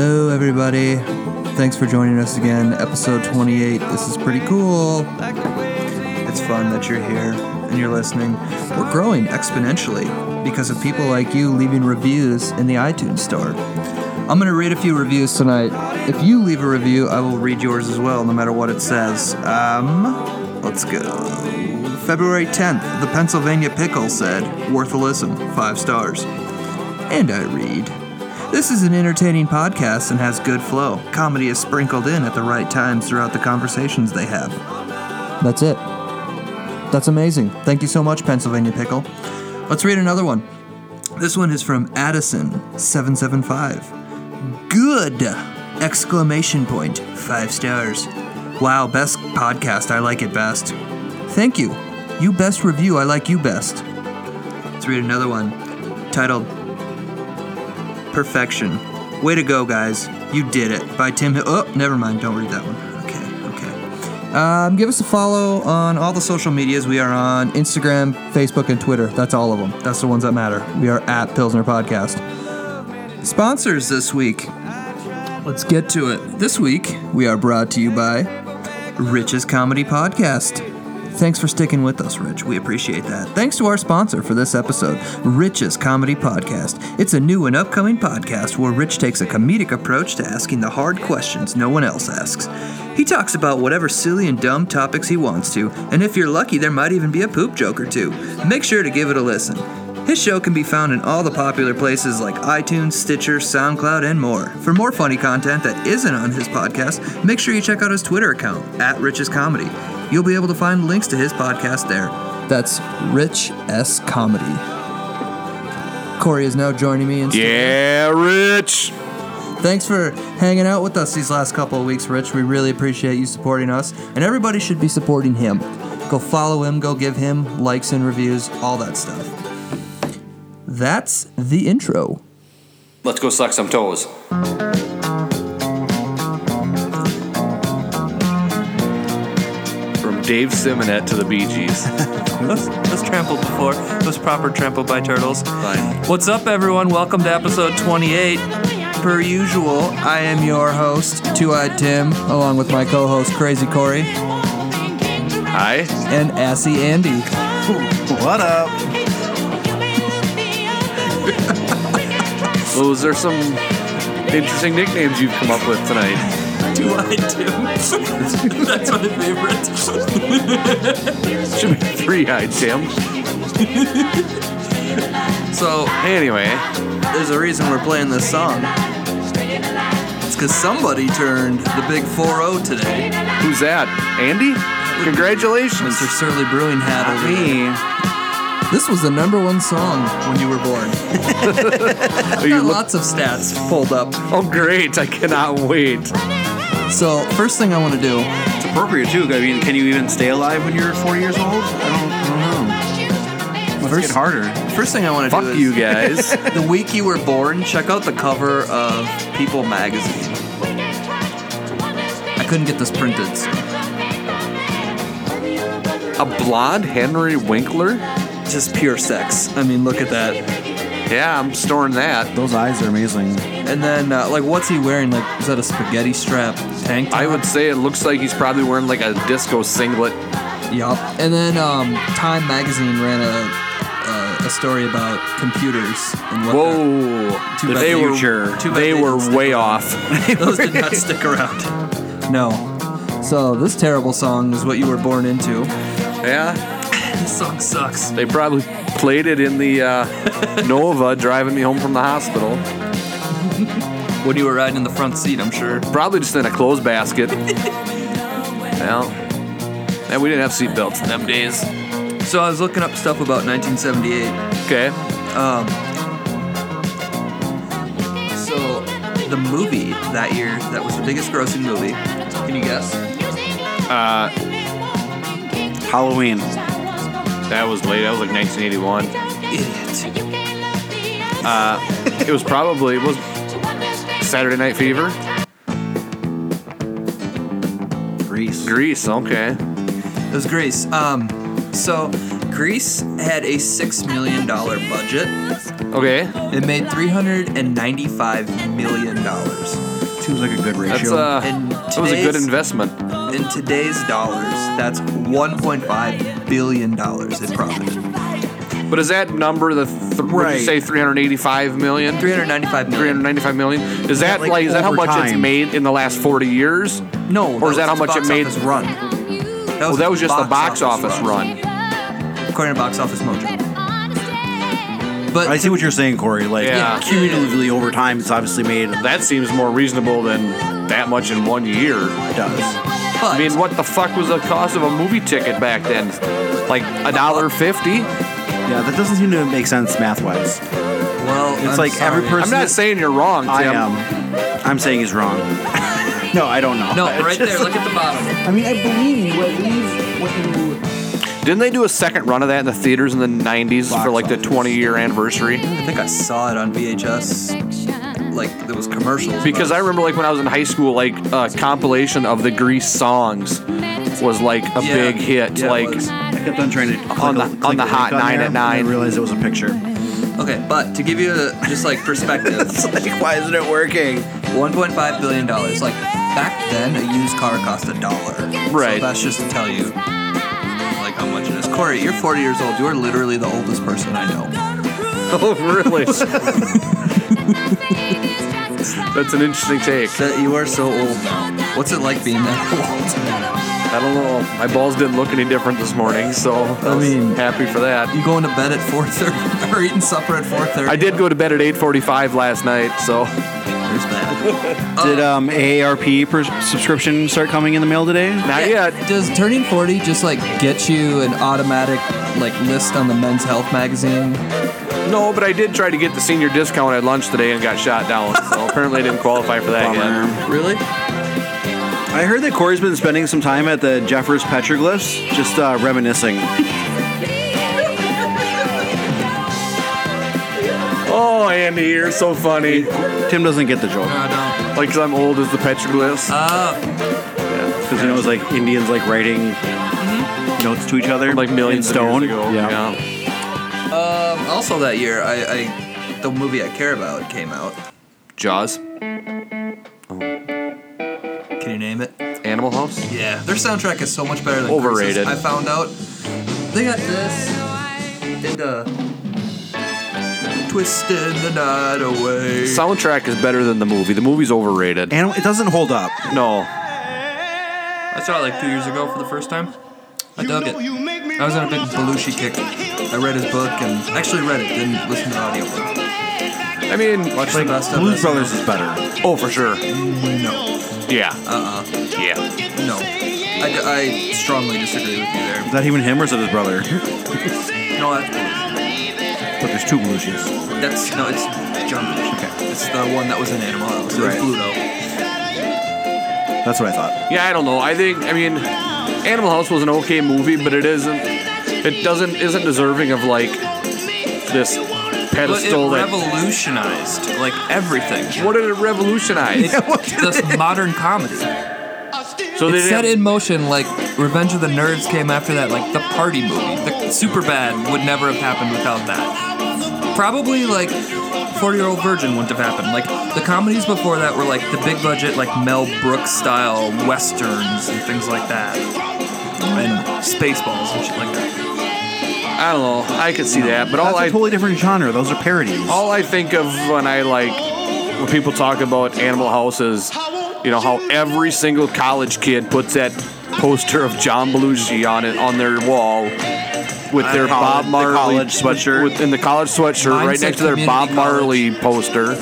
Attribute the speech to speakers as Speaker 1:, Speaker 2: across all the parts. Speaker 1: everybody. Thanks for joining us again. Episode 28. This is pretty cool. It's fun that you're here and you're listening. We're growing exponentially because of people like you leaving reviews in the iTunes store. I'm going to read a few reviews tonight. If you leave a review, I will read yours as well, no matter what it says. Um, let's go. February 10th, the Pennsylvania Pickle said, worth a listen, five stars. And I read, This is an entertaining podcast and has good flow. Comedy is sprinkled in at the right times throughout the conversations they have. That's it. That's amazing. Thank you so much, Pennsylvania Pickle. Let's read another one. This one is from Addison775. Good! Exclamation point. Five stars. Wow, best podcast. I like it best. Thank you. You best review. I like you best. Let's read another one titled Perfection. Way to go, guys. You did it. By Tim Hill. Oh, never mind. Don't read that one. Okay, okay. Um, give us a follow on all the social medias. We are on Instagram, Facebook, and Twitter. That's all of them. That's the ones that matter. We are at Pilsner Podcast. Sponsors this week. Let's get to it. This week, we are brought to you by Rich's Comedy Podcast. Thanks for sticking with us, Rich. We appreciate that. Thanks to our sponsor for this episode, Rich's Comedy Podcast. It's a new and upcoming podcast where Rich takes a comedic approach to asking the hard questions no one else asks. He talks about whatever silly and dumb topics he wants to, and if you're lucky, there might even be a poop joke or two. Make sure to give it a listen. His show can be found in all the popular places like iTunes, Stitcher, SoundCloud, and more. For more funny content that isn't on his podcast, make sure you check out his Twitter account, at Rich's Comedy. You'll be able to find links to his podcast there. That's Rich S. Comedy. Corey is now joining me in studio.
Speaker 2: Yeah, Rich.
Speaker 1: Thanks for hanging out with us these last couple of weeks, Rich. We really appreciate you supporting us, and everybody should be supporting him. Go follow him, go give him likes and reviews, all that stuff. That's the intro.
Speaker 2: Let's go suck some toes. From Dave Simonet to the Bee Gees.
Speaker 3: was, was trampled before. It was proper trampled by turtles.
Speaker 2: Fine.
Speaker 3: What's up, everyone? Welcome to episode 28.
Speaker 1: Per usual, I am your host, Two Eyed Tim, along with my co host, Crazy Corey,
Speaker 2: Hi.
Speaker 1: and Assy Andy.
Speaker 2: What up? Those are some interesting nicknames you've come up with tonight.
Speaker 3: Do I do? That's my favorite.
Speaker 2: Should be three eyed Tim.
Speaker 1: So,
Speaker 2: Anyway,
Speaker 1: there's a reason we're playing this song. It's because somebody turned the big 4 0 today.
Speaker 2: who's that? Andy? Congratulations.
Speaker 1: Mr. Surly Brewing hat over here. This was the number one song when you were born.
Speaker 2: Oh, you
Speaker 1: Got
Speaker 2: look-
Speaker 1: lots of stats pulled up.
Speaker 2: oh, great. I cannot wait.
Speaker 1: So first thing I want to do,
Speaker 4: appropriate too. I mean, can you even stay alive when you're 40 years old? I don't, I don't know. Must
Speaker 1: First-
Speaker 4: get harder.
Speaker 1: first thing I want to do
Speaker 2: Fuck
Speaker 1: is
Speaker 2: you guys.
Speaker 3: the week you were born, check out the cover of People magazine.
Speaker 1: I couldn't get this printed. so-
Speaker 2: A blonde Henry Winkler?
Speaker 3: Just pure sex.
Speaker 1: I mean, look at that.
Speaker 2: Yeah, I'm storing that.
Speaker 4: Those eyes are amazing.
Speaker 1: And then uh, like, what's he wearing? Like, is that a spaghetti strap tank top?
Speaker 2: I would say it looks like he's probably wearing like a disco singlet.
Speaker 1: Yup. And then um, Time magazine ran a, a a story about computers and what they're-
Speaker 2: Whoa.
Speaker 1: Too bad
Speaker 2: they
Speaker 1: they
Speaker 2: were,
Speaker 4: didn't-
Speaker 1: too bad
Speaker 2: they
Speaker 1: they
Speaker 2: were
Speaker 1: didn't stick
Speaker 2: way off.
Speaker 1: Those did not stick around. No. So this terrible song is what you were born into.
Speaker 2: yeah.
Speaker 3: This song sucks.
Speaker 2: They probably played it in the uh, Nova driving me home from the hospital.
Speaker 3: When you were riding in the front seat, I'm sure.
Speaker 2: Probably just in a clothes basket. well, and we didn't have seatbelts in them days.
Speaker 3: So I was looking up stuff about 1978.
Speaker 2: Okay.
Speaker 3: So the movie that year that was the biggest grossing movie. Can you guess?
Speaker 2: Uh,
Speaker 4: Halloween.
Speaker 2: that was late. That was like 1981.
Speaker 3: Idiot.
Speaker 2: It was probably it was Uh, Saturday Night Fever.
Speaker 4: Grease.
Speaker 2: Grease. Okay.
Speaker 3: It was Greece. Um, so Greece had a six million dollar budget.
Speaker 2: Okay.
Speaker 3: It made three hundred and ninety-five million dollars.
Speaker 4: Seems like a good ratio.
Speaker 2: That's uh,
Speaker 1: And
Speaker 2: that was a good
Speaker 1: today's-
Speaker 2: investment.
Speaker 1: In today's dollars, that's 1.5 billion dollars in profit.
Speaker 2: But is that number the th- would
Speaker 4: Right.
Speaker 2: you say 385 million?
Speaker 1: 395 million.
Speaker 2: 395 million. Is that
Speaker 4: like,
Speaker 2: like, is that how
Speaker 4: over
Speaker 2: much it's
Speaker 4: time.
Speaker 2: made in the last 40 years?
Speaker 1: No,
Speaker 2: Or is that how much it made-
Speaker 1: Office run?
Speaker 2: Well, that was just the box office run.
Speaker 1: according to Box Office Mojo. But
Speaker 4: I see what you're saying, Corey. Like
Speaker 2: Yeah.
Speaker 4: cumulatively over time, it's obviously made. That
Speaker 2: That seems more reasonable than that much in one year.
Speaker 4: does.
Speaker 1: but
Speaker 2: I mean, what the fuck was the cost of a movie ticket back then? Like a dollar fifty?
Speaker 4: Yeah, that doesn't seem to make sense math wise.
Speaker 1: well,
Speaker 4: It's
Speaker 1: I'm
Speaker 4: like every
Speaker 1: sorry.
Speaker 4: person-
Speaker 2: I'm not saying you're wrong, Tim.
Speaker 4: I am. I'm saying he's wrong. no, I don't know.
Speaker 1: No,
Speaker 4: I
Speaker 1: right there.
Speaker 4: just-
Speaker 1: Look at the bottom.
Speaker 5: I mean, I believe you. I believe what you.
Speaker 2: Didn't they do a second run of that in the theaters in the 90s
Speaker 4: Box
Speaker 2: for like the
Speaker 4: office.
Speaker 2: 20 year anniversary?
Speaker 1: I think I saw it on VHS. Like there was commercials.
Speaker 2: Because
Speaker 1: about
Speaker 2: I
Speaker 1: it.
Speaker 2: remember like when I was in high school, like a compilation of the Grease songs was like a
Speaker 1: Yeah.
Speaker 2: big hit.
Speaker 1: Yeah, it
Speaker 2: like
Speaker 1: was.
Speaker 4: I kept on trying to click
Speaker 2: On the-
Speaker 4: a-
Speaker 2: on
Speaker 4: click
Speaker 2: the
Speaker 4: a
Speaker 2: hot
Speaker 4: link on
Speaker 2: nine
Speaker 4: there,
Speaker 2: at
Speaker 4: and I
Speaker 2: nine.
Speaker 4: realized it was a picture.
Speaker 1: okay, but to give you a, just like perspective,
Speaker 4: like, why isn't it working?
Speaker 1: 1.5 billion dollars. Like back then, a used car cost a dollar.
Speaker 2: Right.
Speaker 1: So that's just to tell you, like how much it is. Corey, you're 40 years old. You are literally the oldest person I know.
Speaker 2: oh really? That's an interesting take.
Speaker 1: That you are so old now. What's it like being that
Speaker 2: I don't know. My balls didn't look any different this morning, so I was
Speaker 1: mean-
Speaker 2: happy for that.
Speaker 1: old? You going to bed at 4:30 or eating supper at 4:30?
Speaker 2: I did go to bed at 8:45 last night, so
Speaker 1: There's that.
Speaker 4: Did
Speaker 1: Uh,
Speaker 4: um, AARP per- subscription start coming in the mail today?
Speaker 2: not yet.
Speaker 1: Does turning 40 just like get you an automatic like list on the Men's Health magazine?
Speaker 2: No, but I did try to get the senior discount at lunch today and got shot down. So apparently I didn't qualify for that yet.
Speaker 4: Bummer.
Speaker 1: Really?
Speaker 4: I heard that Corey's been spending some time at the Jeffers petroglyphs, just uh, reminiscing.
Speaker 2: Oh, Andy, you're so funny.
Speaker 4: Tim doesn't get the joke
Speaker 1: no.
Speaker 2: Like, 'cause I'm old as the petroglyphs.
Speaker 1: Uh,
Speaker 4: because he knows like Indians like writing
Speaker 1: Mm-hmm.
Speaker 4: notes to each other,
Speaker 2: like millions
Speaker 4: in stone.
Speaker 2: of years ago.
Speaker 4: Yeah.
Speaker 1: um, also that year, I, I the movie I care about came out.
Speaker 2: Jaws,
Speaker 1: Can you name it?
Speaker 2: Animal House.
Speaker 1: Yeah. Their soundtrack is so much better than
Speaker 2: Overrated.
Speaker 1: Chris's. I found out they got this and uh, twisted the night away.
Speaker 2: Soundtrack is better than the movie. The movie's overrated.
Speaker 4: Animal, it doesn't hold up.
Speaker 2: No,
Speaker 1: I saw it like two years ago for the first time. I dug it. I was on a big Belushi kick. I read his book and actually read it, didn't listen to the audiobook.
Speaker 2: I mean,
Speaker 1: Watched the best of
Speaker 4: Blues
Speaker 1: it.
Speaker 4: Brothers is better.
Speaker 2: oh for sure.
Speaker 1: No,
Speaker 2: Yeah,
Speaker 1: uh-uh,
Speaker 2: yeah.
Speaker 1: no. I, d- I strongly disagree with you there.
Speaker 4: Is that even him or is it his brother?
Speaker 1: No, I,
Speaker 4: But there's two Belushis.
Speaker 1: that's no, it's John Belushi. Okay. It's the one that was in Animal House. It was
Speaker 4: Right.
Speaker 1: Pluto.
Speaker 4: That's what I thought.
Speaker 2: Yeah, I don't know. I think I mean, Animal House was an okay movie, but it isn't. It doesn't isn't deserving of like this
Speaker 1: But it
Speaker 2: pedestal that.
Speaker 1: revolutionized like everything.
Speaker 2: What did it revolutionize?
Speaker 1: This modern comedy.
Speaker 2: So they
Speaker 1: It's set
Speaker 2: didn't.
Speaker 1: in motion like Revenge of the Nerds came after that, like the party movie. The super bad would never have happened without that. Probably like 40 Year Old Virgin wouldn't have happened. Like the comedies before that were like the big budget, like Mel Brooks style westerns and things like that. And Spaceballs and shit like that.
Speaker 2: I don't know. I could see that, but all
Speaker 4: That's a
Speaker 2: I
Speaker 4: totally different genre. Those are parodies.
Speaker 2: all I think of when I like when people talk about Animal House is, you know, how every single college kid puts that poster of John Belushi on it on their wall with their
Speaker 4: College-
Speaker 2: Bob
Speaker 4: the
Speaker 2: Marley
Speaker 4: college sweatshirt.
Speaker 2: with, in the college sweatshirt
Speaker 1: Mine
Speaker 2: right
Speaker 1: said
Speaker 2: next to their
Speaker 1: community
Speaker 2: Bob
Speaker 1: college.
Speaker 2: Marley poster.
Speaker 1: I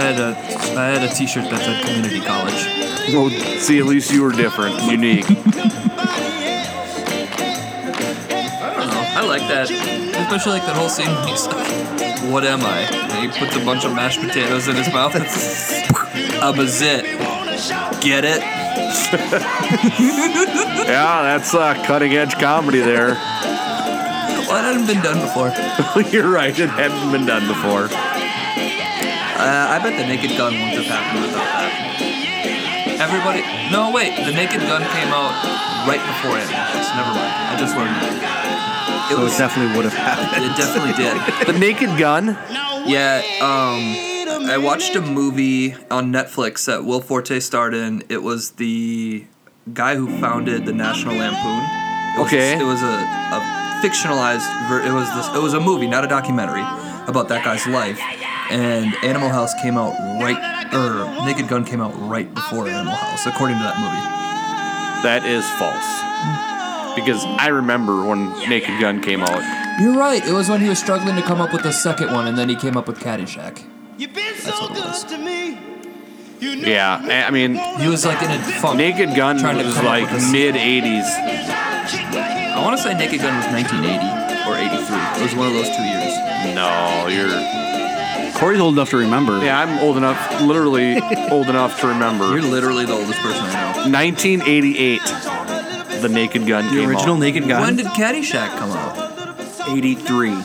Speaker 1: had a I had a T-shirt that said Community College.
Speaker 2: Well, Oh, see, at least you were different, unique.
Speaker 1: I don't know. I like that, especially like that whole scene when he's like, "What am I?" And he puts a bunch of mashed potatoes in his mouth. I'm a zit. Get it?
Speaker 2: yeah, that's uh, cutting edge comedy there.
Speaker 1: Well, that hadn't been done before. Uh,
Speaker 2: You're right; it hadn't been done before.
Speaker 1: I bet the Naked Gun wouldn't have happened without that. Everybody, no wait, the Naked Gun came out right before it. Never mind. I just learned. that. It
Speaker 4: so it
Speaker 1: was.
Speaker 4: definitely would have happened.
Speaker 1: It definitely did.
Speaker 2: The Naked Gun.
Speaker 1: Yeah. Um. I watched a movie on Netflix that Will Forte starred in. It was the guy who founded the National Lampoon. It was-
Speaker 2: Okay.
Speaker 1: It was a, a fictionalized. Ver- it was this. It was a movie, not a documentary, about that guy's life. And Animal House came out right, or Naked Gun came out right before Animal House, according to that movie.
Speaker 2: That is false. Because I remember when Naked Gun came out.
Speaker 1: You're right. It was when he was struggling to come up with the second one, and then he came up with Caddyshack.
Speaker 6: You've been so
Speaker 1: what it was.
Speaker 6: good to me. You know
Speaker 2: Yeah, I- I mean,
Speaker 1: He was like in a funk.
Speaker 2: Naked Gun
Speaker 1: Trying to
Speaker 2: was
Speaker 1: come up
Speaker 2: like
Speaker 1: with a-
Speaker 2: mid 80s.
Speaker 1: I want to say Naked Gun was 1980 or 83. It was one of those two years.
Speaker 2: No, you're.
Speaker 4: Corey's old enough to remember.
Speaker 2: Yeah, I'm old enough, literally old enough to remember.
Speaker 1: You're literally the oldest person I know.
Speaker 2: 1988, The Naked Gun
Speaker 4: The
Speaker 2: came
Speaker 4: original
Speaker 2: out.
Speaker 4: Naked Gun.
Speaker 1: When did Caddyshack come out?
Speaker 4: 83.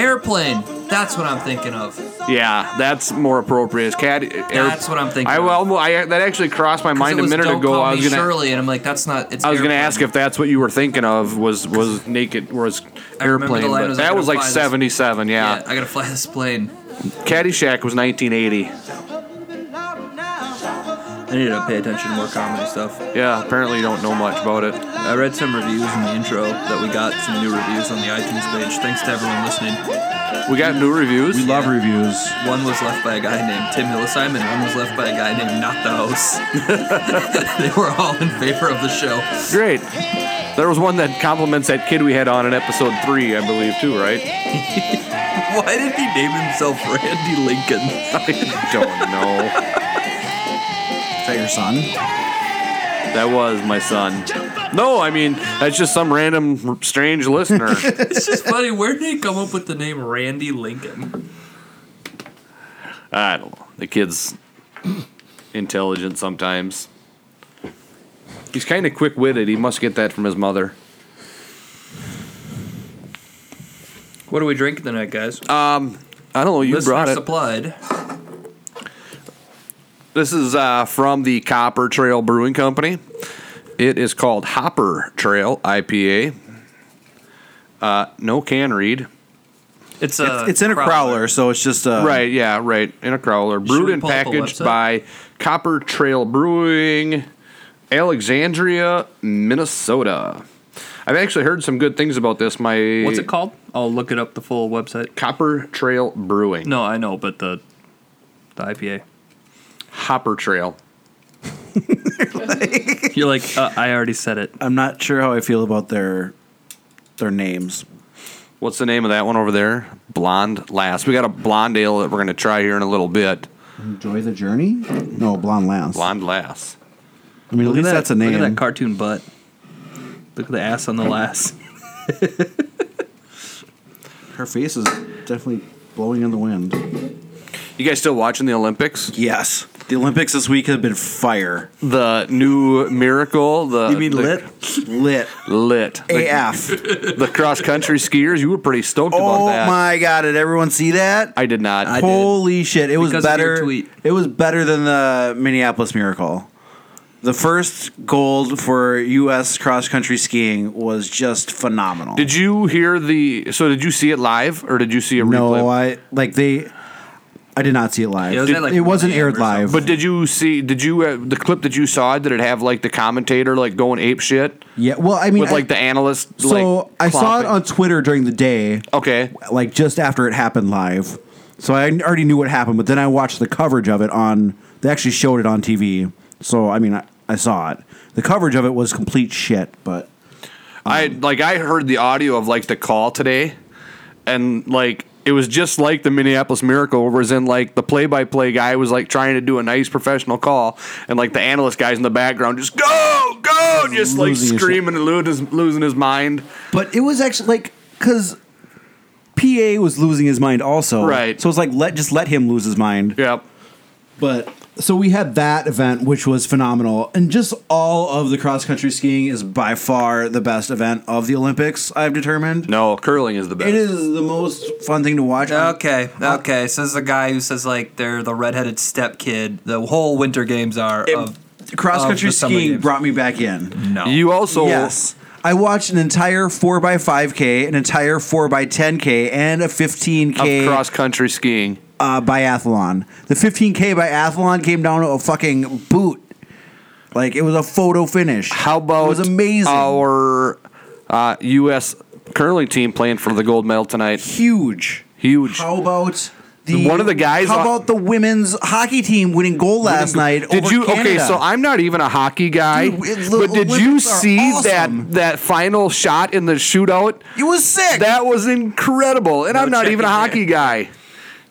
Speaker 1: Airplane. That's what I'm thinking of.
Speaker 2: yeah, that's more appropriate. It's Cad,
Speaker 1: That's what I'm thinking
Speaker 2: I,
Speaker 1: of.
Speaker 2: well, I, that actually crossed my
Speaker 1: 'Cause
Speaker 2: mind
Speaker 1: it
Speaker 2: a
Speaker 1: was
Speaker 2: minute
Speaker 1: Don't
Speaker 2: ago.
Speaker 1: Call
Speaker 2: I was
Speaker 1: Me
Speaker 2: gonna,
Speaker 1: Shirley, and I'm like, that's not. It's
Speaker 2: I was gonna
Speaker 1: Airplane.
Speaker 2: ask if that's what you were thinking of was was naked was
Speaker 1: I remember the
Speaker 2: airplane.
Speaker 1: line
Speaker 2: but
Speaker 1: was, "I'm
Speaker 2: that
Speaker 1: gonna
Speaker 2: was like
Speaker 1: fly this-
Speaker 2: 77.
Speaker 1: Yeah,
Speaker 2: Yeah.
Speaker 1: I gotta fly this plane.
Speaker 2: Caddyshack was 1980.
Speaker 1: I need to pay attention to more comedy stuff.
Speaker 2: Yeah, apparently you don't know much about it.
Speaker 1: I read some reviews in the intro that we got some new reviews on the iTunes page. Thanks to everyone listening.
Speaker 2: We got new reviews.
Speaker 4: We love reviews.
Speaker 1: One was left by a guy named Tim Hillisheim, and one was left by a guy named Not the Host. they were all in favor of the show.
Speaker 2: Great. There was one that compliments that kid we had on in episode three, I believe, too, right?
Speaker 1: Why did he name himself Randy Lincoln?
Speaker 2: I don't know.
Speaker 4: Is that your son?
Speaker 2: That was my son. No, I mean that's just some random strange listener.
Speaker 1: It's just funny. Where did he come up with the name Randy Lincoln?
Speaker 2: I don't know. The kid's intelligent sometimes. He's kind of quick witted. He must get that from his mother.
Speaker 1: What are we drinking tonight, guys?
Speaker 2: Um, I don't know. You
Speaker 1: Listener
Speaker 2: brought it.
Speaker 1: Supplied.
Speaker 2: This is uh, from the Copper Trail Brewing Company. It is called Hopper Trail IPA. Uh, no can read.
Speaker 1: It's uh, a.
Speaker 4: it's in a crowler, so it's just uh,
Speaker 2: right, yeah, right. In a crowler. Brewed
Speaker 1: we
Speaker 2: and
Speaker 1: pull up a
Speaker 2: packaged
Speaker 1: website?
Speaker 2: by Copper Trail Brewing, Alexandria, Minnesota. I've actually heard some good things about this. My
Speaker 7: What's it called? I'll look it up the full website.
Speaker 2: Copper Trail Brewing.
Speaker 7: No, I know, but the the IPA.
Speaker 2: Hopper Trail.
Speaker 7: You're like, uh, I already said it.
Speaker 4: I'm not sure how I feel about their their names.
Speaker 2: What's the name of that one over there? Blonde Lass. We got a blonde ale that we're going to try here in a little bit.
Speaker 8: Enjoy the journey? No, Blonde Lass.
Speaker 2: Blonde Lass.
Speaker 4: I mean, at least
Speaker 7: that-
Speaker 4: that's a
Speaker 7: Look at
Speaker 4: name.
Speaker 7: that cartoon butt. Look at the ass on the lass.
Speaker 8: Her face is definitely blowing in the wind.
Speaker 2: You guys still watching the Olympics?
Speaker 4: yes, the Olympics this week have been fire
Speaker 2: The new miracle. The
Speaker 4: You mean
Speaker 2: the-
Speaker 4: lit? lit
Speaker 2: Lit. The,
Speaker 4: AF.
Speaker 2: the cross country skiers. You were pretty stoked about
Speaker 4: oh
Speaker 2: that.
Speaker 4: my god! Did everyone see that?
Speaker 2: I did not.
Speaker 4: Holy shit! It was
Speaker 1: Because of your
Speaker 4: better.
Speaker 1: tweet.
Speaker 4: It was better than the Minneapolis Miracle. The first gold for U.S. cross country skiing was just phenomenal.
Speaker 2: Did you hear the? So did you see it live or did you see a
Speaker 8: No,
Speaker 2: replay?
Speaker 8: I like they. I did not see it live.
Speaker 1: Yeah, it was at, like,
Speaker 8: it wasn't
Speaker 1: 1 a.m.
Speaker 8: aired
Speaker 1: or something.
Speaker 8: live.
Speaker 2: But did you see? Did you uh, the clip that you saw? Did it have like the commentator like going ape shit
Speaker 8: yeah, well, I mean,
Speaker 2: with like
Speaker 8: I,
Speaker 2: the analyst?
Speaker 8: so
Speaker 2: like,
Speaker 8: I saw it
Speaker 2: clomping?
Speaker 8: on Twitter during the day,
Speaker 2: Okay.
Speaker 8: like just after it happened live. So I already knew what happened, but then I watched the coverage of it on. They actually showed it on TV, so I mean, I, I saw it. The coverage of it was complete shit, but
Speaker 2: I
Speaker 8: Mm.
Speaker 2: like I heard the audio of like the call today, and like it was just like the Minneapolis Miracle, was in like the play-by-play guy was like trying to do a nice professional call, and like the analyst guys in the background just go go, and just like
Speaker 8: Losing his
Speaker 2: screaming and losing his, losing his mind.
Speaker 8: But it was actually like because PA was losing his mind also,
Speaker 2: Right.
Speaker 8: So it's like let just let him lose his mind.
Speaker 2: Yep.
Speaker 8: But so we had that event, which was phenomenal, and just all of the cross country skiing is by far the best event of the Olympics. I've determined
Speaker 2: No, curling is the best.
Speaker 8: it is the most fun thing to watch.
Speaker 1: Okay, okay. So this is a guy who says like they're the redheaded step kid. The whole winter games are.
Speaker 8: It-
Speaker 1: of,
Speaker 8: cross
Speaker 1: of
Speaker 8: country
Speaker 1: the summer
Speaker 8: skiing
Speaker 1: games.
Speaker 8: brought me back in.
Speaker 1: no.
Speaker 2: You also
Speaker 8: Yes,
Speaker 4: I watched an entire 4x5K, an entire 4x10K, and a 15K
Speaker 2: of cross country skiing.
Speaker 4: uh, biathlon. The 15K biathlon came down to a fucking boot. Like, it was a photo finish.
Speaker 2: How about
Speaker 4: It was amazing.
Speaker 2: our uh, U.S. curling team playing for the gold medal tonight?
Speaker 4: Huge.
Speaker 2: Huge.
Speaker 4: How about the
Speaker 2: One of the guys
Speaker 4: How
Speaker 2: on-
Speaker 4: about the women's hockey team winning gold last night?
Speaker 2: Did
Speaker 4: over
Speaker 2: you okay?
Speaker 4: Canada?
Speaker 2: So I'm not even a hockey guy,
Speaker 4: Dude, it- the
Speaker 2: but did you
Speaker 4: Olympics are
Speaker 2: see
Speaker 4: awesome.
Speaker 2: that that final shot in the shootout?
Speaker 4: it was sick.
Speaker 2: That was incredible, and I'm not even a hockey guy.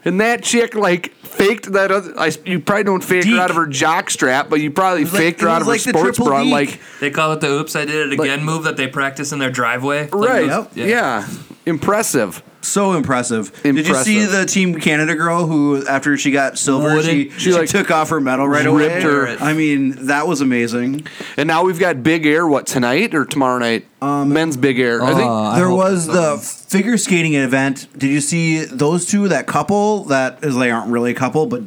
Speaker 2: And that chick like faked that. Other, I, you probably don't fake
Speaker 4: Deke.
Speaker 2: her out of her jock strap, but you probably
Speaker 4: It was like-
Speaker 2: faked
Speaker 4: it
Speaker 2: her out
Speaker 4: was
Speaker 2: of
Speaker 4: like
Speaker 2: her
Speaker 4: the
Speaker 2: sports
Speaker 4: triple
Speaker 2: bra.
Speaker 4: Deke.
Speaker 2: Like
Speaker 1: They call it the "Oops, I did it again" move that they practice in their driveway. Like
Speaker 2: right,
Speaker 1: those-
Speaker 2: yeah. impressive.
Speaker 4: So impressive. Did you see
Speaker 2: Impressive.
Speaker 4: the Team Canada girl who, after she got silver, she,
Speaker 2: Wouldn't-
Speaker 4: she,
Speaker 2: she, like,
Speaker 4: took off her medal right away?
Speaker 2: ripped her.
Speaker 4: I mean, that was amazing.
Speaker 2: And now we've got Big Air. What tonight or tomorrow night?
Speaker 4: Um,
Speaker 2: Men's Big Air. Uh, I think
Speaker 9: Uh,
Speaker 4: there was the figure skating event. Did you see those two, that couple? That is, they aren't really a couple, but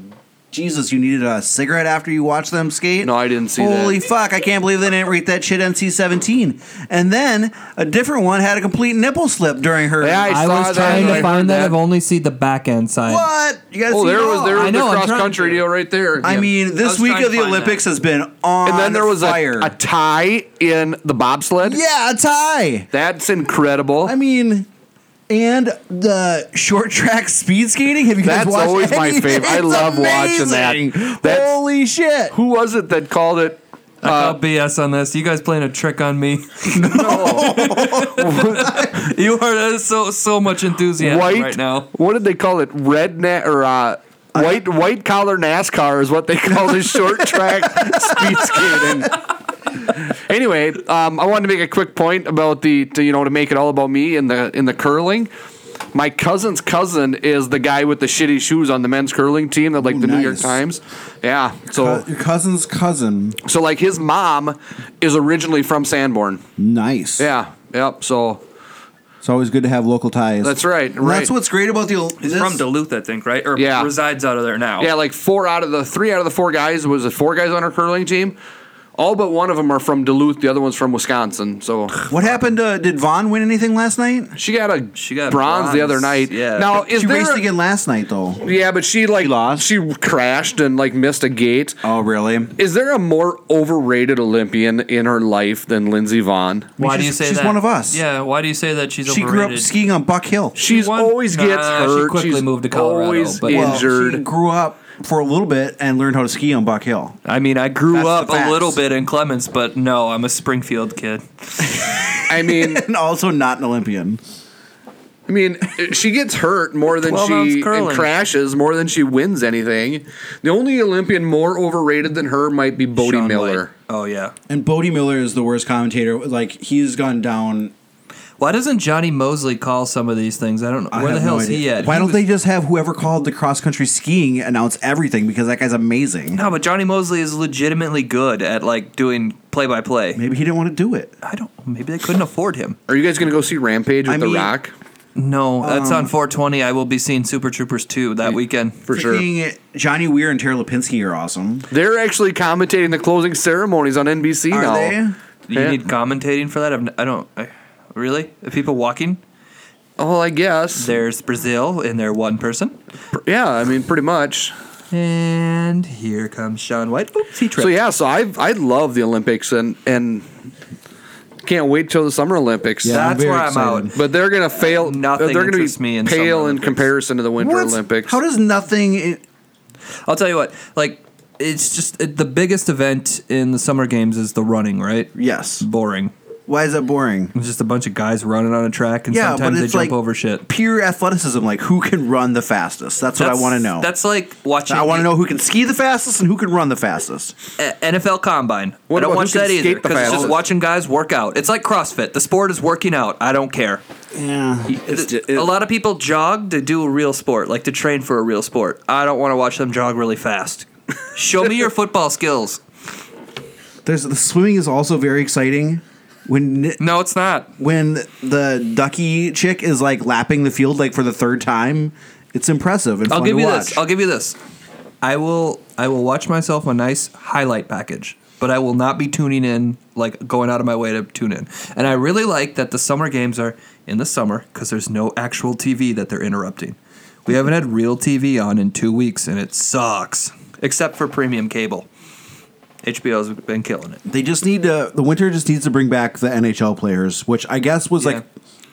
Speaker 4: Jesus, you needed a cigarette after you watched them skate?
Speaker 2: No, I didn't see that.
Speaker 4: Holy fuck, I can't believe they didn't rate that shit NC 17. And then a different one had a complete nipple slip during her.
Speaker 2: Yeah,
Speaker 9: I
Speaker 2: saw
Speaker 9: was
Speaker 2: that,
Speaker 9: trying
Speaker 2: I
Speaker 9: to
Speaker 2: heard
Speaker 9: find that.
Speaker 2: that.
Speaker 9: I've only seen the back end side.
Speaker 4: What? You guys
Speaker 2: Oh, there was there
Speaker 9: I
Speaker 2: was
Speaker 9: know, I'm
Speaker 2: the
Speaker 9: trying
Speaker 2: cross country
Speaker 9: to-
Speaker 2: deal right there.
Speaker 4: I
Speaker 2: Yeah.
Speaker 4: mean,
Speaker 1: I
Speaker 4: this
Speaker 1: was
Speaker 4: week
Speaker 1: trying
Speaker 4: of
Speaker 1: to
Speaker 4: the
Speaker 1: find that.
Speaker 4: Olympics has been on
Speaker 2: and then there was
Speaker 4: fire.
Speaker 2: a, a tie in the bobsled.
Speaker 4: yeah, a tie.
Speaker 2: That's incredible.
Speaker 4: I mean, and the short track speed skating. Have you guys
Speaker 2: That's
Speaker 4: watched
Speaker 2: always my
Speaker 4: any?
Speaker 2: favorite. I
Speaker 4: It's
Speaker 2: love watching that.
Speaker 4: amazing.
Speaker 2: That's-
Speaker 4: Holy shit!
Speaker 2: Who was it that called it?
Speaker 1: I call BS on this. You guys playing a trick on me? you are there's so so much enthusiasm
Speaker 2: white
Speaker 1: right now.
Speaker 2: What did they call it? Red na- or uh, white white collar NASCAR is what they call the short track speed skating. Anyway, um, I wanted to make a quick point about the to, you know to make it all about me in the in the curling. My cousin's cousin is the guy with the shitty shoes on the men's curling team that like the New York
Speaker 8: nice.
Speaker 2: Times. Yeah, so
Speaker 8: Your cousin's cousin.
Speaker 2: so like his mom is originally from Sanborn.
Speaker 8: Nice.
Speaker 2: Yeah, yep. So
Speaker 8: It's always good to have local ties.
Speaker 2: that's right.
Speaker 4: And
Speaker 2: Right.
Speaker 4: That's what's great about the. This,
Speaker 1: From Duluth, I think, right? Or
Speaker 2: Yeah.
Speaker 1: resides out of there now.
Speaker 2: Yeah, like four out of the three out of the four guys was it four guys on our curling team. All but one of them are from Duluth. The other one's from Wisconsin. So
Speaker 4: what happened to? Did Vaughn win anything last night?
Speaker 2: she got a
Speaker 1: She got
Speaker 2: bronze, the other
Speaker 1: bronze,
Speaker 2: night.
Speaker 1: yeah.
Speaker 2: Now is
Speaker 4: she
Speaker 2: there?
Speaker 4: raced
Speaker 2: a-
Speaker 4: again last night though.
Speaker 2: yeah, but she like she,
Speaker 4: lost?
Speaker 2: crashed and like missed a gate.
Speaker 4: Oh really?
Speaker 2: Is there a more overrated Olympian in her life than Lindsey Vaughn?
Speaker 1: Why do
Speaker 4: she's-
Speaker 1: you say
Speaker 4: she's
Speaker 1: that?
Speaker 4: one of us.
Speaker 1: Yeah. Why do you say that she's
Speaker 4: She grew
Speaker 1: overrated?
Speaker 4: up skiing on Buck Hill.
Speaker 2: She's
Speaker 1: won-
Speaker 2: always
Speaker 1: Nah,
Speaker 2: gets
Speaker 1: she
Speaker 2: hurt.
Speaker 9: quickly
Speaker 2: She's
Speaker 9: moved to Colorado,
Speaker 2: Always
Speaker 9: but-
Speaker 4: Well,
Speaker 2: injured.
Speaker 4: she grew up for a little bit and learned how to ski on Buck Hill.
Speaker 1: I mean, I grew
Speaker 4: That's
Speaker 1: up
Speaker 4: the facts.
Speaker 1: a little bit in Clements, but no, I'm a Springfield kid.
Speaker 2: I mean,
Speaker 4: And also not an Olympian.
Speaker 2: I mean, she gets hurt more than
Speaker 1: 12 ounce
Speaker 2: she and
Speaker 1: curling.
Speaker 2: crashes more than she wins anything. The only Olympian more overrated than her might be Bodie
Speaker 1: Sean
Speaker 2: Miller.
Speaker 1: White. Oh yeah.
Speaker 4: And Bodie Miller is the worst commentator. Like he's gone down.
Speaker 1: Why doesn't Johnny Mosley call some of these things? I don't know.
Speaker 4: I
Speaker 1: Where the
Speaker 4: have
Speaker 1: hell
Speaker 4: no
Speaker 1: is he
Speaker 4: idea.
Speaker 1: at?
Speaker 4: Why
Speaker 1: He
Speaker 4: don't
Speaker 1: was-
Speaker 4: they just have whoever called the cross country skiing announce everything? Because that guy's amazing.
Speaker 1: No, but Johnny Mosley is legitimately good at like doing play by play.
Speaker 4: Maybe he didn't want to do it.
Speaker 1: I don't. Maybe they couldn't afford him.
Speaker 2: Are you guys gonna go see Rampage with
Speaker 4: I
Speaker 2: The
Speaker 4: mean,
Speaker 2: Rock?
Speaker 1: No, that's on 420. I will be seeing Super Troopers 2 that weekend.
Speaker 2: For sure.
Speaker 4: Freaking Johnny Weir and Tara Lipinski are awesome.
Speaker 2: They're actually commentating the closing ceremonies on NBC
Speaker 4: Are
Speaker 2: now.
Speaker 4: they?
Speaker 1: You
Speaker 2: Yeah.
Speaker 1: need commentating for that? I've, n- I don't. I, really? Are people walking?
Speaker 2: Oh, I guess.
Speaker 1: There's Brazil and they're one person.
Speaker 2: Yeah, I mean, pretty much.
Speaker 1: And here comes Sean White. Oops, he tripped.
Speaker 2: So yeah, so I I love the Olympics and and can't wait till the Summer Olympics.
Speaker 8: Yeah. I'm
Speaker 1: that's
Speaker 8: very
Speaker 1: where I'm
Speaker 8: excited.
Speaker 2: But they're gonna fail.
Speaker 1: Nothing
Speaker 2: They're gonna
Speaker 1: interests
Speaker 2: be
Speaker 1: me in Summer
Speaker 2: pale in
Speaker 1: Olympics.
Speaker 2: comparison to the Winter
Speaker 4: What's-
Speaker 2: Olympics.
Speaker 4: How does nothing?
Speaker 1: out. I'll tell you what. Like, it's just it, the biggest event in the summer games is the running, right?
Speaker 4: Yes.
Speaker 1: Boring.
Speaker 4: Why is that boring?
Speaker 1: It's just a bunch of guys running on a track, and
Speaker 4: Yeah, but
Speaker 1: sometimes they
Speaker 4: it's like-
Speaker 1: jump over shit.
Speaker 4: Pure athleticism. Like who can run the fastest? That's, what I
Speaker 1: That's-
Speaker 4: want to know.
Speaker 1: That's like watching. E-
Speaker 4: I want to know who can ski the fastest and who can run the fastest.
Speaker 1: A- NFL Combine.
Speaker 2: What
Speaker 1: I don't
Speaker 2: about
Speaker 1: watch
Speaker 2: who can
Speaker 1: that either
Speaker 2: skate the
Speaker 1: because it's just
Speaker 2: fastest?
Speaker 1: watching guys work out. It's like CrossFit. The sport is working out. I don't care.
Speaker 4: Yeah.
Speaker 1: Th- a lot of people jog to do a real sport, like to train for a real sport. I don't want to watch them jog really fast. Show me your football skills.
Speaker 4: There's the swimming is also very exciting. When
Speaker 1: No, it's not.
Speaker 4: when the ducky chick is like lapping the field like for the third time, it's impressive and
Speaker 1: I'll
Speaker 4: fun
Speaker 1: give
Speaker 4: to
Speaker 1: you
Speaker 4: watch.
Speaker 1: this. I'll give you this. I will. I will watch myself a nice highlight package. but I will not be tuning in, like going out of my way to tune in. And I really like that the summer games are in the summer because there's no actual TV that they're interrupting. We haven't had real TV on in two weeks, and it sucks, except for premium cable. HBO's been killing it.
Speaker 4: They just need to. The winter just needs to bring back the NHL players, which I guess was like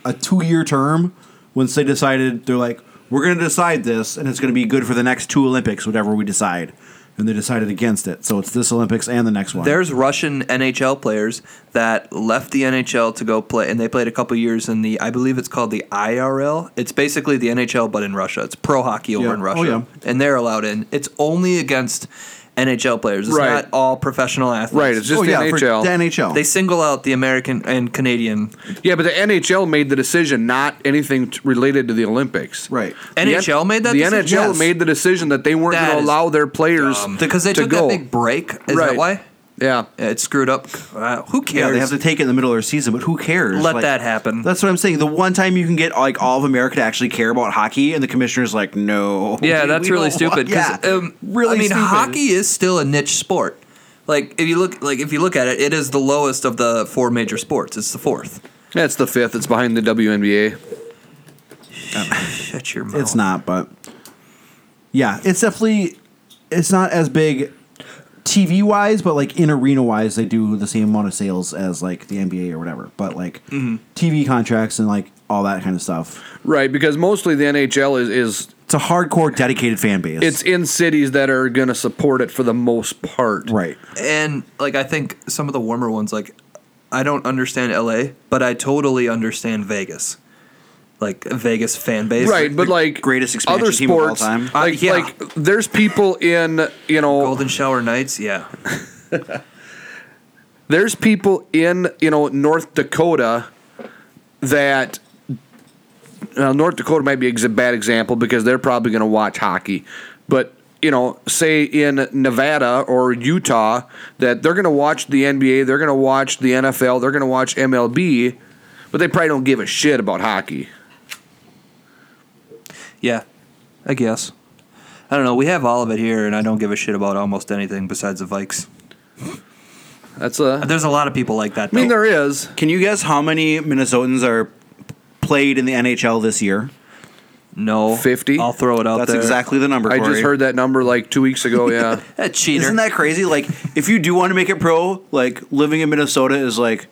Speaker 4: a two-year term. Once they decided, they're like, we're going to decide this, and it's going to be good for the next two Olympics, whatever we decide. And they decided against it, so it's this Olympics and the next one. Oh,
Speaker 1: There's Russian NHL players that left the NHL to go play, and they played a couple years in the, I believe it's called the IRL. It's basically the NHL, but in Russia. It's pro hockey over
Speaker 4: Yeah.
Speaker 1: in
Speaker 4: Oh,
Speaker 1: Russia.
Speaker 4: yeah.
Speaker 1: And they're allowed in. It's only against NHL players. It's
Speaker 2: Right.
Speaker 1: not all professional athletes.
Speaker 2: Right, it's just
Speaker 4: oh
Speaker 2: the
Speaker 4: yeah, for
Speaker 2: NHL.
Speaker 4: the NHL.
Speaker 1: They single out the American and Canadian.
Speaker 2: yeah, but the NHL made the decision, not anything t- related to the Olympics.
Speaker 4: right.
Speaker 1: NHL
Speaker 2: the, N-
Speaker 1: made that
Speaker 2: The
Speaker 1: decision?
Speaker 2: NHL
Speaker 1: Yes.
Speaker 2: made the decision that they weren't
Speaker 1: That
Speaker 2: going to
Speaker 1: is
Speaker 2: allow their players
Speaker 1: Because they
Speaker 2: to
Speaker 1: took
Speaker 2: go.
Speaker 1: that big break. Is that
Speaker 2: Right.
Speaker 1: why?
Speaker 2: yeah.
Speaker 1: It screwed up. Uh, who cares?
Speaker 4: Yeah, they have to take it in the middle of their season, but who cares?
Speaker 1: Let
Speaker 4: Like,
Speaker 1: that happen.
Speaker 4: That's what I'm saying. The one time you can get like all of America to actually care about hockey, and the commissioner's like, no.
Speaker 1: Yeah,
Speaker 4: we-
Speaker 1: that's
Speaker 4: we
Speaker 1: really
Speaker 4: don't want-
Speaker 1: stupid. 'cause,
Speaker 4: yeah,
Speaker 1: um,
Speaker 4: really.
Speaker 1: I mean,
Speaker 4: stupid.
Speaker 1: hockey is still a niche sport. Like if you look, like if you look at it, it is the lowest of the four major sports. It's the fourth.
Speaker 2: That's the fifth. It's behind the WNBA.
Speaker 1: Shut your mouth.
Speaker 4: It's not, but yeah, it's definitely it's not as big TV wise, but like in arena wise, they do the same amount of sales as like the NBA or whatever. But like
Speaker 1: Mm-hmm.
Speaker 4: TV contracts and like all that kind of stuff.
Speaker 2: Right, because mostly the NHL is, is
Speaker 4: It's a hardcore, dedicated fan base.
Speaker 2: it's in cities that are going to support it for the most part.
Speaker 4: right.
Speaker 1: And like I think some of the warmer ones, like I don't understand LA, but I totally understand Vegas. Like Vegas fan base.
Speaker 2: Right, but like
Speaker 4: greatest expansion team of all time.
Speaker 1: Uh,
Speaker 2: like
Speaker 1: yeah.
Speaker 2: like there's people in you know
Speaker 1: Golden Shower Nights, yeah.
Speaker 2: there's people in you know North Dakota that now North Dakota might be a bad example because they're probably going to watch hockey, but you know, say in Nevada or Utah that they're going to watch the NBA, they're going to watch the NFL, they're going to watch MLB, but they probably don't give a shit about hockey.
Speaker 1: Yeah, I guess. I don't know. We have all of it here, and I don't give a shit about almost anything besides the Vikes.
Speaker 2: That's a.
Speaker 1: There's a lot of people like that.
Speaker 2: I
Speaker 1: Though.
Speaker 2: mean, there is.
Speaker 4: Can you guess how many Minnesotans are played in the NHL this year?
Speaker 1: No.
Speaker 2: 50?
Speaker 1: I'll throw it out
Speaker 4: That's
Speaker 1: there.
Speaker 4: exactly the number.
Speaker 2: I just
Speaker 4: Corey.
Speaker 2: heard that number like two weeks ago. Yeah.
Speaker 1: A Eh, cheater.
Speaker 4: Isn't that crazy? Like, if you do want to make it pro, like living in Minnesota is like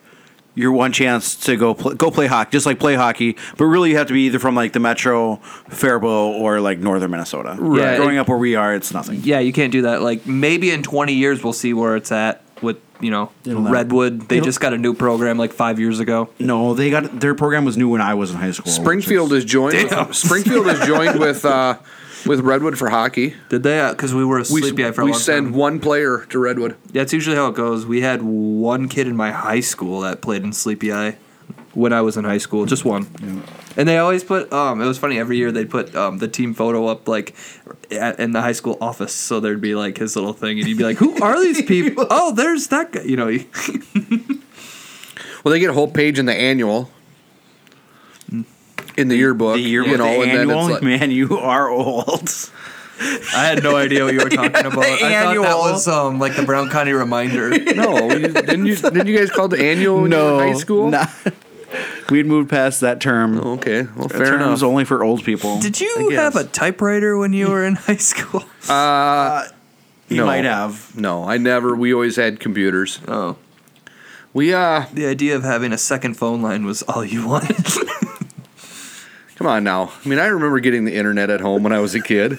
Speaker 4: your one chance to go pl- go play hockey, just like play hockey. But really, you have to be either from like the Metro, Faribault, or like northern Minnesota.
Speaker 1: Right.
Speaker 4: Growing up where we are, it's nothing.
Speaker 1: yeah, you can't do that. Like maybe in 20 years we'll see where it's at with you know
Speaker 4: It'll never-
Speaker 1: Redwood. They
Speaker 4: it'll-
Speaker 1: just got a new program like five years ago.
Speaker 4: No, they got their program was new when I was in high school. which
Speaker 2: Springfield is joined. With, Springfield is joined with uh, with Redwood for hockey.
Speaker 1: Did they? Because we were a
Speaker 2: We,
Speaker 1: sleepy eye for a
Speaker 2: we
Speaker 1: long
Speaker 2: send
Speaker 1: time.
Speaker 2: one player to Redwood.
Speaker 1: That's usually how it goes. We had one kid in my high school that played in Sleepy Eye when I was in high school, just one. And they always put um it was funny every year they'd put um the team photo up like at, in the high school office so there'd be like his little thing and you'd be like who are these people? oh, there's that guy, you know. you-
Speaker 2: Well, they get a whole page in the annual, Mm. in the yearbook.
Speaker 4: the year
Speaker 2: you know,
Speaker 4: the
Speaker 2: and
Speaker 4: annual,
Speaker 2: then it's like,
Speaker 4: man, you are old.
Speaker 1: I had no idea what you were talking about. I thought that
Speaker 4: annual.
Speaker 1: was um like the Brown County reminder.
Speaker 2: no, we- didn't you? Didn't you guys call it the annual when you were in high school? Oh.
Speaker 4: nah. We'd moved past that term.
Speaker 2: Okay, well,
Speaker 4: that
Speaker 2: fair
Speaker 4: term
Speaker 2: enough.
Speaker 4: was only for old people.
Speaker 1: Did you have a typewriter when you were in high school?
Speaker 4: you
Speaker 2: No.
Speaker 4: might have.
Speaker 2: Uh, No, I never. We always had computers.
Speaker 1: oh.
Speaker 2: We uh,
Speaker 1: The idea of having a second phone line was all you wanted.
Speaker 2: come on now. I mean, I remember getting the internet at home when I was a kid.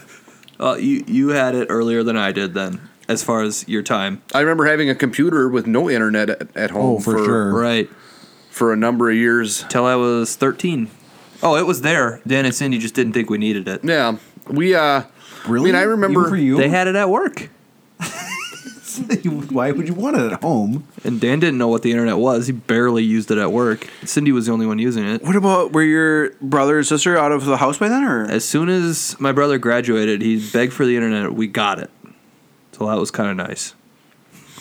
Speaker 1: Uh, you you had it earlier than I did then, as far as your time.
Speaker 2: I remember having a computer with no internet at, at home
Speaker 4: Oh, for sure.
Speaker 1: Right.
Speaker 2: for a number of years.
Speaker 1: Till I was thirteen. Oh, it was there. Dan and Cindy just didn't think we needed it.
Speaker 2: Yeah, we uh, I mean, I remember
Speaker 4: Even for you.
Speaker 1: They had it at work,
Speaker 4: Why would you want it at home?
Speaker 1: and Dan didn't know what the internet was. He barely used it at work. Cindy was the only one using it.
Speaker 4: What about were your brother and sister out of the house by then, or
Speaker 1: As soon as my brother graduated, he begged for the internet. We got it. So that was kind of nice.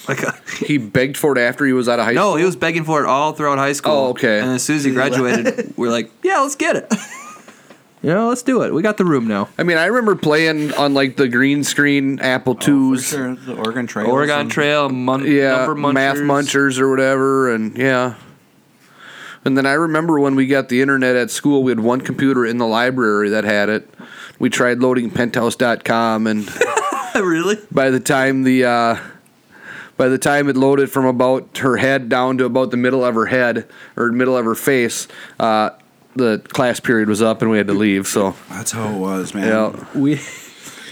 Speaker 1: Like, uh,
Speaker 2: He begged for it after he was out of high
Speaker 1: no, he was begging for it all throughout high school.
Speaker 2: Oh, okay.
Speaker 1: And as soon as he graduated, we're like, yeah, let's get it.
Speaker 10: you know, let's do it. We got the room now.
Speaker 2: I mean, I remember playing on like the green screen Apple
Speaker 4: For
Speaker 2: twos,
Speaker 4: sure, the Oregon Trail.
Speaker 1: Oregon Trail, mun-
Speaker 2: yeah,
Speaker 1: number munchers.
Speaker 2: math munchers or whatever, and yeah. And then I remember when we got the internet at school, we had one computer in the library that had it. We tried loading penthouse.com and
Speaker 7: really?
Speaker 2: by the time the uh, by the time it loaded from about her head down to about the middle of her head or middle of her face, uh, the class period was up and we had to leave. So
Speaker 4: That's how it was, man.
Speaker 2: yeah,
Speaker 7: we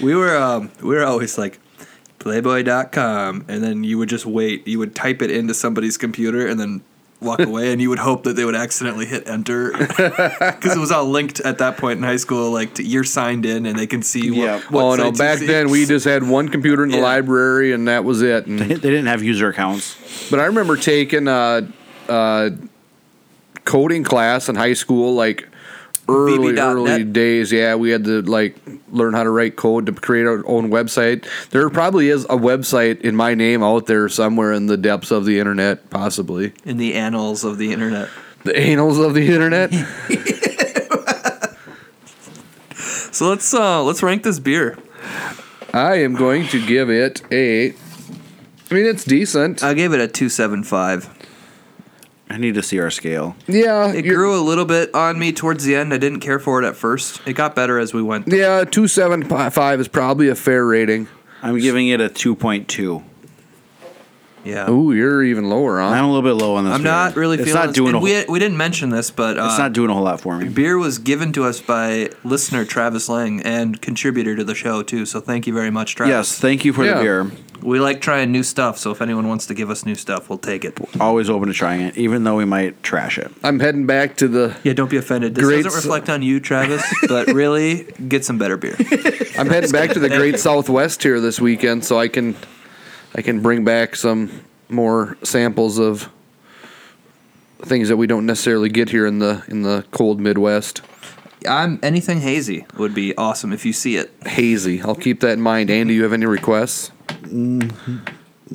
Speaker 7: we were um we were always like playboy.com and then you would just wait you would type it into somebody's computer and then walk away and you would hope that they would accidentally hit enter because it was all linked at that point in high school like to, you're signed in and they can see what,
Speaker 4: Yeah.
Speaker 7: what
Speaker 2: oh no,
Speaker 7: sites you
Speaker 2: back
Speaker 7: see.
Speaker 2: then we just had one computer in the
Speaker 7: Yeah.
Speaker 2: library and that was it. And
Speaker 4: They didn't have user accounts.
Speaker 2: But I remember taking uh, uh, coding class in high school, like early
Speaker 1: VB.net.
Speaker 2: early days. Yeah, we had to like learn how to write code to create our own website. There probably is a website in my name out there somewhere in the depths of the internet, possibly
Speaker 7: in the annals of the internet
Speaker 2: the anals of the internet.
Speaker 1: So let's uh let's rank this beer.
Speaker 2: I am going to give it a. I mean, it's
Speaker 7: Uh,
Speaker 2: decent.
Speaker 10: I gave it a two seven five.
Speaker 4: I need to see our scale.
Speaker 2: yeah,
Speaker 1: It
Speaker 2: you're-
Speaker 1: grew a little bit on me towards the end. I didn't care for it at first. It got better as we went.
Speaker 2: Yeah, two seven five is probably a fair rating.
Speaker 4: I'm giving it a 2.2.
Speaker 1: Yeah.
Speaker 2: Ooh, you're even lower, huh?
Speaker 4: I'm a little bit low on this.
Speaker 1: I'm
Speaker 4: one.
Speaker 1: not really
Speaker 4: It's
Speaker 1: feeling
Speaker 4: not
Speaker 1: this-
Speaker 4: doing
Speaker 1: and
Speaker 4: a whole,
Speaker 1: we, we didn't mention this, but uh,
Speaker 4: It's not doing a whole lot for me.
Speaker 1: beer was given to us by listener Travis Lang and contributor to the show too. So thank you very much,
Speaker 4: Yes,
Speaker 1: Travis.
Speaker 4: thank you for
Speaker 2: Yeah.
Speaker 4: the beer.
Speaker 1: We like trying new stuff, so if anyone wants to give us new stuff, we'll take it.
Speaker 4: Always open to trying it, even though we might trash it.
Speaker 2: I'm heading back to the
Speaker 1: Yeah, don't be offended. This
Speaker 2: Great
Speaker 1: doesn't
Speaker 2: s-
Speaker 1: reflect on you, Travis, but really, get some better beer.
Speaker 2: I'm heading back to the Great Southwest here this weekend, so I can I can bring back some more samples of things that we don't necessarily get here in the in the cold Midwest.
Speaker 1: I'm anything hazy would be awesome if you see it.
Speaker 2: Hazy. I'll keep that in mind. Andy, you have any requests?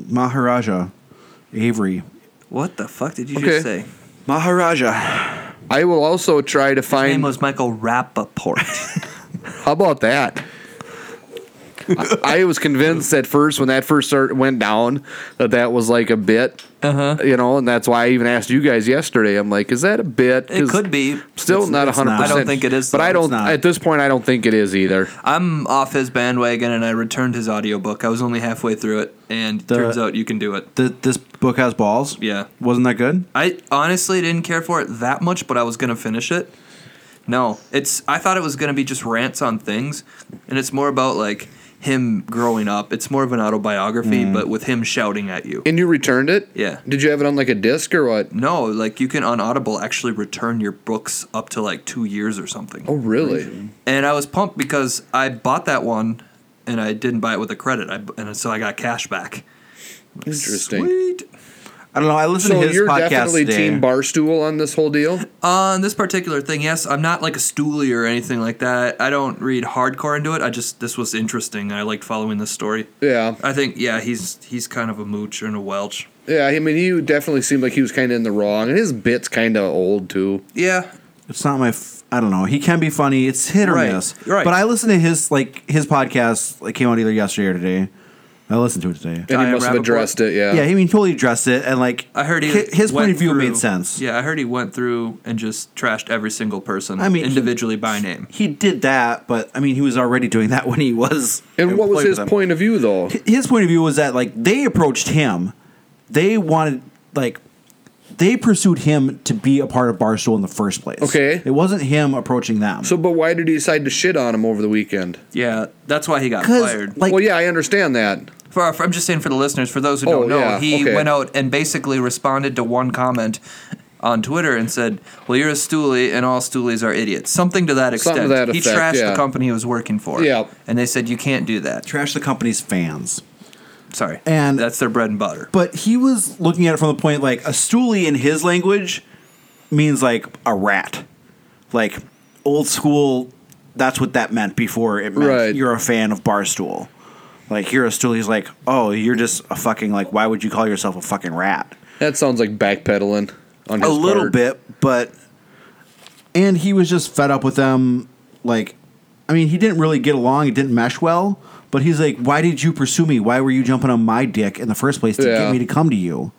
Speaker 8: Maharaja, Avery.
Speaker 1: What the fuck did you
Speaker 2: Okay.
Speaker 1: just say? His
Speaker 4: Maharaja.
Speaker 2: I will also try to find.
Speaker 1: name was Michael Rappaport.
Speaker 2: how about that? I I was convinced at first when that first start went down that that was like a bit, uh-huh. you know, and that's why I even asked you guys yesterday. I'm like, is that a bit?
Speaker 1: it
Speaker 2: 'Cause-
Speaker 1: could be.
Speaker 2: Still not
Speaker 4: it's not.
Speaker 2: hundred percent.
Speaker 4: I
Speaker 1: don't think it is,
Speaker 2: But
Speaker 1: though.
Speaker 2: I
Speaker 4: It's
Speaker 2: don't.
Speaker 4: not.
Speaker 2: At this point, I don't think it is either.
Speaker 1: I'm off his bandwagon, and I returned his audiobook. I was only halfway through it, and
Speaker 8: The-
Speaker 1: turns out you can do it.
Speaker 8: Th- this book has balls.
Speaker 1: Yeah.
Speaker 8: Wasn't that good?
Speaker 1: I honestly didn't care for it that much, but I was gonna finish it. No, it's. I thought it was gonna be just rants on things, and it's more about like him growing up. It's more of an autobiography, but with him shouting at you.
Speaker 2: And you returned it.
Speaker 1: Yeah.
Speaker 2: Did you have it on like a disc or what?
Speaker 1: No, like you can on Audible actually return your books up to like two years or something.
Speaker 2: Oh, really?
Speaker 1: And I was pumped because I bought that one, and I didn't buy it with a credit, I, and so I got cash back.
Speaker 2: Interesting.
Speaker 1: Sweet.
Speaker 8: I don't know. I listened
Speaker 2: So
Speaker 8: to his
Speaker 2: you're
Speaker 8: podcast
Speaker 2: definitely
Speaker 8: today.
Speaker 2: team barstool on this whole deal.
Speaker 1: On this particular thing, yes, I'm not like a stoolie or anything like that. I don't read hardcore into it. I just this was interesting. I liked following this story.
Speaker 2: Yeah.
Speaker 1: I think yeah, he's he's kind of a mooch and a welch.
Speaker 2: Yeah. I mean, he definitely seemed like he was kind of in the wrong, and his bit's kind of old too.
Speaker 1: Yeah,
Speaker 8: it's not my. F- I don't know. He can be funny. It's hit or
Speaker 1: Right,
Speaker 8: miss.
Speaker 1: right.
Speaker 8: But I listened to his like his podcast. Like came out either yesterday or today. I listened to it today.
Speaker 2: And he
Speaker 1: Diane
Speaker 2: must have
Speaker 1: Rappaport.
Speaker 2: addressed it. Yeah.
Speaker 8: Yeah, he I mean, totally addressed it, and like
Speaker 1: I heard he
Speaker 8: hi- his
Speaker 1: went
Speaker 8: point of view
Speaker 1: through-
Speaker 8: made sense.
Speaker 1: Yeah, I heard he went through and just trashed every single person.
Speaker 8: I mean, he-
Speaker 1: individually by name.
Speaker 8: he did that, but I mean, he was already doing that when he was.
Speaker 2: and what was
Speaker 8: employed
Speaker 2: his
Speaker 8: with them.
Speaker 2: point of view though?
Speaker 8: His point of view was that like they approached him, they wanted like they pursued him to be a part of Barstool in the first place.
Speaker 2: Okay.
Speaker 8: it wasn't him approaching them.
Speaker 2: So, but why did he decide to shit on him over the weekend?
Speaker 1: Yeah, that's why he got
Speaker 8: because
Speaker 1: fired.
Speaker 8: like
Speaker 2: well, yeah, I understand that.
Speaker 1: For, our- for- I'm just saying for the listeners, for those who
Speaker 2: Oh,
Speaker 1: don't know,
Speaker 2: yeah,
Speaker 1: he
Speaker 2: okay.
Speaker 1: went out and basically responded to one comment on Twitter and said, "Well, you're a stoolie, and all stoolies are idiots." Something to that extent.
Speaker 2: Something to that
Speaker 1: he
Speaker 2: effect,
Speaker 1: trashed
Speaker 2: yeah.
Speaker 1: the company he was working for.
Speaker 2: Yeah.
Speaker 1: and they said you can't do that.
Speaker 8: trash the company's fans.
Speaker 1: Sorry,
Speaker 8: And-
Speaker 1: that's their bread and butter.
Speaker 8: But he was looking at it from the point like a stoolie in his language means like a rat. Like old school, that's what that meant before it meant
Speaker 2: Right.
Speaker 8: you're a fan of Barstool. Like you're a stoolie, he's like, oh, you're just a fucking like why would you call yourself a fucking rat?
Speaker 2: That sounds like backpedaling. On his
Speaker 8: a little
Speaker 2: part.
Speaker 8: bit, but and he was just fed up with them
Speaker 4: like, I mean, he didn't really get along. It didn't mesh well. But he's like, why did you pursue me? Why were you jumping on my dick in the first place to
Speaker 11: Yeah.
Speaker 4: get me to come to you?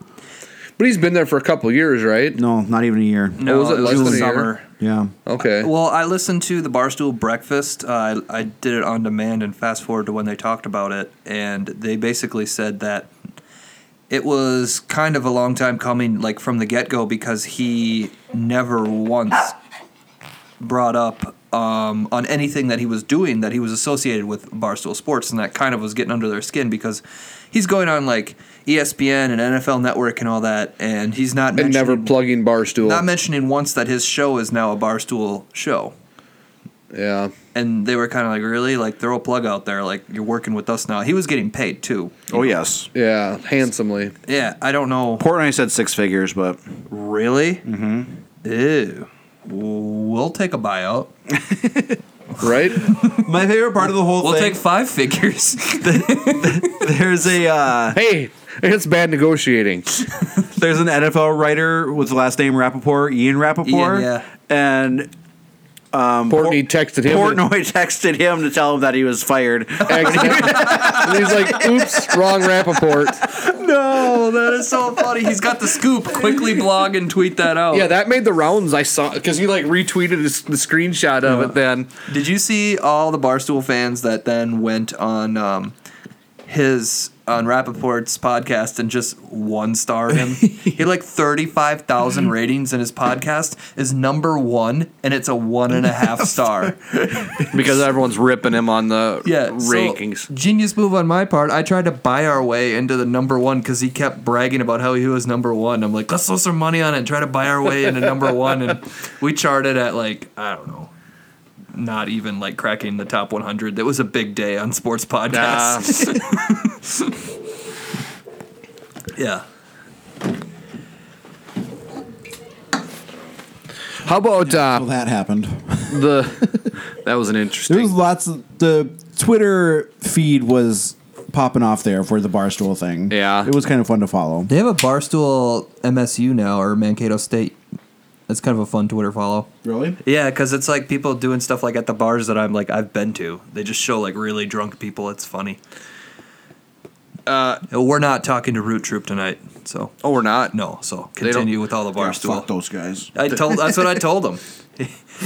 Speaker 11: But he's been there for a couple years, right?
Speaker 4: No, not even a year.
Speaker 11: No, was it less
Speaker 1: was
Speaker 11: than a year?
Speaker 1: summer.
Speaker 4: Yeah.
Speaker 11: Okay.
Speaker 1: Well, I listened to the Barstool Breakfast. Uh, I, I did it on demand and fast forward to when they talked about it, and they basically said that it was kind of a long time coming, like from the get go, because he never once brought up um, on anything that he was doing that he was associated with Barstool Sports, and that kind of was getting under their skin because he's going on like E ESPN and NFL Network and all that, and he's not
Speaker 11: and
Speaker 1: mentioning-
Speaker 11: never plugging Barstool.
Speaker 1: not mentioning once that his show is now a barstool show.
Speaker 11: yeah.
Speaker 1: And they were kind of like, really? Like, throw a plug out there. Like, you're working with us now. He was getting paid too.
Speaker 12: Oh yes.
Speaker 11: Yeah. Handsomely.
Speaker 1: Yeah, I don't know.
Speaker 12: Portnoy said six figures, but
Speaker 1: Really? Mm hmm. Ew. We'll take a buyout.
Speaker 11: Right?
Speaker 4: My favorite part of the whole
Speaker 13: We'll
Speaker 4: thing.
Speaker 13: take five figures.
Speaker 4: there's a uh,
Speaker 11: hey, it's bad negotiating.
Speaker 4: there's an NFL writer with the last name Rappaport, Ian Rappaport.
Speaker 1: Ian, yeah.
Speaker 4: And
Speaker 11: Portney texted him.
Speaker 12: Portnoy texted him to tell him that he was fired.
Speaker 11: and he's like, oops, wrong Rappaport.
Speaker 1: No, that is so funny. He's got the scoop. Quickly blog and tweet that out.
Speaker 11: Yeah, that made the rounds I saw because he like retweeted his, the screenshot of it then.
Speaker 1: Did you see all the Barstool fans that then went on um, his on Rappaport's podcast and just one star him? he had like thirty five thousand ratings, and his podcast is number one, and it's a one and a half star.
Speaker 2: because everyone's ripping him on the
Speaker 1: Yeah, so,
Speaker 2: rankings.
Speaker 1: genius move on my part. I tried to buy our way into the number one because he kept bragging about how he was number one. I'm like, let's throw some money on it and try to buy our way into number one, and we charted at like I don't know. Not even like cracking the top 100. That was a big day on sports podcasts. yeah.
Speaker 2: How about
Speaker 4: well,
Speaker 2: uh,
Speaker 4: that happened.
Speaker 2: the? that was an
Speaker 4: There
Speaker 2: interesting.
Speaker 4: was lots of the Twitter feed was popping off there for the barstool thing.
Speaker 2: Yeah.
Speaker 4: it was kind of fun to follow.
Speaker 14: They have a Barstool MSU now or Mankato State. That's kind of a fun Twitter follow.
Speaker 4: Really?
Speaker 1: Yeah, because it's like people doing stuff like at the bars that I'm like, I've been to. They just show like really drunk people. It's funny. Uh, We're not talking to Root Troop tonight. So,
Speaker 2: oh, we're not.
Speaker 1: No, so
Speaker 2: don't-
Speaker 1: continue with all the bar
Speaker 4: Fuck
Speaker 1: stool.
Speaker 4: those guys.
Speaker 1: I told that's what I told him.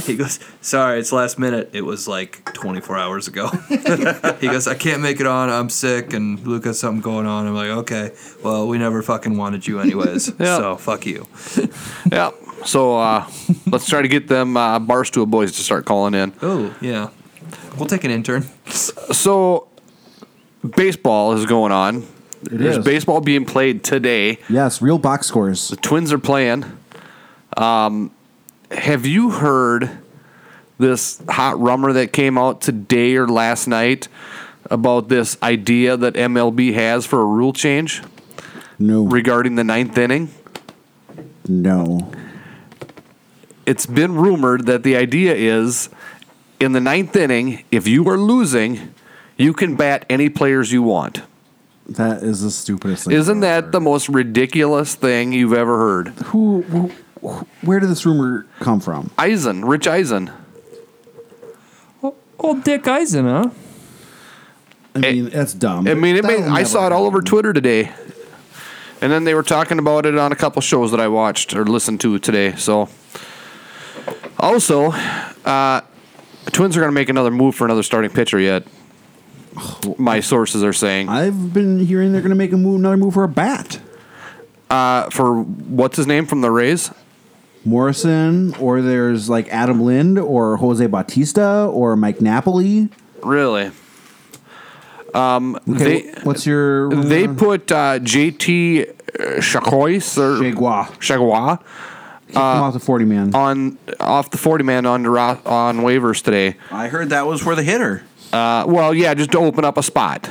Speaker 1: He goes, "Sorry, it's last minute. It was like 24 hours ago." he goes, "I can't make it on. I'm sick, and Luke has something going on." I'm like, "Okay, well, we never fucking wanted you anyways,
Speaker 2: Yeah.
Speaker 1: so fuck you."
Speaker 2: Yeah. So uh, let's try to get them uh, barstool boys to start calling in.
Speaker 1: Oh yeah, we'll take an intern.
Speaker 2: So baseball is going on. There's
Speaker 4: is.
Speaker 2: baseball being played today.
Speaker 4: Yes, real box scores.
Speaker 2: The Twins are playing. Um, have you heard this hot rumor that came out today or last night about this idea that MLB has for a rule change
Speaker 4: No,
Speaker 2: regarding the ninth inning?
Speaker 4: no.
Speaker 2: It's been rumored that the idea is in the ninth inning, if you are losing, you can bat any players you want.
Speaker 4: That is the stupidest thing.
Speaker 2: Isn't
Speaker 4: I've
Speaker 2: that
Speaker 4: ever
Speaker 2: the most ridiculous thing you've ever heard?
Speaker 4: heard. who, who- who- Where did this rumor come from?
Speaker 2: Eisen, Rich Eisen.
Speaker 14: Old Dick Eisen, huh?
Speaker 4: I mean, that's dumb.
Speaker 2: I mean, it
Speaker 4: That'll
Speaker 2: made, I
Speaker 4: never
Speaker 2: saw it all over
Speaker 4: happen.
Speaker 2: Twitter today, and then they were talking about it on a couple shows that I watched or listened to today. So, also, uh, Twins are going to make another move for another starting pitcher yet. My sources are saying
Speaker 4: I've been hearing they're going to make a move, another move for a bat,
Speaker 2: uh, for what's his name from the Rays,
Speaker 4: Morrison, or there's like Adam Lind, or Jose Bautista, or Mike Napoli.
Speaker 2: really. Um,
Speaker 4: Okay,
Speaker 2: They-
Speaker 4: wh- what's your
Speaker 2: They put uh, JT Chacois or
Speaker 4: Jaguar?
Speaker 2: Chagois
Speaker 4: Kick him off the forty man.
Speaker 2: on off the forty man on the ro- on waivers today.
Speaker 12: I heard that was for the hitter.
Speaker 2: Uh, well, yeah, just to open up a spot.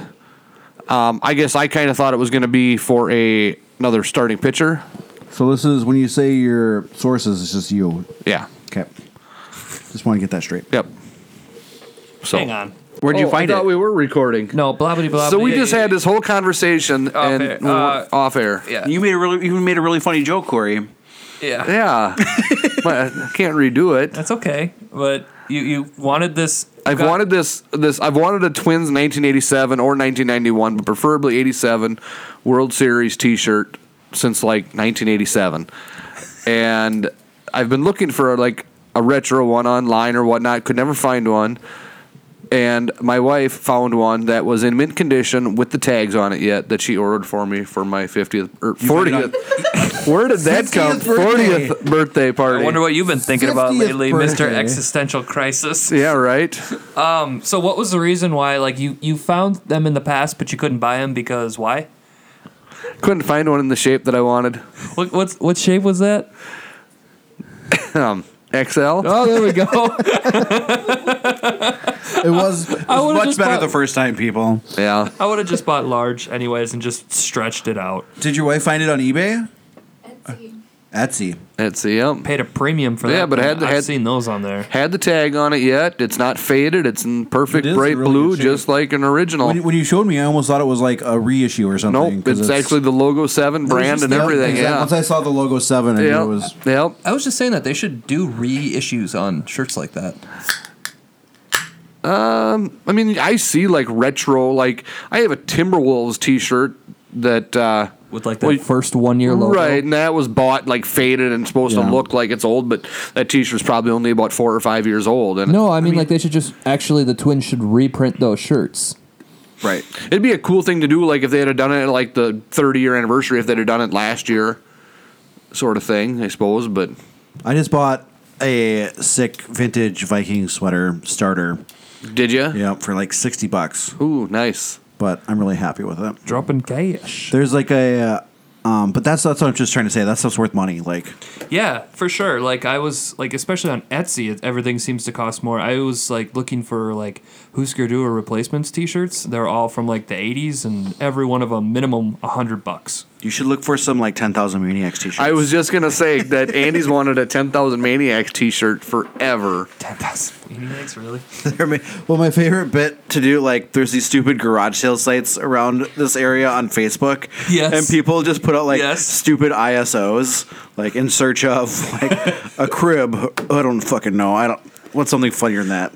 Speaker 2: Um, I guess I kind of thought it was going to be for a another starting pitcher.
Speaker 4: so this is when you say your sources, it's just you.
Speaker 2: Yeah.
Speaker 4: Okay, just want to get that straight.
Speaker 2: Yep. So
Speaker 13: Hang on.
Speaker 2: where'd you
Speaker 11: Oh,
Speaker 2: find
Speaker 11: I thought
Speaker 2: it?
Speaker 11: we were recording.
Speaker 14: No, blah blah blah.
Speaker 2: so we
Speaker 14: blah.
Speaker 2: just had this whole conversation
Speaker 13: Off
Speaker 2: and
Speaker 13: air. Uh,
Speaker 2: off air.
Speaker 13: Yeah.
Speaker 12: You made a really you made a really funny joke, Corey.
Speaker 13: yeah.
Speaker 2: Yeah. But I can't redo it.
Speaker 13: That's okay. But You you wanted this.
Speaker 2: I've
Speaker 13: got-
Speaker 2: wanted this this I've wanted a Twins 1987 or 1991, but preferably 87 World Series T-shirt since like 1987, and I've been looking for like a retro one online or whatnot. Could never find one, and my wife found one that was in mint condition with the tags on it yet that she ordered for me for my 50th or 40th. Where did that come?
Speaker 4: 50th birthday.
Speaker 2: 40th birthday party.
Speaker 13: I wonder what you've been thinking about
Speaker 15: 50th
Speaker 13: lately, Mister
Speaker 15: birthday.
Speaker 13: Existential Crisis.
Speaker 2: yeah, right.
Speaker 13: Um. So what was the reason why like you you found them in the past, but you couldn't buy them because why?
Speaker 2: Couldn't find one in the shape that I wanted.
Speaker 13: What what's what shape was that?
Speaker 2: Um, XL.
Speaker 13: Oh, there we go.
Speaker 4: It was
Speaker 13: I would have
Speaker 4: much
Speaker 13: just
Speaker 4: better
Speaker 13: bought-
Speaker 4: the first time, people.
Speaker 2: Yeah.
Speaker 13: I would have just bought large anyways and just stretched it out.
Speaker 4: Did your wife find it on eBay? Etsy.
Speaker 2: That's the um.
Speaker 13: Paid a premium for that.
Speaker 2: Yeah, but had the-
Speaker 13: I've
Speaker 2: had-
Speaker 13: seen those on there.
Speaker 2: Had the tag on it yet? It's not faded. It's in perfect
Speaker 16: It is
Speaker 2: bright
Speaker 16: a really
Speaker 2: blue,
Speaker 16: good shape.
Speaker 2: just like an original.
Speaker 16: When, you- when you showed me, I almost thought it was like a reissue or something.
Speaker 2: Oh. nope,
Speaker 16: 'cause
Speaker 2: it's, actually the logo seven
Speaker 16: It was
Speaker 2: brand
Speaker 16: just-
Speaker 2: and
Speaker 16: yeah,
Speaker 2: everything.
Speaker 16: exactly. Once I saw the logo seven, I
Speaker 2: Yeah.
Speaker 16: knew
Speaker 2: Yep.
Speaker 16: it was.
Speaker 2: Yep.
Speaker 1: I was just saying that they should do reissues on shirts like that.
Speaker 2: I mean, I see like retro. Like I have a Timberwolves T-shirt that. uh
Speaker 13: With like that
Speaker 2: Well,
Speaker 1: First one year logo.
Speaker 2: Right, and that was bought like faded and supposed
Speaker 16: Yeah.
Speaker 2: to look like it's old, but that T-shirt's probably only about four or five years old. And
Speaker 1: No, I mean, like they should just actually the twins should reprint those shirts.
Speaker 2: Right. It'd be a cool thing to do, like if they had done it at like the 30 year anniversary, if they'd have done it last year, sort of thing, I suppose. But
Speaker 16: I just bought a sick vintage Viking sweater starter.
Speaker 2: did you?
Speaker 16: Yeah, for like sixty bucks,
Speaker 2: Ooh, nice.
Speaker 16: but I'm really happy with it.
Speaker 13: Dropping cash.
Speaker 16: There's like a, uh, um, but that's that's what I'm just trying to say. That stuff's worth money. Like
Speaker 13: Yeah, for sure. Like I was like, especially on Etsy, it, everything seems to cost more. I was like looking for like Husker Du or replacements T-shirts. They're all from like the '80s, and every one of them minimum a hundred bucks.
Speaker 16: you should look for some like ten thousand Maniacs t-shirts.
Speaker 2: I was just going to say that Andy's wanted a 10,000 Maniacs t shirt forever.
Speaker 13: Ten thousand maniacs, really?
Speaker 16: I mean, well, my favorite bit to do, like, there's these stupid garage sale sites around this area on Facebook.
Speaker 13: Yes.
Speaker 16: And people just put out, like,
Speaker 13: Yes.
Speaker 16: stupid ISOs, like, in search of, like, a crib. I don't fucking know. I don't, what's something funnier than that?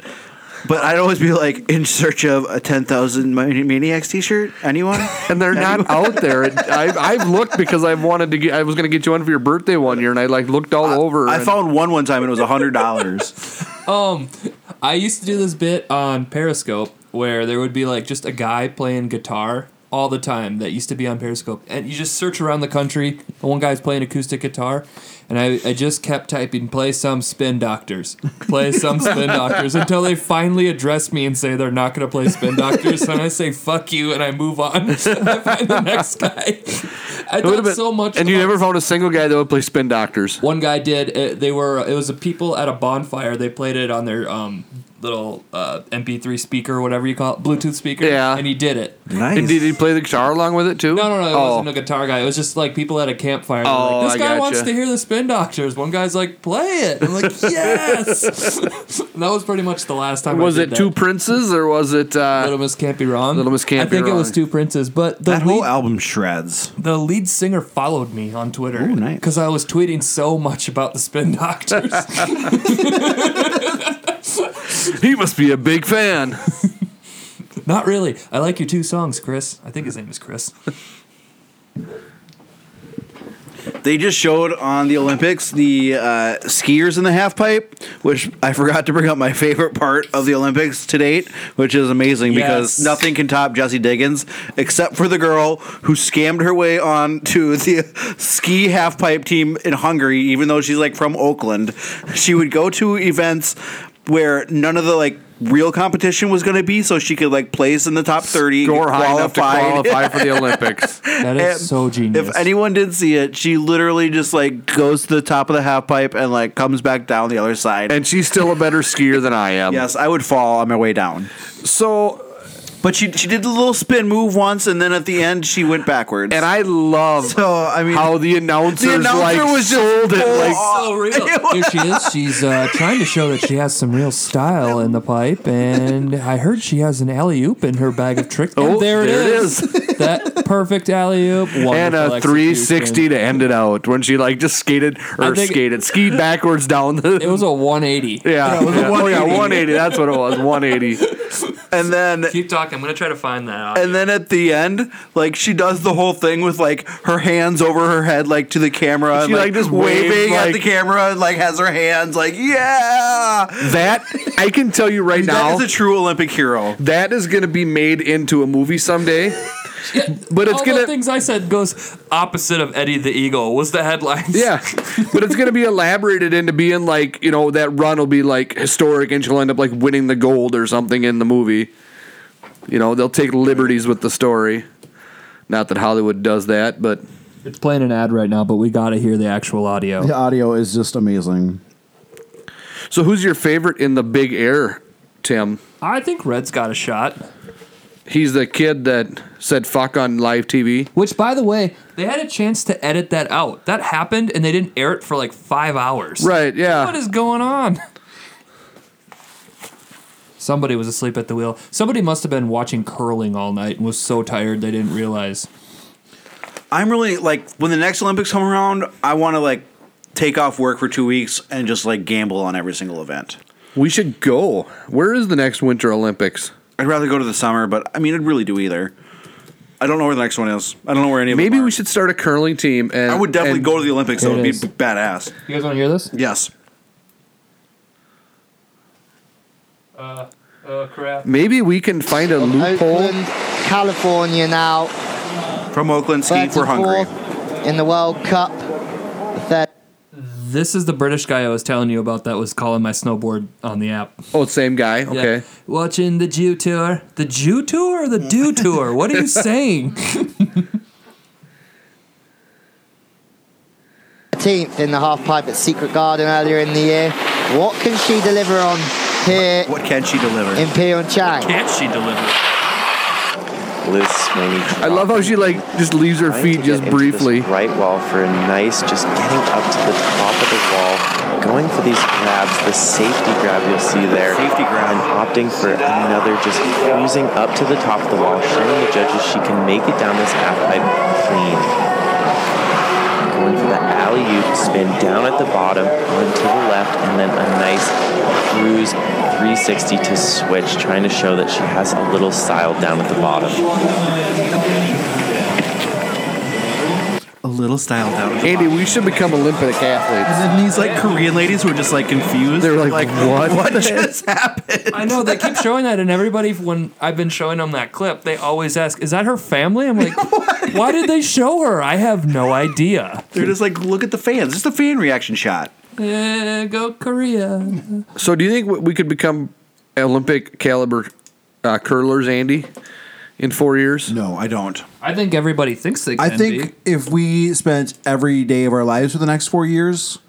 Speaker 16: But I'd always be like, in search of a 10,000 Mani- Maniacs t shirt? Anyone?
Speaker 2: And they're not out there. It, I, I've looked because I wanted to get, I was going to get you one for your birthday one year, and I like looked all over.
Speaker 16: I
Speaker 2: and-
Speaker 16: found one one time and it was $100.
Speaker 13: Um, I used to do this bit on Periscope where there would be like just a guy playing guitar all the time that used to be on Periscope. And you just search around the country, and one guy's playing acoustic guitar. And I, I just kept typing, play some spin doctors, play some spin doctors, until they finally address me and say they're not going to play spin doctors. and I say, fuck you, and I move on. I find the next guy. I
Speaker 2: It would've
Speaker 13: thought
Speaker 2: been-
Speaker 13: so much
Speaker 2: And you
Speaker 13: about-
Speaker 2: never found a single guy that would play Spin Doctors.
Speaker 13: one guy did. It, they were. It was a people at a bonfire. They played it on their um, little uh, MP3 speaker, or whatever you call it, Bluetooth speaker.
Speaker 2: Yeah.
Speaker 13: And he did it.
Speaker 16: nice.
Speaker 2: And did he play the guitar along with it too?
Speaker 13: No, no, no. It
Speaker 2: Oh.
Speaker 13: wasn't a guitar guy. It was just like people at a campfire. They're
Speaker 2: Oh,
Speaker 13: like, this
Speaker 2: I
Speaker 13: guy wants
Speaker 2: gotcha.
Speaker 13: to hear the Spin Doctors. One guy's like, play it. I'm like, yes. And that was pretty much the last time.
Speaker 2: Was
Speaker 13: I did
Speaker 2: it two
Speaker 13: That.
Speaker 2: princes or was it uh,
Speaker 13: Little Miss Can't Be Wrong.
Speaker 2: Little Miss Can't
Speaker 13: I
Speaker 2: Be
Speaker 13: think it was
Speaker 2: Wrong.
Speaker 13: Two Princes, but the
Speaker 16: that
Speaker 13: lead,
Speaker 16: whole album shreds.
Speaker 13: the lead singer followed me on Twitter
Speaker 16: Ooh, nice.
Speaker 13: because I was tweeting so much about the Spin Doctors.
Speaker 2: He must be a big fan.
Speaker 13: Not really. I like your two songs, Chris. I think his name is Chris.
Speaker 4: They just showed on the Olympics the uh, skiers in the half pipe, which I forgot to bring up my favorite part of the Olympics to date, which is amazing because
Speaker 13: Yes.
Speaker 4: nothing can top Jessie Diggins except for the girl who scammed her way on to the ski half pipe team in Hungary, even though she's like from Oakland. She would go to events where none of the like real competition was going to be, so she could like place in the top 30,
Speaker 2: Score high enough to
Speaker 4: qualified.
Speaker 2: qualify for the Olympics.
Speaker 13: That
Speaker 4: And
Speaker 13: is so genius.
Speaker 4: If anyone did see it, she literally just like goes to the top of the half pipe and like comes back down the other side.
Speaker 2: And she's still a better skier than I am.
Speaker 4: yes, I would fall on my way down.
Speaker 2: So,
Speaker 4: But she she did the little spin move once, and then at the end she went backwards.
Speaker 2: and I love
Speaker 4: so I mean,
Speaker 2: how the announcers
Speaker 4: the announcer
Speaker 2: like
Speaker 4: was just
Speaker 2: sold it.
Speaker 4: full
Speaker 2: Like,
Speaker 4: on.
Speaker 13: so real.
Speaker 1: Here she is. She's uh, trying to show that she has some real style in the pipe, and I heard she has an alley oop in her bag of tricks.
Speaker 2: oh,
Speaker 1: and there, it is.
Speaker 2: is.
Speaker 13: that perfect alley oop.
Speaker 2: and a 360 to end it out when she like just skated or
Speaker 13: I think-
Speaker 2: skated skied backwards down the
Speaker 13: It was a 180.
Speaker 2: yeah,
Speaker 4: was a
Speaker 2: yeah. oh yeah
Speaker 4: 180.
Speaker 2: 180 that's what it was 180
Speaker 4: And then
Speaker 1: Keep talking. I'm gonna try to find that.
Speaker 4: and then at the end, like she does the whole thing with like her hands over her head, like to the camera, and,
Speaker 2: She, like, just
Speaker 4: waving
Speaker 2: waved,
Speaker 4: at
Speaker 2: like-
Speaker 4: the camera, and like has her hands, like yeah.
Speaker 2: that I can tell you right now
Speaker 4: that is a true Olympic hero.
Speaker 2: that is gonna be made into a movie someday but it's
Speaker 13: All
Speaker 2: gonna
Speaker 13: the things I said goes opposite of Eddie the Eagle was the headlines.
Speaker 2: Yeah, but it's going to be elaborated into being like you know that run will be like historic, and she'll end up like winning the gold or something in the movie. You know, they'll take liberties with the story. Not that Hollywood does that, but
Speaker 13: It's playing an ad right now, but we got to hear the actual audio.
Speaker 17: The audio is just amazing.
Speaker 2: so who's your favorite in the Big Air, Tim?
Speaker 13: I think Red's got a shot.
Speaker 2: He's the kid that said "fuck" on live TV.
Speaker 13: Which, by the way, they had a chance to edit that out. That happened, and they didn't air it for like five hours.
Speaker 2: Right?
Speaker 13: What
Speaker 2: Yeah.
Speaker 13: is going on? Somebody was asleep at the wheel. Somebody must have been watching curling all night and was so tired they didn't realize.
Speaker 4: I'm really like when the next Olympics come around, I want to like take off work for two weeks and just like gamble on every single event.
Speaker 2: We should go. Where is the next Winter Olympics?
Speaker 4: I'd rather go to the summer, but I mean, I'd really do either. I don't know where the next one is. I don't know where any of
Speaker 2: Maybe
Speaker 4: them are.
Speaker 2: we should start a curling team. And
Speaker 4: I would definitely
Speaker 2: and-
Speaker 4: go to the Olympics. That
Speaker 13: Here
Speaker 4: would
Speaker 13: it
Speaker 4: be
Speaker 13: is.
Speaker 4: b- badass.
Speaker 13: You guys want to hear this?
Speaker 4: Yes.
Speaker 1: Uh,
Speaker 13: Oh crap!
Speaker 2: Maybe we can find a loophole.
Speaker 5: Oakland, California now.
Speaker 4: From Oakland, ski for Hungary.
Speaker 5: 34th in the World Cup. That
Speaker 13: This is the British guy I was telling you about that was calling my snowboard on the app.
Speaker 2: Oh, same guy.
Speaker 13: Yeah.
Speaker 2: Okay.
Speaker 13: Watching the Jew tour. The Jew tour or the Do tour? What are you saying?
Speaker 5: 13th in the half pipe at Secret Garden earlier in the year. What can she deliver on here
Speaker 4: What can she deliver?
Speaker 5: in Pyeongchang?
Speaker 1: Can't she deliver?
Speaker 18: Liz may need to
Speaker 2: I love how she like just leaves her
Speaker 18: try
Speaker 2: feet
Speaker 18: to
Speaker 2: just
Speaker 18: get into this
Speaker 2: briefly.
Speaker 18: right wall for a nice, just getting up to the top of the wall, going for these grabs, the safety grab you'll see there.
Speaker 4: Safety grab.
Speaker 18: And opting for another, just cruising up to the top of the wall, showing the judges she can make it down this half pipe clean. Going for the alley oop spin down at the bottom, one to the left, and then a nice cruise 360 to switch, trying to show that she has a little style down at the bottom.
Speaker 4: A little style down.
Speaker 2: Andy, we should become Olympic athletes.
Speaker 4: And then these like Korean ladies were just like confused.
Speaker 2: They're like, what? the heck?
Speaker 4: just happened?
Speaker 13: I know they keep showing that, and everybody when I've been showing them that clip, they always ask, "Is that her family?" I'm like, "Why did they show her?" I have no idea.
Speaker 4: They're just like, look at the fans. It's a fan reaction shot.
Speaker 13: Eh, go Korea.
Speaker 2: So, do you think we could become Olympic caliber uh, curlers, Andy, in four years?
Speaker 8: No, I don't.
Speaker 13: I think everybody thinks they
Speaker 17: I
Speaker 13: can
Speaker 17: think if we spent every day of our lives for the next four years,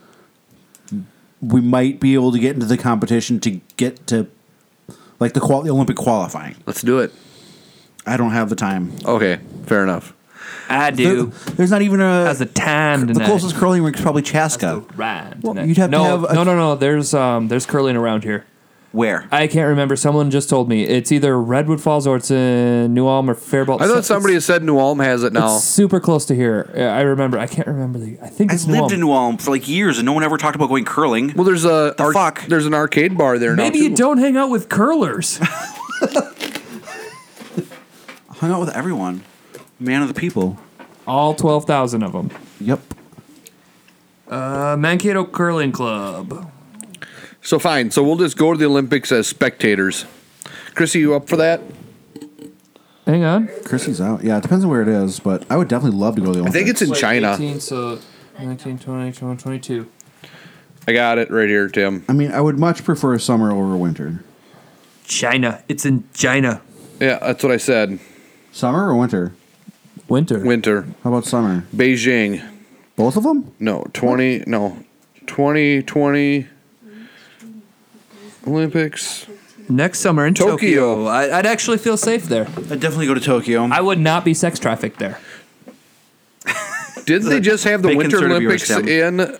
Speaker 17: we might be able to get into the competition to get to like the, qual- the Olympic qualifying.
Speaker 2: Let's do it.
Speaker 17: I don't have the time.
Speaker 2: Okay, fair enough.
Speaker 13: I do.
Speaker 17: There's not even a
Speaker 13: Has a time
Speaker 17: the
Speaker 13: tonight.
Speaker 17: closest curling rink is probably Chaska.
Speaker 13: Ride
Speaker 17: Well,
Speaker 13: tonight.
Speaker 17: you'd have to
Speaker 13: no,
Speaker 17: have a-
Speaker 13: no, no, no. There's um, there's curling around here.
Speaker 4: Where?
Speaker 13: I can't remember. Someone just told me it's either Redwood Falls or it's in New Ulm or Faribault.
Speaker 2: I
Speaker 13: So-
Speaker 2: thought
Speaker 13: it's-
Speaker 2: somebody said New Ulm has it now.
Speaker 13: It's super close to here. Yeah, I remember. I can't remember the. I think
Speaker 4: I
Speaker 13: it's New
Speaker 4: lived
Speaker 13: Ulm.
Speaker 4: in New Ulm for like years, and no one ever talked about going curling.
Speaker 2: Well, there's a
Speaker 4: The fuck?
Speaker 2: there's an arcade bar there
Speaker 13: Maybe
Speaker 2: now.
Speaker 13: you
Speaker 2: too.
Speaker 13: don't hang out with curlers.
Speaker 4: hung out with everyone. Man of the people.
Speaker 13: All twelve thousand of them.
Speaker 17: Yep.
Speaker 13: Uh, Mankato Curling Club.
Speaker 2: So fine. So we'll just go to the Olympics as spectators. Chrissy, you up for that?
Speaker 13: Hang on.
Speaker 17: Chrissy's out. Yeah, it depends on where it is, but I would definitely love to go to the
Speaker 2: I
Speaker 17: Olympics.
Speaker 2: think it's in China.
Speaker 13: 18, so 19, 20, 21, 22.
Speaker 2: I got it right here, Tim.
Speaker 17: I mean, I would much prefer summer over winter.
Speaker 1: China. It's in China.
Speaker 2: Yeah, that's what I said.
Speaker 17: Summer or winter?
Speaker 13: Winter.
Speaker 2: Winter,
Speaker 17: How about summer?
Speaker 2: Beijing.
Speaker 17: Both of them?
Speaker 2: No, 20, no, 2020 Olympics.
Speaker 13: Next summer in
Speaker 2: Tokyo.
Speaker 13: Tokyo. I, I'd actually feel safe there.
Speaker 4: I'd definitely go to Tokyo.
Speaker 13: I would not be sex trafficked there.
Speaker 2: Didn't they just have the
Speaker 4: Big
Speaker 2: Winter
Speaker 4: concern of
Speaker 2: Olympics
Speaker 4: yours,
Speaker 2: in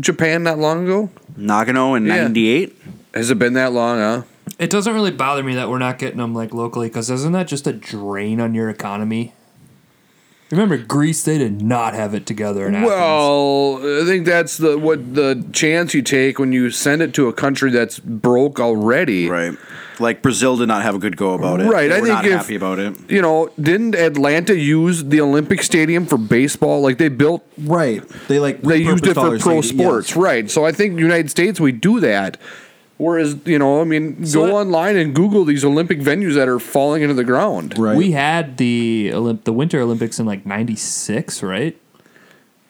Speaker 2: Japan not long ago?
Speaker 4: Nagano in
Speaker 2: Yeah.
Speaker 4: '98.
Speaker 2: Has it been that long, huh?
Speaker 13: It doesn't really bother me that we're not getting them like locally because isn't that just a drain on your economy? Remember, Greece, they did not have it together in Athens.
Speaker 2: Well, I think that's the what the chance you take when you send it to a country that's broke already.
Speaker 4: Right. Like Brazil did not have a good go about it.
Speaker 2: Right.
Speaker 4: They
Speaker 2: I
Speaker 4: were
Speaker 2: think
Speaker 4: not
Speaker 2: if,
Speaker 4: happy about it.
Speaker 2: You know, didn't Atlanta use the Olympic Stadium for baseball? Like they built
Speaker 17: Right. They like
Speaker 2: they used
Speaker 17: repurposed
Speaker 2: it
Speaker 17: all
Speaker 2: for
Speaker 17: their
Speaker 2: pro
Speaker 17: stadium- yes.
Speaker 2: sports. Right. So I think United States we do that. Whereas, you know, I mean,
Speaker 13: So
Speaker 2: go
Speaker 13: that-
Speaker 2: online and Google these Olympic venues that are falling into the ground.
Speaker 13: We had the Olymp- the Winter Olympics in like '96, right?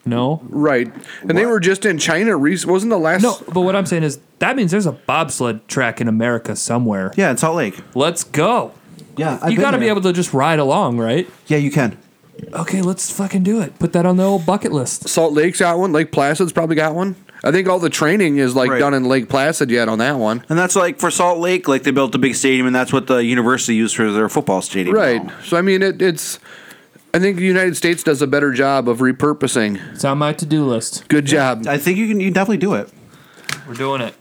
Speaker 13: No,
Speaker 2: right. And they were just in China. Rec- wasn't the last?
Speaker 13: No, but what I'm saying is that means there's a bobsled track in America somewhere.
Speaker 4: Yeah, in Salt Lake.
Speaker 13: Let's go.
Speaker 17: Yeah,
Speaker 13: you got to be able to just ride along, right?
Speaker 17: Yeah, you can.
Speaker 13: Okay, let's fucking do it. Put that on the old bucket list.
Speaker 2: Salt Lake's got one. Lake Placid's probably got one. I think all the training is like done in Lake Placid yet on that one.
Speaker 4: And that's like for Salt Lake, like they built a big stadium, and that's what the university used for their football stadium.
Speaker 2: Right. So I mean, it, it's. I think the United States does a better job of repurposing.
Speaker 13: It's on my to-do list.
Speaker 2: Good job.
Speaker 4: I think you can. You can definitely do it.
Speaker 13: We're doing it.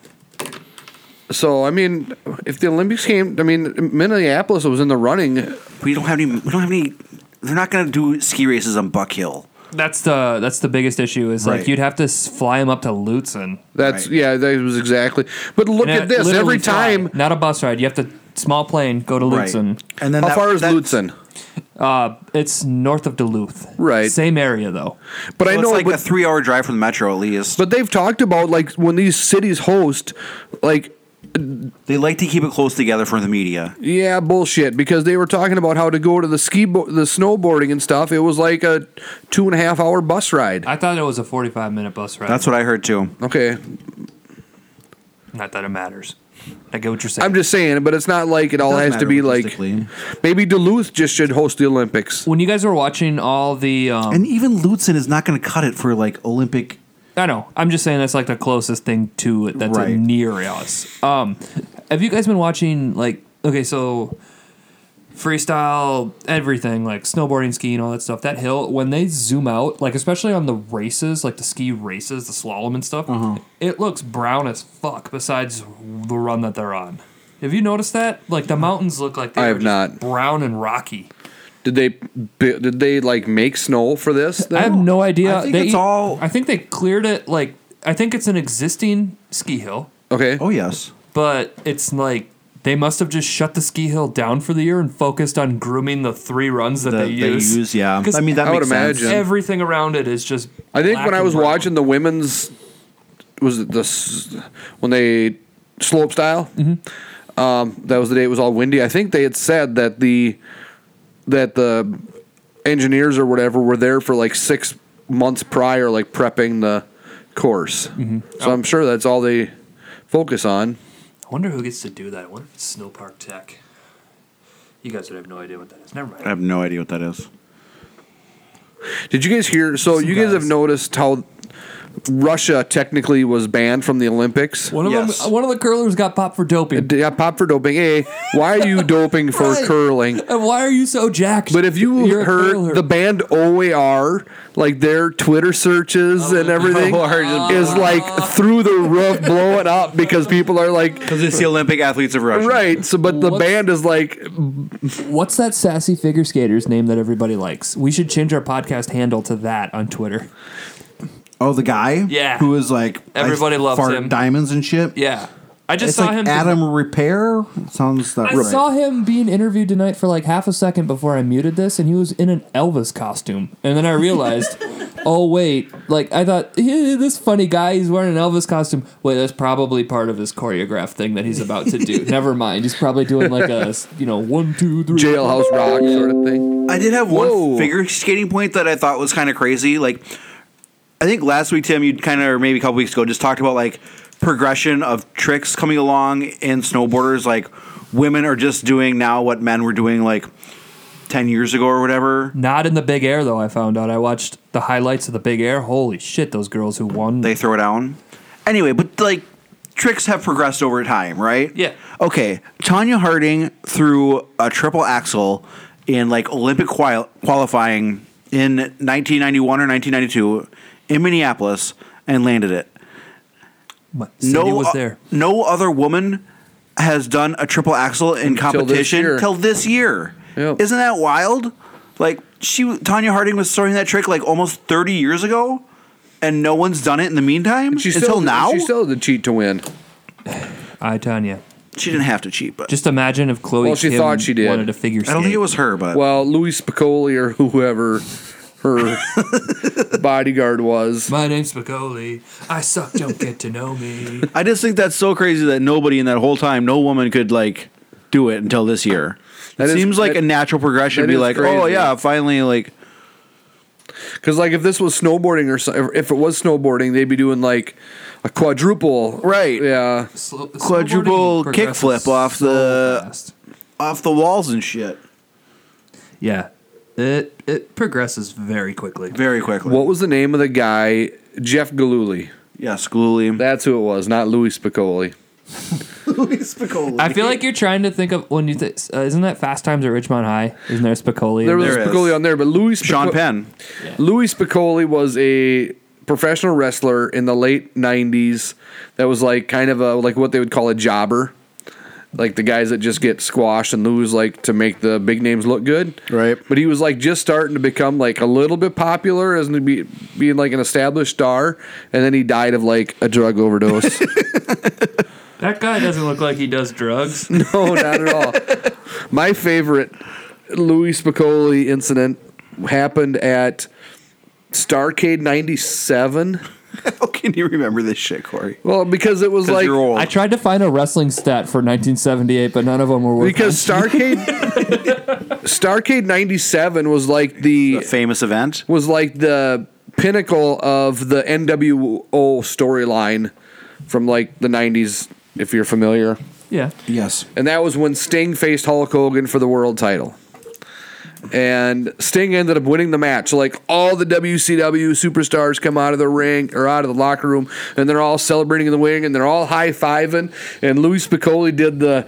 Speaker 2: So I mean, if the Olympics came, I mean, Minneapolis was in the running.
Speaker 4: We don't have any. We don't have any. They're not going to do ski races on Buck Hill.
Speaker 13: That's the that's the biggest issue is like
Speaker 4: Right.
Speaker 13: you'd have to s- fly him up to Lutzen.
Speaker 2: That's yeah, that was exactly. But look
Speaker 13: And
Speaker 2: at
Speaker 13: it-
Speaker 2: this.
Speaker 13: literally
Speaker 2: Every
Speaker 13: fly,
Speaker 2: time,
Speaker 13: not a bus ride. You have to small plane go to
Speaker 2: Right.
Speaker 13: Lutzen.
Speaker 2: And then How that- far is that- Lutzen?
Speaker 13: Uh, it's north of Duluth.
Speaker 2: Right.
Speaker 13: Same area though.
Speaker 2: But I
Speaker 4: So
Speaker 2: know,
Speaker 4: it's like
Speaker 2: but-
Speaker 4: a three-hour drive from the metro, at least.
Speaker 2: but they've talked about like when these cities host, like
Speaker 4: They like to keep it close together for the media.
Speaker 2: Yeah, bullshit. Because they were talking about how to go to the ski, bo- the snowboarding and stuff. It was like a two and a half hour bus ride.
Speaker 13: I thought it was a forty-five minute bus ride.
Speaker 4: That's what I heard too.
Speaker 2: Okay,
Speaker 13: Not that it matters. I get what you're saying.
Speaker 2: I'm just saying, but it's not like it all
Speaker 13: does
Speaker 2: has to
Speaker 13: matter
Speaker 2: be like.
Speaker 4: Um,
Speaker 2: Maybe Duluth just should host the Olympics.
Speaker 13: when you guys were watching all the, um,
Speaker 17: And even Lutzen is not going to cut it for like Olympic.
Speaker 13: I know. I'm just saying that's like the closest thing to it that's uh,
Speaker 17: Right.
Speaker 13: near us. Um, have you guys been watching like okay, so freestyle, everything like snowboarding, skiing, all that stuff. That hill when they zoom out, like especially on the races, like the ski races, the slalom and stuff,
Speaker 2: Uh-huh.
Speaker 13: it looks brown as fuck. Besides the run that they're on, have you noticed that? Like the mountains look like they
Speaker 2: I
Speaker 13: were
Speaker 2: have
Speaker 13: just
Speaker 2: not.
Speaker 13: brown and rocky.
Speaker 2: Did they? bi- Did they like make snow for this?
Speaker 13: I have
Speaker 2: though?
Speaker 13: no idea.
Speaker 2: I think
Speaker 13: They
Speaker 2: it's
Speaker 13: e-
Speaker 2: all-
Speaker 13: I think they cleared it. Like I think it's an existing ski hill,
Speaker 2: Okay.
Speaker 17: Oh yes.
Speaker 13: but it's like they must have just shut the ski hill down for the year and focused on grooming the three runs that
Speaker 17: That
Speaker 13: they
Speaker 17: they
Speaker 13: use.
Speaker 17: use, yeah.
Speaker 13: 'Cause
Speaker 17: I mean, that I would makes sense. imagine.
Speaker 13: Everything around it is just.
Speaker 2: I think when
Speaker 13: black
Speaker 2: I
Speaker 13: and
Speaker 2: was
Speaker 13: brown.
Speaker 2: watching the women's, was it the s- when they slope style? Mm-hmm. Um, that was the day it was all windy. I think they had said that the that the engineers or whatever were there for like six months prior, like prepping the course. So I'm sure that's all they focus on.
Speaker 13: I wonder who gets to do that. I wonder if it's Snow Park Tech. You guys would have no idea what that is. Never mind.
Speaker 4: I have no idea what that is.
Speaker 2: Did you guys hear? So you guys, have noticed how Russia technically was banned from the Olympics.
Speaker 13: One of them, one of the curlers got popped for doping.
Speaker 2: Yeah, pop for doping. Hey, why are you doping for
Speaker 13: Right.
Speaker 2: curling?
Speaker 13: And why are you so jacked?
Speaker 2: But if you
Speaker 13: You're a curler.
Speaker 2: heard the band OAR, like their Twitter searches and everything
Speaker 4: Lord.
Speaker 2: is like through the roof, blowing up because people are like,
Speaker 4: Because it's the Olympic athletes of Russia.
Speaker 2: right. So, but the
Speaker 13: What's-
Speaker 2: band is like,
Speaker 13: What's that sassy figure skater's name that everybody likes? We should change our podcast handle to that on Twitter.
Speaker 17: Oh, the guy.
Speaker 13: Yeah.
Speaker 17: Who is like
Speaker 13: Everybody
Speaker 17: I
Speaker 13: loves
Speaker 17: fart
Speaker 13: him.
Speaker 17: Diamonds and shit.
Speaker 13: Yeah. I just
Speaker 17: It's
Speaker 13: saw
Speaker 17: like
Speaker 13: him
Speaker 17: Adam Repair. Sounds that
Speaker 13: I
Speaker 17: right.
Speaker 13: saw him being interviewed tonight for like half a second before I muted this, and he was in an Elvis costume. And then I realized, oh wait, like I thought "Eh, this funny guy, he's wearing an Elvis costume. Wait, that's probably part of his choreograph thing that he's about to do. Never mind, he's probably doing like a you know one two three
Speaker 2: Jailhouse Rock sort of thing.
Speaker 4: I did have one figure skating point that I thought was kind of crazy. Like, I think last week, Tim, you kind of, or maybe a couple weeks ago, just talked about like progression of tricks coming along in snowboarders. Like, women are just doing now what men were doing like 10 years ago or whatever.
Speaker 13: Not in the big air though. I found out. I watched the highlights of the big air. Holy shit, those girls who won.
Speaker 4: They throw down. Anyway, but like, tricks have progressed over time, right?
Speaker 13: Yeah.
Speaker 4: Okay, Tanya Harding threw a triple axel in like Olympic quali- qualifying in 1991 or 1992 in Minneapolis and landed it.
Speaker 13: Cindy
Speaker 4: o-
Speaker 2: uh,
Speaker 13: was there.
Speaker 4: No other woman has done a triple axel in
Speaker 2: Until this
Speaker 4: competition
Speaker 2: year.
Speaker 4: till this year.
Speaker 2: Yep.
Speaker 4: Isn't that wild? Like she, Tanya Harding was starting that trick like almost 30 years ago, and no one's done it in the meantime
Speaker 2: She
Speaker 4: until
Speaker 2: still,
Speaker 4: now.
Speaker 2: She still had to cheat to win.
Speaker 13: I Tanya.
Speaker 4: She didn't have to cheat, but
Speaker 13: Just imagine if Chloe
Speaker 2: well, she
Speaker 13: Kim
Speaker 2: thought she did.
Speaker 13: wanted to figure skate.
Speaker 4: her, but
Speaker 2: well, Louis Spicoli or whoever her bodyguard was.
Speaker 13: My name's Spicoli. I suck. Don't get to know me.
Speaker 4: I just think that's so crazy that nobody in that whole time, no woman could like do it until this year.
Speaker 2: That
Speaker 4: it
Speaker 2: is-
Speaker 4: seems like
Speaker 2: that-
Speaker 4: a natural progression.
Speaker 2: that
Speaker 4: to Be
Speaker 2: is
Speaker 4: like, oh
Speaker 2: crazy.
Speaker 4: yeah, finally, like
Speaker 2: Because like if this was snowboarding or so, if it was snowboarding, they'd be doing like a quadruple,
Speaker 4: Right.
Speaker 2: Yeah,
Speaker 4: quadruple kickflip off the off the walls and shit.
Speaker 13: Yeah. It it progresses very quickly.
Speaker 4: Very quickly.
Speaker 2: What was the name of the guy? Jeff Galuli.
Speaker 4: Yes, Galuli.
Speaker 2: That's who it was, not Louis Spicoli.
Speaker 13: I feel like you're trying to think of when you think uh, isn't that Fast Times at Ridgemont High? Isn't there Spicoli? in
Speaker 2: There was Spicoli on there, but Louis Spico-
Speaker 13: Sean Penn.
Speaker 2: Louis Spicoli was a professional wrestler in the late '90s. That was like kind of a like what they would call a jobber, like the guys that just get squashed and lose like to make the big names look good.
Speaker 4: Right.
Speaker 2: But he was like just starting to become like a little bit popular as to be being like an established star, and then he died of like a drug overdose.
Speaker 13: That guy doesn't look like he does drugs.
Speaker 2: No, not at all. My favorite Louis Spicoli incident happened at Starcade '97.
Speaker 4: How can you remember this shit, Corey?
Speaker 2: Well, because it was like
Speaker 13: I tried to find a wrestling stat for 1978, but none of them were worth
Speaker 2: because Starcade Starcade '97 was like the,
Speaker 4: famous event
Speaker 2: was like the pinnacle of the NWO storyline from like the '90s, if you're familiar.
Speaker 13: Yeah.
Speaker 17: Yes.
Speaker 2: And that was when Sting faced Hulk Hogan for the world title. And Sting ended up winning the match. Like all the WCW superstars come out of the ring or out of the locker room and they're all celebrating in the wing and they're all high fiving. And Louis Spicoli did the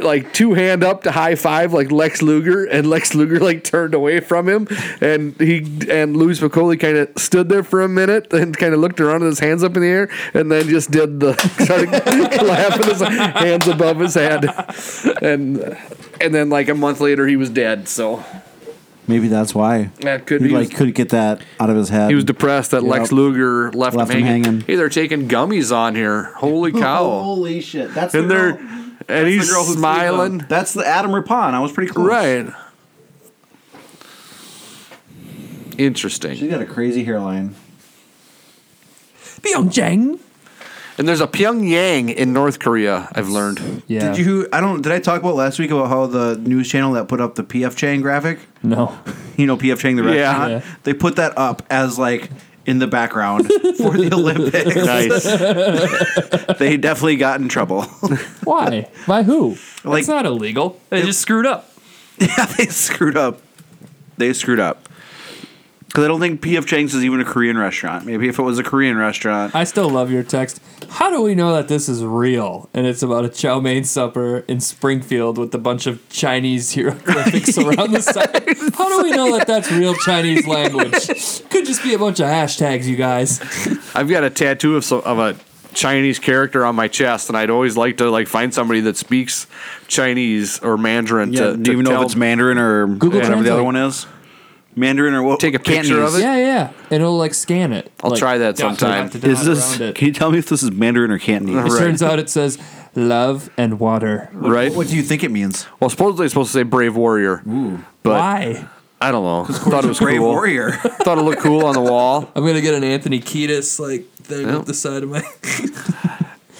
Speaker 2: like two hand up to high five like Lex Luger and Lex Luger like turned away from him and he and Louis Spicoli kind of stood there for a minute and kind of looked around with his hands up in the air and then just did the started clapping his hands above his head and and then like a month later he was dead so
Speaker 17: Maybe that's why.
Speaker 2: That could
Speaker 17: he
Speaker 2: be.
Speaker 17: like couldn't get that out of his head.
Speaker 2: he
Speaker 4: Oh,
Speaker 2: was depressed that Lex
Speaker 17: Yep.
Speaker 2: Luger left,
Speaker 17: Left
Speaker 2: him
Speaker 17: him
Speaker 2: hanging.
Speaker 17: hanging.
Speaker 2: Hey, they're taking gummies on here. Holy cow!
Speaker 4: Holy shit! That's
Speaker 2: and they're and
Speaker 4: oh, the
Speaker 2: he's
Speaker 4: girl who threw
Speaker 2: smiling.
Speaker 4: them. That's the Adam Rippon. I was pretty close.
Speaker 2: Right. Interesting.
Speaker 17: She got a crazy hairline.
Speaker 13: Pyongyang.
Speaker 2: And there's a Pyongyang in North Korea. I've learned.
Speaker 13: Yeah.
Speaker 4: Did you? I don't. Did I talk about last week about how the news channel that put up the PF Chang graphic?
Speaker 13: No.
Speaker 4: You know PF Chang the
Speaker 2: Yeah.
Speaker 4: restaurant.
Speaker 2: Yeah.
Speaker 4: They put that up as like in the background for the Olympics. Nice. they definitely got in trouble.
Speaker 13: Why? By who?
Speaker 4: Like-
Speaker 13: it's not illegal. They just screwed up.
Speaker 4: yeah, they screwed up. They screwed up. Because I don't think PF Chang's is even a Korean restaurant. Maybe if it was a Korean restaurant,
Speaker 13: I still love your text. How do we know that this is real? And it's about a chow mein supper in Springfield with a bunch of Chinese hieroglyphics around the side. How do we know that that's real Chinese language? Could just be a bunch of hashtags, you guys.
Speaker 19: I've got a tattoo of some, of a Chinese character on my chest, and I'd always like to like find somebody that speaks Chinese or Mandarin.
Speaker 4: yeah,
Speaker 19: to,
Speaker 4: do
Speaker 19: to
Speaker 4: you even know
Speaker 19: tell-
Speaker 4: if it's Mandarin or
Speaker 13: Google
Speaker 4: whatever the
Speaker 13: Translate.
Speaker 4: other one is? Mandarin or what?
Speaker 2: Take a picture of it?
Speaker 13: Yeah, yeah. And it'll like scan it.
Speaker 2: I'll
Speaker 13: Like,
Speaker 2: try that
Speaker 13: dot, dot,
Speaker 2: sometime.
Speaker 13: dot, dot,
Speaker 4: Is this?
Speaker 13: around it.
Speaker 4: Can you tell me if this is Mandarin or Cantonese?
Speaker 13: It turns out it says love and water.
Speaker 2: Right.
Speaker 4: What do you think it means?
Speaker 2: Well, supposedly it's supposed to say brave warrior, but
Speaker 13: Why?
Speaker 2: I don't know. Thought it was
Speaker 4: Brave
Speaker 2: cool.
Speaker 4: warrior.
Speaker 2: Thought it looked cool on the wall.
Speaker 13: I'm gonna get an Anthony Kiedis like thing
Speaker 2: Yeah.
Speaker 13: up the side of my.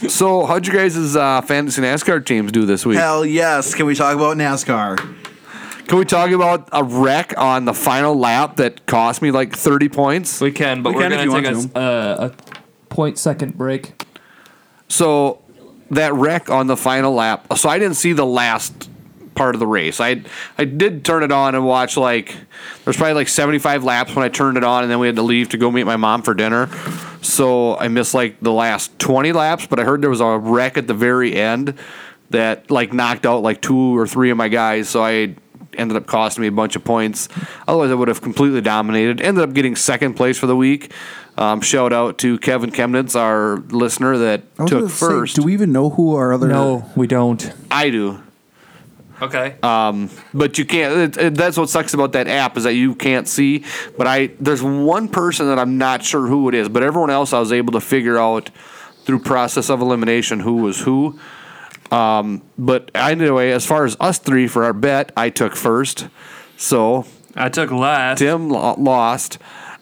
Speaker 2: So, how'd you guys' uh, fantasy NASCAR teams do this week?
Speaker 4: Hell yes. Can we talk about NASCAR?
Speaker 2: Can we talk about a wreck on the final lap that cost me like 30 points?
Speaker 13: we can, but
Speaker 4: We
Speaker 13: we are
Speaker 4: can if you
Speaker 13: gonna take
Speaker 4: want
Speaker 13: us, uh, a point second break.
Speaker 2: So that wreck on the final lap. So I didn't see the last part of the race. I I did turn it on and watch like there's probably like 75 laps when I turned it on and then we had to leave to go meet my mom for dinner. So I missed like the last 20 laps, but I heard there was a wreck at the very end that like knocked out like two or three of my guys. So I ended up costing me a bunch of points. Otherwise I would have completely dominated. Ended up getting second place for the week. Um, shout out to Kevin Chemnitz, our listener that
Speaker 17: I was
Speaker 2: took
Speaker 17: gonna say,
Speaker 2: first.
Speaker 17: do we even know who our other?
Speaker 13: No, we don't. Uh,
Speaker 2: I do.
Speaker 13: Okay.
Speaker 2: Um, but you can't. It, it, that's what sucks about that app is that you can't see. But I there's one person that I'm not sure who it is, but everyone else I was able to figure out through process of elimination who was who. Um, but anyway, as far as us three for our bet, I took first. So
Speaker 13: I took last.
Speaker 2: Tim lo- lost.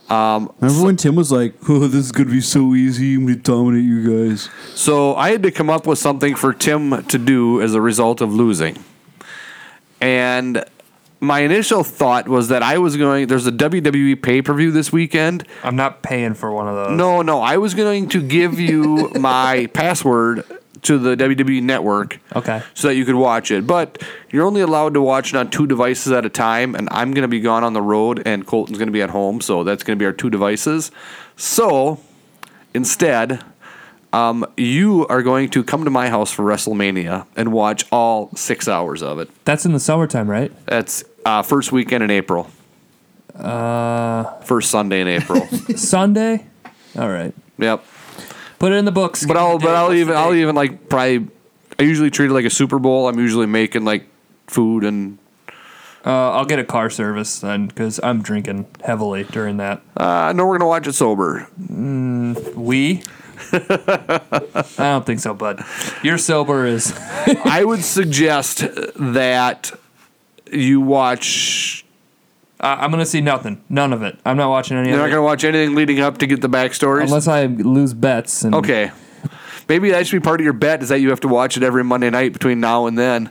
Speaker 2: Um,
Speaker 17: Remember when Tim was like, "Oh, this is gonna be so easy. I'm gonna dominate you guys."
Speaker 2: So I had to come up with something for Tim to do as a result of losing. And my initial thought was that I was going, there's a WWE pay per view this weekend.
Speaker 13: I'm not paying for one of those.
Speaker 2: No, no, I was going to give you my password to the WWE network
Speaker 13: Okay.
Speaker 2: so that you could watch it. But you're only allowed to watch it on two devices at a time, and I'm going to be gone on the road, and Colton's going to be at home, so that's going to be our two devices. So instead, um, you are going to come to my house for WrestleMania and watch all six hours of it.
Speaker 13: That's in the summertime, right?
Speaker 2: That's uh, first weekend in April,
Speaker 13: Uh,
Speaker 2: first Sunday in April.
Speaker 13: Sunday. All right.
Speaker 2: yep.
Speaker 13: Put it in the books.
Speaker 2: But I'll but I'll even I'll even like probably I usually treat it like a Super Bowl. I'm usually making like food and
Speaker 13: Uh, I'll get a car service then, because I'm drinking heavily during that.
Speaker 2: uh no we're gonna watch it sober.
Speaker 13: Mm, we. I don't think so, bud. You're sober is.
Speaker 2: I would suggest that you watch
Speaker 13: I I'm gonna see nothing, none of it. I'm not watching any.
Speaker 2: you're
Speaker 13: of
Speaker 2: not
Speaker 13: it.
Speaker 2: gonna watch anything leading up to get the backstories.
Speaker 13: unless I lose bets. And
Speaker 2: okay. Maybe that should be part of your bet is that you have to watch it every Monday night between now and then.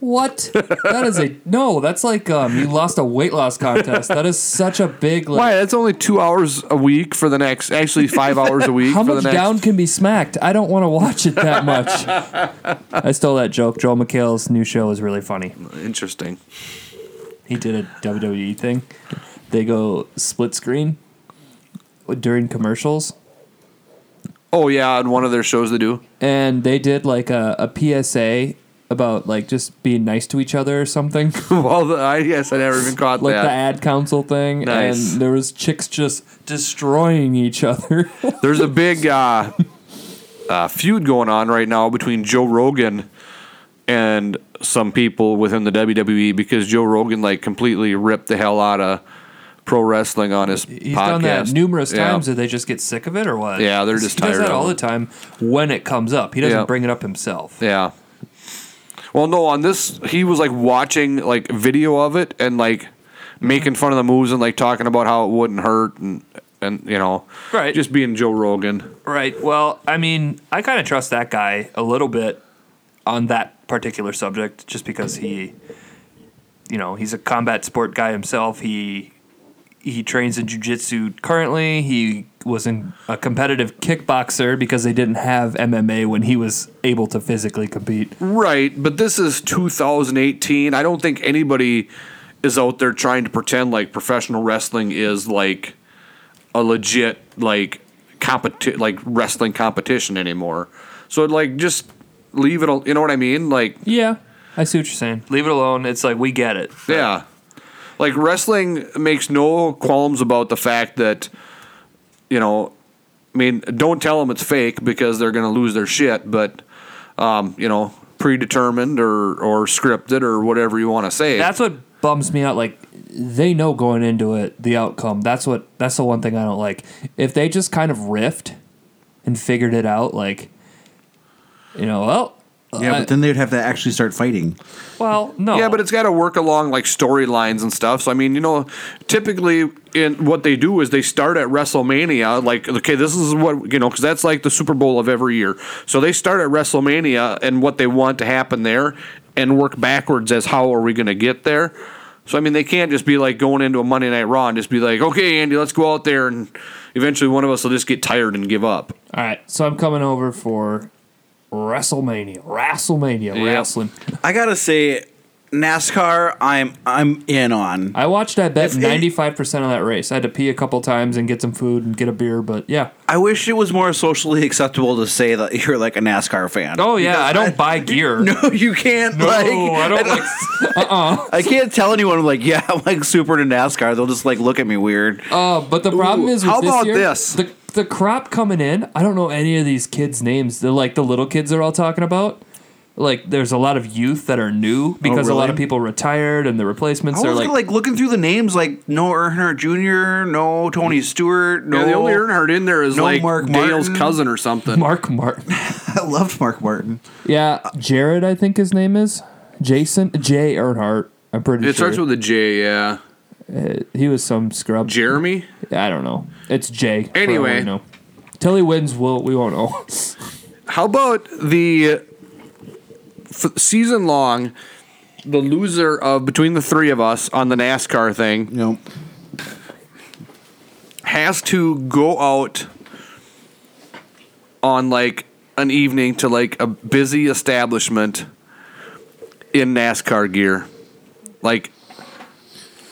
Speaker 13: What? That is a no. That's like um, you lost a weight loss contest. That is such a big. Like,
Speaker 2: Why? That's only two hours a week for the next actually five hours a week
Speaker 13: How
Speaker 2: for
Speaker 13: much
Speaker 2: the next
Speaker 13: down can be smacked? I don't want to watch it that much. I stole that joke. Joel McHale's new show is really funny.
Speaker 2: Interesting.
Speaker 13: He did a WWE thing. They go split screen during commercials,
Speaker 2: Oh yeah, on one of their shows they do.
Speaker 13: and they did like a, a PSA about like just being nice to each other or something.
Speaker 2: well, the, I guess I never even caught
Speaker 13: like
Speaker 2: that.
Speaker 13: the ad council thing,
Speaker 2: Nice.
Speaker 13: and there was chicks just destroying each other.
Speaker 2: There's a big uh, uh, feud going on right now between Joe Rogan and some people within the WWE because Joe Rogan like completely ripped the hell out of pro wrestling on his
Speaker 13: He's
Speaker 2: podcast.
Speaker 13: done that numerous
Speaker 2: Yeah.
Speaker 13: times. Did they just get sick of it or what?
Speaker 2: Yeah, they're just
Speaker 13: he does
Speaker 2: tired
Speaker 13: that
Speaker 2: of
Speaker 13: all
Speaker 2: it.
Speaker 13: the time when it comes up. He doesn't
Speaker 2: Yeah.
Speaker 13: bring it up himself.
Speaker 2: Yeah. Well, no, on this he was like watching like video of it and like making fun of the moves and like talking about how it wouldn't hurt and and you know
Speaker 13: Right.
Speaker 2: just being Joe Rogan.
Speaker 13: Right. Well, I mean, I kind of trust that guy a little bit on that particular subject just because he you know, he's a combat sport guy himself. He he trains in jujitsu currently. He was in a competitive kickboxer because they didn't have MMA when he was able to physically compete.
Speaker 2: Right, but this is 2018. I don't think anybody is out there trying to pretend like professional wrestling is like a legit like competi- like wrestling competition anymore. So like just leave it al- you know what I mean? Like
Speaker 13: Yeah. I see what you're saying. Leave it alone. It's like we get it.
Speaker 2: yeah. Like wrestling makes no qualms about the fact that you know, I mean, don't tell them it's fake because they're going to lose their shit, but um, you know, predetermined or or scripted or whatever you want to say.
Speaker 13: That's what bums me out. Like they know going into it the outcome. That's what. That's the one thing I don't like. If they just kind of riffed and figured it out, like you know, well,
Speaker 17: Yeah,
Speaker 2: Uh,
Speaker 13: I-
Speaker 17: but then they'd have to actually start fighting.
Speaker 13: well, no,
Speaker 2: Yeah, but it's got to work along like storylines and stuff. So I mean, you know, typically in what they do is they start at WrestleMania. Like, okay, this is what you know, because that's like the Super Bowl of every year. So they start at WrestleMania and what they want to happen there, and work backwards as how are we going to get there. So I mean, they can't just be like going into a Monday Night Raw and just be like, okay, Andy, let's go out there, and eventually one of us will just get tired and give up.
Speaker 13: all right. So I'm coming over for WrestleMania, WrestleMania,
Speaker 2: Yep.
Speaker 13: wrestling.
Speaker 4: I gotta say, NASCAR, I'm I'm in on.
Speaker 13: I watched, I bet,
Speaker 4: If it-
Speaker 13: ninety five percent of that race. I had to pee a couple times and get some food and get a beer, but yeah.
Speaker 4: I wish it was more socially acceptable to say that you're like a NASCAR fan.
Speaker 13: Oh yeah, I don't buy gear.
Speaker 4: No, you can't.
Speaker 13: No,
Speaker 4: like,
Speaker 13: I don't like. Uh-uh.
Speaker 4: I can't tell anyone. I'm like, yeah, I'm like super into NASCAR. They'll just like look at me weird.
Speaker 13: Uh, but the problem
Speaker 4: Ooh,
Speaker 13: is, with
Speaker 4: how
Speaker 13: this
Speaker 4: about
Speaker 13: year,
Speaker 4: this?
Speaker 13: The, the crop coming in, I don't know any of these kids' names. They're like the little kids they're all talking about. Like, there's a lot of youth that are new because a lot
Speaker 4: really?
Speaker 13: of people retired and the replacements
Speaker 4: I
Speaker 13: are
Speaker 4: was
Speaker 13: like,
Speaker 4: like, looking through the names, like no Earnhardt Jr., no Tony Stewart, no.
Speaker 2: Yeah, the only Earnhardt in there is
Speaker 4: no
Speaker 2: like
Speaker 4: Mark
Speaker 2: Dale's
Speaker 4: Martin.
Speaker 2: cousin or something.
Speaker 13: Mark Martin.
Speaker 10: I loved Mark Martin.
Speaker 13: Yeah, Jared, I think his name is Jason J Earnhardt. I'm pretty
Speaker 2: It
Speaker 13: sure
Speaker 2: starts with a J, yeah.
Speaker 13: Uh, he was some scrub.
Speaker 2: Jeremy?
Speaker 13: I don't know. It's J. for all
Speaker 2: Anyway.
Speaker 13: we know. till he wins, we'll we won't know.
Speaker 2: How about the f- season long, the loser of between the three of us on the NASCAR thing has to go out on like an evening to like a busy establishment in NASCAR gear. Like,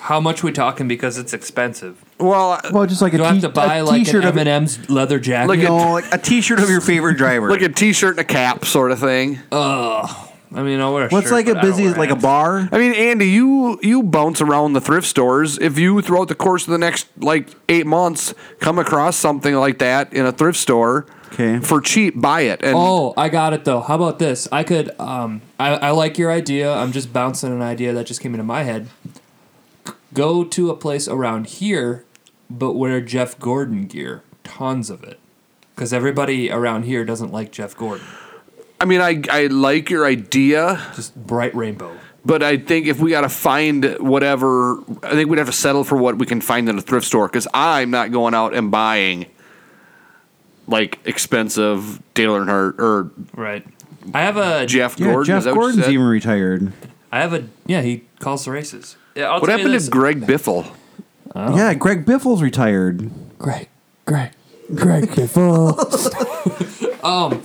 Speaker 13: How much we talking? Because it's expensive.
Speaker 2: well,
Speaker 17: Well, just like a
Speaker 13: Do I have
Speaker 17: t-
Speaker 13: to buy
Speaker 17: a
Speaker 13: like
Speaker 17: t-shirt
Speaker 13: an
Speaker 17: of
Speaker 13: M and M's leather jacket?
Speaker 2: Like a- No,
Speaker 4: like a T-shirt of your favorite driver.
Speaker 2: like a T-shirt and a cap sort of thing.
Speaker 13: Ugh. I mean, I'll wear. A
Speaker 2: What's
Speaker 13: shirt,
Speaker 2: like a
Speaker 13: but I don't
Speaker 2: busy-
Speaker 13: wear
Speaker 2: like a
Speaker 13: hats.
Speaker 17: bar.
Speaker 2: I mean, Andy, you you bounce around the thrift stores. If you throughout the course of the next like eight months come across something like that in a thrift store, okay, for cheap, buy it. And
Speaker 13: oh, I got it though. How about this? I could. Um, I, I like your idea. I'm just bouncing an idea that just came into my head. Go to a place around here, but wear Jeff Gordon gear. Tons of it, because everybody around here doesn't like Jeff Gordon.
Speaker 2: I mean, I I like your idea,
Speaker 13: just bright rainbow.
Speaker 2: But I think if we got to find whatever, I think we'd have to settle for what we can find in a thrift store because I'm not going out and buying like expensive Dale Earnhardt or
Speaker 13: Right. I have a
Speaker 2: Jeff
Speaker 13: Yeah,
Speaker 2: Gordon.
Speaker 13: Jeff
Speaker 2: is that what you
Speaker 17: Gordon's
Speaker 2: said?
Speaker 17: even retired.
Speaker 13: I have a yeah. He calls the races. Yeah. I'll
Speaker 2: What
Speaker 13: tell you
Speaker 2: happened
Speaker 13: this.
Speaker 2: to Greg Biffle?
Speaker 4: Oh.
Speaker 17: Yeah, Greg Biffle's retired.
Speaker 13: Greg, Greg, Greg Biffle. um,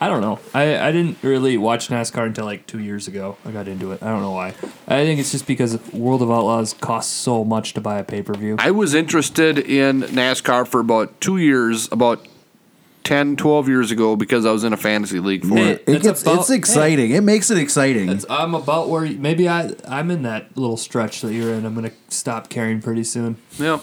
Speaker 13: I don't know. I, I didn't really watch NASCAR until like two years ago. I got into it. I don't know why. I think it's just because World of Outlaws costs so much to buy a pay per view.
Speaker 2: I was interested in NASCAR for about two years, about 10, 12 years ago, because I was in a fantasy league for
Speaker 17: It,
Speaker 2: it.
Speaker 17: it gets it's exciting. it makes it exciting.
Speaker 13: I'm about where maybe I I'm in that little stretch that you're in. I'm gonna stop caring pretty soon.
Speaker 2: Yep.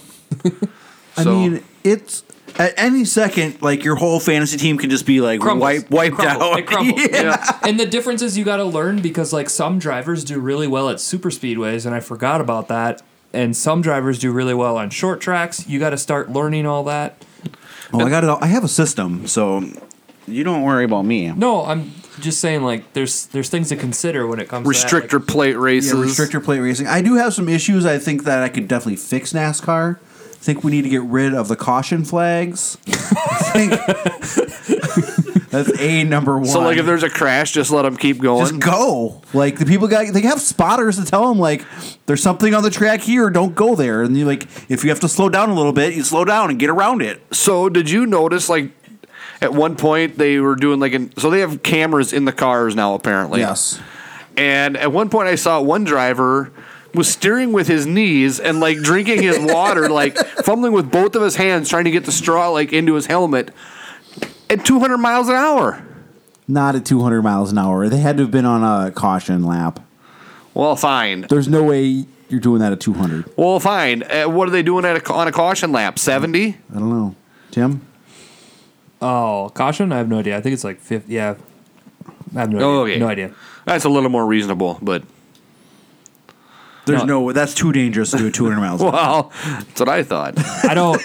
Speaker 4: I
Speaker 2: So-
Speaker 4: mean, it's at any second, like your whole fantasy team can just be like
Speaker 13: Crumbles.
Speaker 4: wipe wiped
Speaker 13: Crumbles.
Speaker 4: out.
Speaker 13: It crumbles.
Speaker 4: Yeah.
Speaker 13: And, and the difference is you got to learn because like some drivers do really well at super speedways, and I forgot about that. And some drivers do really well on short tracks. You got to start learning all that.
Speaker 4: Oh, I got it. All. I have a system, so you don't worry about me.
Speaker 13: No, I'm just saying like there's there's things to consider when it comes to that, like,
Speaker 2: plate
Speaker 13: races.
Speaker 17: Yeah, restrictor plate racing. I do have some issues. I think that I could definitely fix NASCAR. I think we need to get rid of the caution flags. I think that's a number one.
Speaker 2: So, like, if there's a crash, just let them keep going.
Speaker 17: just go. Like the people got they have spotters to tell them like there's something on the track here, don't go there. And you like if you have to slow down a little bit, you slow down and get around it.
Speaker 2: So, did you notice, like, at one point they were doing like an so they have cameras in the cars now apparently.
Speaker 17: Yes.
Speaker 2: And at one point I saw one driver was steering with his knees and like drinking his water, like fumbling with both of his hands trying to get the straw like into his helmet at 200 miles an hour.
Speaker 17: Not at 200 miles an hour. They had to have been on a caution lap.
Speaker 2: Well, fine.
Speaker 17: There's no way you're doing that at 200.
Speaker 2: Well, fine. Uh, what are they doing at a, on a caution lap? 70?
Speaker 17: I don't know. Tim?
Speaker 13: Oh, caution! I have no idea. I think it's like fifty. Yeah, I have no
Speaker 2: Oh,
Speaker 13: idea.
Speaker 2: okay.
Speaker 13: No idea.
Speaker 2: That's a little more reasonable, but
Speaker 17: There's no, way that's too dangerous to do 200 miles. an hour.
Speaker 2: well, that's what I thought.
Speaker 13: I don't.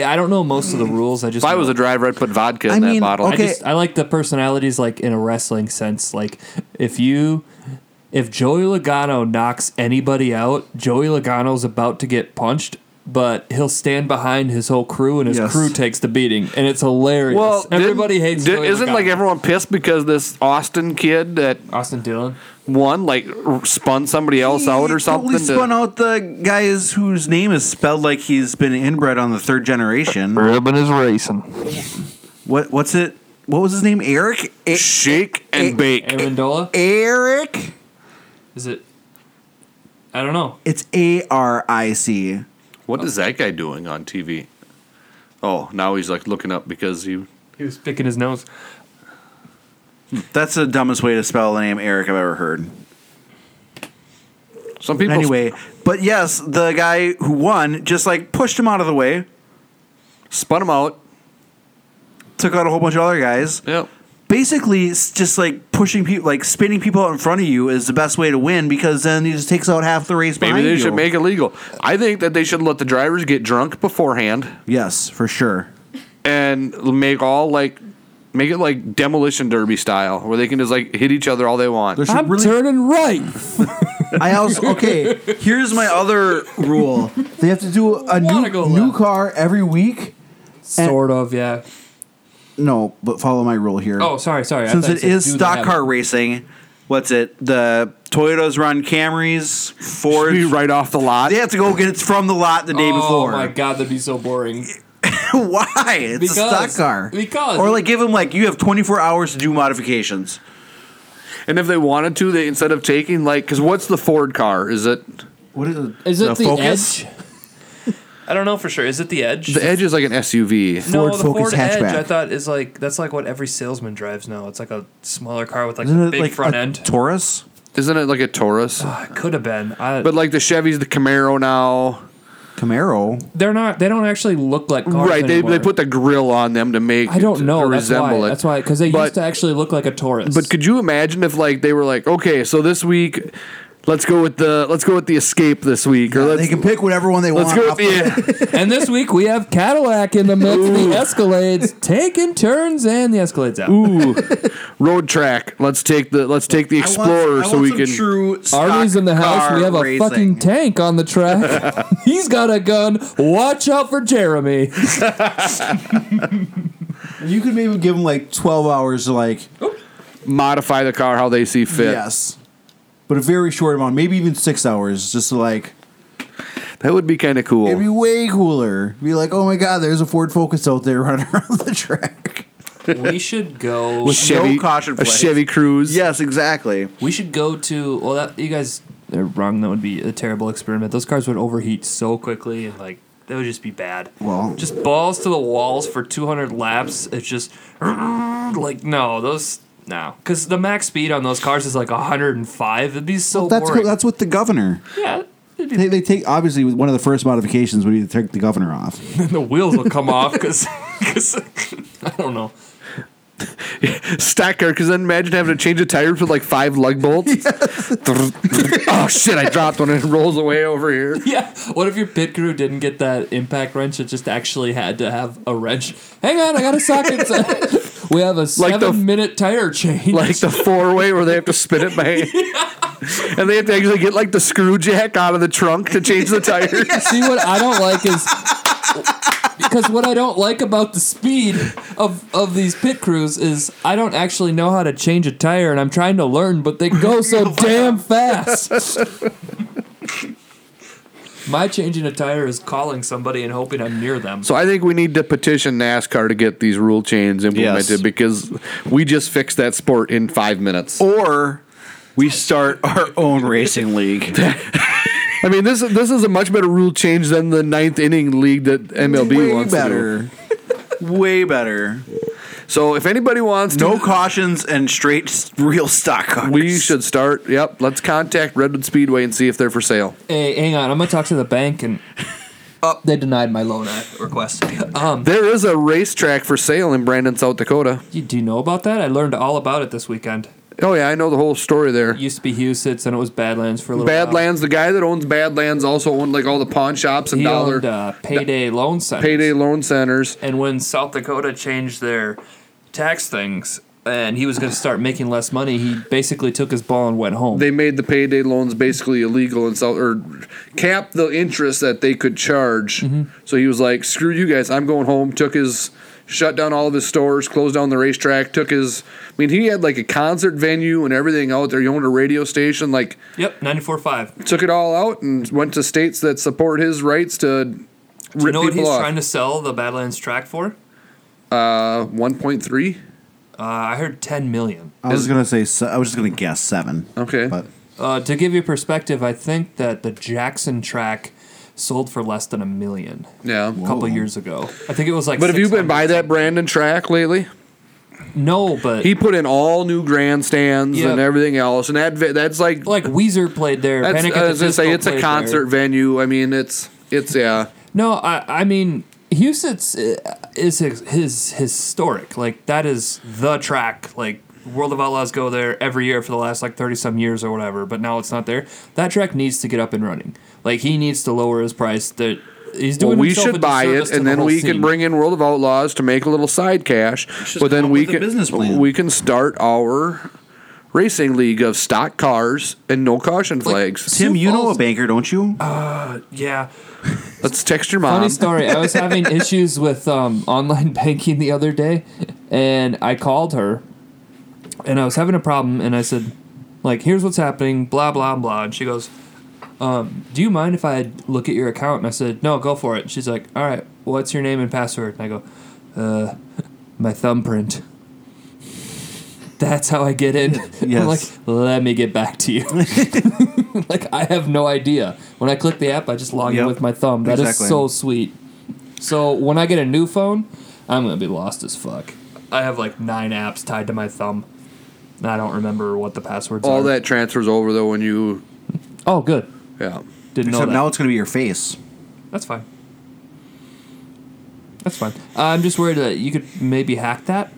Speaker 13: I don't know most of the rules. I just
Speaker 2: If I was
Speaker 13: know-
Speaker 2: a driver, I'd put vodka in
Speaker 13: I
Speaker 2: that bottle.
Speaker 13: I, just, I like the personalities, like in a wrestling sense. Like if you, if Joey Logano knocks anybody out, Joey Logano's about to get punched, but he'll stand behind his whole crew, and his
Speaker 2: Yes.
Speaker 13: crew takes the beating, and it's hilarious.
Speaker 2: Well,
Speaker 13: everybody
Speaker 2: didn't-
Speaker 13: hates.
Speaker 2: di-
Speaker 13: Joey
Speaker 2: isn't
Speaker 13: Logano.
Speaker 2: like everyone pissed because this Austin kid that
Speaker 13: Austin Dillon
Speaker 2: won like r- spun somebody else out or something?
Speaker 4: Totally spun
Speaker 2: to-
Speaker 4: out the guys whose name is spelled like he's been inbred on the third generation.
Speaker 13: Ribbon is racing.
Speaker 4: What? What's it? What was his name? Eric. A-
Speaker 2: Shake and bake.
Speaker 13: Amendola?
Speaker 4: Eric.
Speaker 13: Is it I don't know.
Speaker 8: It's A R I C.
Speaker 2: What is that guy doing on TV? Oh, now he's like looking up because he.
Speaker 13: He was picking his nose.
Speaker 4: That's the dumbest way to spell the name Eric I've ever heard.
Speaker 2: Some people.
Speaker 4: Anyway, but yes, the guy who won just like pushed him out of the way,
Speaker 2: spun him out,
Speaker 4: took out a whole bunch of other guys.
Speaker 2: Yep.
Speaker 4: Basically, it's just like pushing people, like spinning people out in front of you is the best way to win because then he just takes out half the race.
Speaker 2: Maybe
Speaker 4: behind
Speaker 2: they
Speaker 4: you.
Speaker 2: should make it legal. I think that they should let the drivers get drunk beforehand
Speaker 8: Yes, for sure.
Speaker 2: and make all like make it like demolition derby style where they can just like hit each other all they want.
Speaker 13: I'm turning right.
Speaker 8: I also okay.
Speaker 4: Here's my other rule.
Speaker 8: They have to do a new, new car every week.
Speaker 13: Sort of, yeah.
Speaker 8: No, but follow my rule here.
Speaker 13: Oh, sorry, sorry. I
Speaker 4: Since
Speaker 13: thought you
Speaker 4: it
Speaker 13: said
Speaker 4: is
Speaker 13: do
Speaker 4: stock
Speaker 13: that.
Speaker 4: car racing, what's it? The Toyotas run Camrys, Ford
Speaker 2: Should be right off the lot.
Speaker 4: They have to go get it from the lot the day
Speaker 13: oh,
Speaker 4: before.
Speaker 13: my god, that'd be so boring.
Speaker 4: Why? It's
Speaker 13: Because-
Speaker 4: a stock car.
Speaker 13: because-
Speaker 4: or like give them like you have 24 hours to do modifications.
Speaker 2: And if they wanted to, they instead of taking like because what's the Ford car? Is it
Speaker 8: What is it?
Speaker 13: Is it the,
Speaker 2: Focus?
Speaker 13: edge? I don't know for sure. Is it the edge?
Speaker 2: the Edge is like an SUV?
Speaker 13: no, the
Speaker 8: Focus
Speaker 13: Ford Edge.
Speaker 8: hatchback.
Speaker 13: I thought is like that's like what every salesman drives now. It's like a smaller car with like
Speaker 8: Isn't
Speaker 13: a
Speaker 8: it
Speaker 13: big
Speaker 8: like
Speaker 13: front
Speaker 8: a
Speaker 13: end.
Speaker 8: Taurus?
Speaker 2: Isn't it like a Taurus?
Speaker 13: it could have been. I,
Speaker 2: But like the Chevy's the Camaro now.
Speaker 8: Camaro.
Speaker 13: they're not. They don't actually look like cars
Speaker 2: right, they,
Speaker 13: anymore.
Speaker 2: they put the grill on them to make
Speaker 13: I don't know.
Speaker 2: to
Speaker 13: That's
Speaker 2: resemble
Speaker 13: why.
Speaker 2: it.
Speaker 13: That's why. Because they
Speaker 2: But-
Speaker 13: used to actually look like a Taurus.
Speaker 2: But could you imagine if like they were like, okay, so this week, let's go with the let's go with the Escape this week, or let's
Speaker 8: They can pick whatever one they
Speaker 2: let's
Speaker 8: want.
Speaker 2: go
Speaker 8: off
Speaker 2: with the
Speaker 13: and this week we have Cadillac in the mix, the Escalades taking turns, and the Escalades out.
Speaker 2: ooh road track. Let's take the let's take the
Speaker 8: I want-
Speaker 2: Explorer
Speaker 8: I
Speaker 2: so
Speaker 8: want
Speaker 2: we
Speaker 8: some
Speaker 2: can.
Speaker 8: True
Speaker 13: Artie's in the house. We have a fucking tank on the track. He's got a gun. Watch out for Jeremy.
Speaker 8: You could maybe give them like 12 hours to like,
Speaker 2: modify the car how they see fit.
Speaker 8: yes. But a very short amount, maybe even six hours, just to like,
Speaker 2: That would be kind of
Speaker 8: it'd be
Speaker 2: cool.
Speaker 8: way cooler. Be like, oh my God, there's a Ford Focus out there running around the track.
Speaker 13: We should go.
Speaker 2: With Chevy,
Speaker 4: caution
Speaker 2: a
Speaker 4: plate.
Speaker 2: Chevy Cruise.
Speaker 4: Yes, exactly.
Speaker 13: We should go to. Well, that, you guys are wrong. That would be a terrible experiment. Those cars would overheat so quickly, and like that would just be bad.
Speaker 8: Well,
Speaker 13: Just balls to the walls for 200 laps. It's just like no, those no, because the max speed on those cars is like 105. It'd be so
Speaker 8: that's
Speaker 13: boring.
Speaker 8: that's with the governor.
Speaker 13: yeah, it'd be-
Speaker 8: They, they take obviously with one of the first modifications would be to take the governor off.
Speaker 13: the wheels will come off because I don't know.
Speaker 2: Stack car. Because then imagine having to change the tires with like five lug bolts. oh shit! I dropped one and it rolls away over here.
Speaker 13: Yeah. What if your pit crew didn't get that impact wrench? It just actually had to have a wrench. Hang on, I got a socket. we have a
Speaker 2: Like the-
Speaker 13: seven-minute tire change.
Speaker 2: like the four way where they have to spin it by and they have to actually get like the screw jack out of the trunk to change the tires.
Speaker 13: See what I don't like is because what I don't like about the speed of of these pit crews is I don't actually know how to change a tire, and I'm trying to learn, but they go so damn fast. My changing a tire is calling somebody and hoping I'm near them.
Speaker 2: So I think we need to petition NASCAR to get these rule changes implemented
Speaker 4: Yes.
Speaker 2: because we just fixed that sport in five minutes.
Speaker 4: Or we start our own racing league.
Speaker 2: I mean this this is a much better rule change than the ninth inning league that MLB
Speaker 4: Way
Speaker 2: wants to
Speaker 4: better. Way better.
Speaker 2: do. So if anybody wants to
Speaker 4: No cautions and straight s- real stock cars.
Speaker 2: we should start. Yep, let's contact Redwood Speedway and see if they're for sale.
Speaker 13: Hey, hang on, I'm gonna talk to the bank and. Oh, they denied my loan app request. Um,
Speaker 2: There is a racetrack for sale in Brandon, South Dakota.
Speaker 13: you- do you know about that? I learned all about it this weekend.
Speaker 2: Oh yeah, I know the whole story there.
Speaker 13: It used to be Houston's, and it was Badlands for a little while.
Speaker 2: Badlands. The guy that owns Badlands also owned like all the pawn shops and
Speaker 13: He
Speaker 2: dollar
Speaker 13: owned uh, Payday Loan Center.
Speaker 2: payday loan centers.
Speaker 13: And when South Dakota changed their tax things and he was going to start making less money, he basically took his ball and went home.
Speaker 2: They made the payday loans basically illegal and South or cap the interest that they could charge.
Speaker 13: Mm-hmm.
Speaker 2: So he was like, "Screw you guys, I'm going home." Took his shut down all of his stores, closed down the racetrack. Took his. I mean, he had like a concert venue and everything out there. He owned a radio station. Like,
Speaker 13: yep, 94.5.
Speaker 2: took it all out and went to states that support his rights to.
Speaker 13: Do you
Speaker 2: Rip
Speaker 13: know what
Speaker 2: people
Speaker 13: he's
Speaker 2: off.
Speaker 13: trying to sell the Badlands track for?
Speaker 2: uh, 1.3.
Speaker 13: Uh, I heard 10 million.
Speaker 8: I was gonna say se- I was just gonna guess seven.
Speaker 2: Okay.
Speaker 8: but
Speaker 13: Uh, to give you perspective, I think that the Jackson track sold for less than a million.
Speaker 2: Yeah.
Speaker 13: a couple years ago. I think it was like.
Speaker 2: But have you been by that Brandon track lately?
Speaker 13: No, but
Speaker 2: he put in all new grandstands
Speaker 13: Yep.
Speaker 2: and everything else, and that vi- that's like
Speaker 13: like Weezer played there.
Speaker 2: That's,
Speaker 13: Panic at
Speaker 2: I
Speaker 13: the
Speaker 2: was gonna say
Speaker 13: Disco
Speaker 2: it's a
Speaker 13: played
Speaker 2: concert
Speaker 13: there.
Speaker 2: venue. I mean, it's it's yeah.
Speaker 13: No, I I mean Houston's uh, is his, his historic. Like that is the track. Like World of Outlaws go there every year for the last like thirty some years or whatever. But now it's not there. That track needs to get up and running. Like he needs to lower his price. That he's
Speaker 2: Well,
Speaker 13: doing.
Speaker 2: we
Speaker 13: himself a
Speaker 2: should buy
Speaker 13: disservice
Speaker 2: it,
Speaker 13: to
Speaker 2: and
Speaker 13: the
Speaker 2: then
Speaker 13: whole
Speaker 2: we
Speaker 13: scene.
Speaker 2: can bring in World of Outlaws to make a little side cash. But then we can we can start our racing league of stock cars and no caution flags.
Speaker 17: Tim, you know a banker, don't you?
Speaker 13: Yeah.
Speaker 2: Let's text your mom.
Speaker 13: Funny story. I was having issues with um, online banking the other day, and I called her, and I was having a problem, and I said, like, here's what's happening, blah blah blah, and she goes, um, do you mind if I look at your account? And I said, no, go for it. She's like, all right, what's your name and password? And I go, uh, my thumbprint. That's how I get in. I'm like,
Speaker 20: Yes.
Speaker 13: let me get back to you. like, I have no idea. When I click the app, I just log in
Speaker 20: Yep.
Speaker 13: with my thumb. That is
Speaker 20: Exactly.
Speaker 13: so sweet. So when I get a new phone, I'm gonna be lost as fuck. I have like nine apps tied to my thumb. And I don't remember what the passwords
Speaker 2: All
Speaker 13: are.
Speaker 2: that transfers over though when you.
Speaker 13: Oh, good.
Speaker 2: Yeah.
Speaker 13: Didn't know
Speaker 17: Except
Speaker 13: that.
Speaker 17: now it's going to be your face.
Speaker 13: That's fine. That's fine. I'm just worried that you could maybe hack that,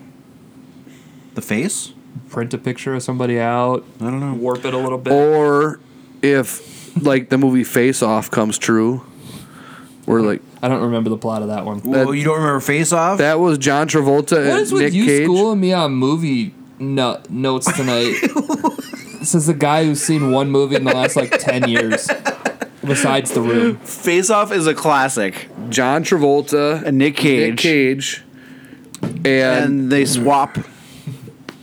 Speaker 17: The face?
Speaker 13: print a picture of somebody out.
Speaker 17: I don't know.
Speaker 13: Warp it a little
Speaker 2: Oh.
Speaker 13: bit.
Speaker 2: Or if like the movie Face Off comes true, we're like
Speaker 13: I don't remember the plot of that one.
Speaker 2: That-
Speaker 17: you don't remember Face Off?
Speaker 2: That was John Travolta and
Speaker 13: What is with
Speaker 2: Uh, Nick
Speaker 13: you
Speaker 2: Cage.
Speaker 13: schooling me on movie no- notes tonight? this is the guy who's seen one movie in the last like ten years, besides The Room.
Speaker 4: Face Off is a classic.
Speaker 2: John Travolta
Speaker 4: and Nick Cage.
Speaker 2: Nick Cage. And,
Speaker 4: they swap.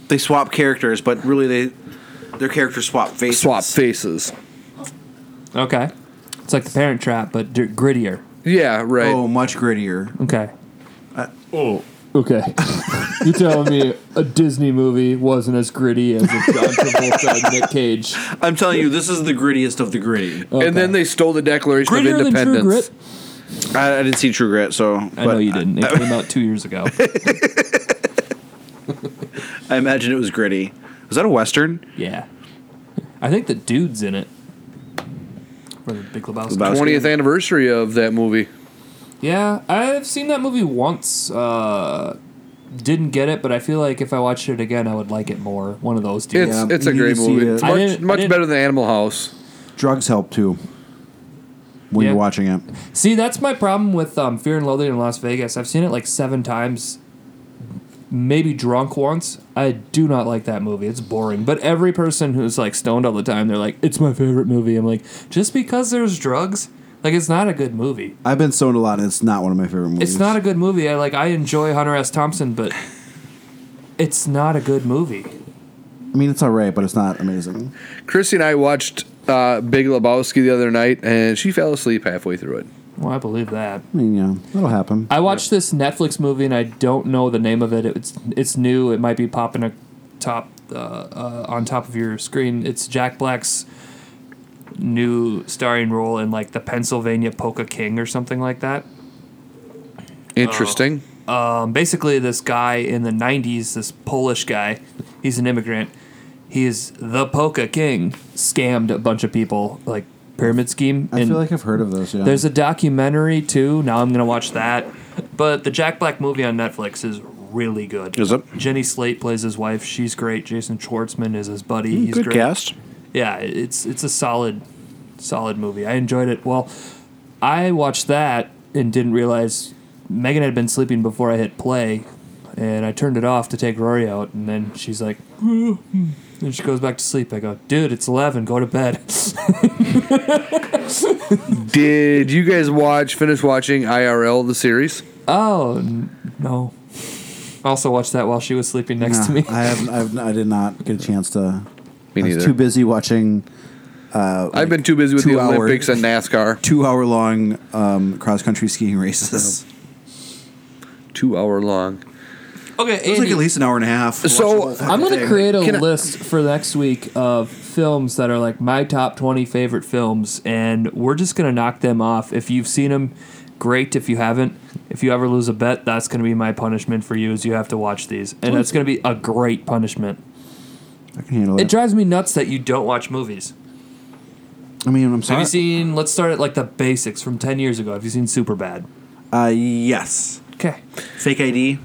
Speaker 4: They swap characters, but really they their characters swap faces.
Speaker 2: Swap faces.
Speaker 13: Okay, it's like The Parent Trap, but d- grittier.
Speaker 2: Yeah, right.
Speaker 17: Oh, much grittier.
Speaker 13: Okay.
Speaker 17: oh.
Speaker 13: Okay. You're telling me a Disney movie wasn't as gritty as a John Travolta and Nick Cage.
Speaker 4: I'm telling you, this is the grittiest of the gritty.
Speaker 2: And then they stole the Declaration
Speaker 13: Grittier
Speaker 2: of
Speaker 13: than True
Speaker 2: Independence.
Speaker 13: Grit?
Speaker 4: I, I didn't see True Grit, so I
Speaker 13: know you didn't. It came out two years ago.
Speaker 4: I imagine it was gritty. Was that a western?
Speaker 13: Yeah. I think the dude's in it. Or the Big Lebowski.
Speaker 2: Twentieth anniversary of that movie.
Speaker 13: Yeah, I've seen that movie once. Uh, didn't get it, but I feel like if I watched it again, I would like it more. One of those two.
Speaker 2: It's it's a great movie. It's
Speaker 13: I
Speaker 2: much,
Speaker 13: didn't- I
Speaker 2: much
Speaker 13: didn't-
Speaker 2: better than Animal House.
Speaker 17: Drugs help too when you're watching it.
Speaker 13: See, that's my problem with um, Fear and Loathing in Las Vegas. I've seen it like seven times, maybe drunk once. I do not like that movie. It's boring. But every person who's like stoned all the time, they're like, "It's my favorite movie." I'm like, just because there's drugs, like it's not a good movie.
Speaker 17: I've been stoned a lot, and it's not one of my favorite movies.
Speaker 13: It's not a good movie. I like. I enjoy Hunter S. Thompson, but it's not a good movie.
Speaker 17: I mean, it's all right, but it's not amazing.
Speaker 2: Chrissy and I watched uh, Big Lebowski the other night, and she fell asleep halfway through it.
Speaker 13: Well, I believe that.
Speaker 17: I mean, yeah, that'll happen.
Speaker 13: I watched this Netflix movie and I don't know the name of it. It's it's new. It might be popping a top uh, uh, on top of your screen. It's Jack Black's new starring role in like the Pennsylvania Polka King or something like that.
Speaker 2: Interesting.
Speaker 13: Um, basically, this guy in the '90s, this Polish guy, he's an immigrant. He is the Polka King. Scammed a bunch of people like pyramid scheme.
Speaker 17: I
Speaker 13: and-
Speaker 17: feel like I've heard of those.
Speaker 4: Um,
Speaker 17: Yeah,
Speaker 13: there's a documentary too. Now I'm gonna watch that. But the Jack Black movie on Netflix is really good.
Speaker 4: Is it?
Speaker 13: Jenny Slate plays his wife. She's great. Jason Schwartzman is his buddy.
Speaker 4: Mm,
Speaker 13: He's
Speaker 4: good
Speaker 13: great.
Speaker 4: cast.
Speaker 13: Yeah, it's it's a solid, solid movie. I enjoyed it. Well, I watched that and didn't realize Megan had been sleeping before I hit play, and I turned it off to take Rory out, and then she's like. "Mm, mm," And she goes back to sleep. I go, dude, it's 11. Go to bed.
Speaker 2: Did you guys watch finish watching IRL the series?
Speaker 13: Oh n- no! Also watched that while she was sleeping next
Speaker 17: No,
Speaker 13: to me.
Speaker 17: I haven't. I've, I did not get a chance to.
Speaker 2: Me
Speaker 17: I
Speaker 2: neither.
Speaker 17: was too busy watching. Uh,
Speaker 2: I've been too busy with the Olympics and NASCAR.
Speaker 17: Two hour long um, cross country skiing races.
Speaker 2: Two hour long.
Speaker 13: Okay,
Speaker 17: it was like at least an hour and a half.
Speaker 2: So,
Speaker 17: Watch the whole
Speaker 13: I'm gonna
Speaker 17: thing.
Speaker 13: create a
Speaker 2: Can I-
Speaker 13: list for next week of films that are like my top 20 favorite films, and we're just going to knock them off. If you've seen them, great. If you haven't, if you ever lose a bet, that's going to be my punishment for you is you have to watch these. And that's going to be a great punishment.
Speaker 17: I can handle
Speaker 13: It
Speaker 17: it.
Speaker 13: drives me nuts that you don't watch movies.
Speaker 17: I mean, I'm
Speaker 13: Have
Speaker 17: sorry.
Speaker 13: you seen, let's start at like the basics from 10 years ago. Have you seen Superbad?
Speaker 4: Uh, yes.
Speaker 13: Okay.
Speaker 4: Fake ID.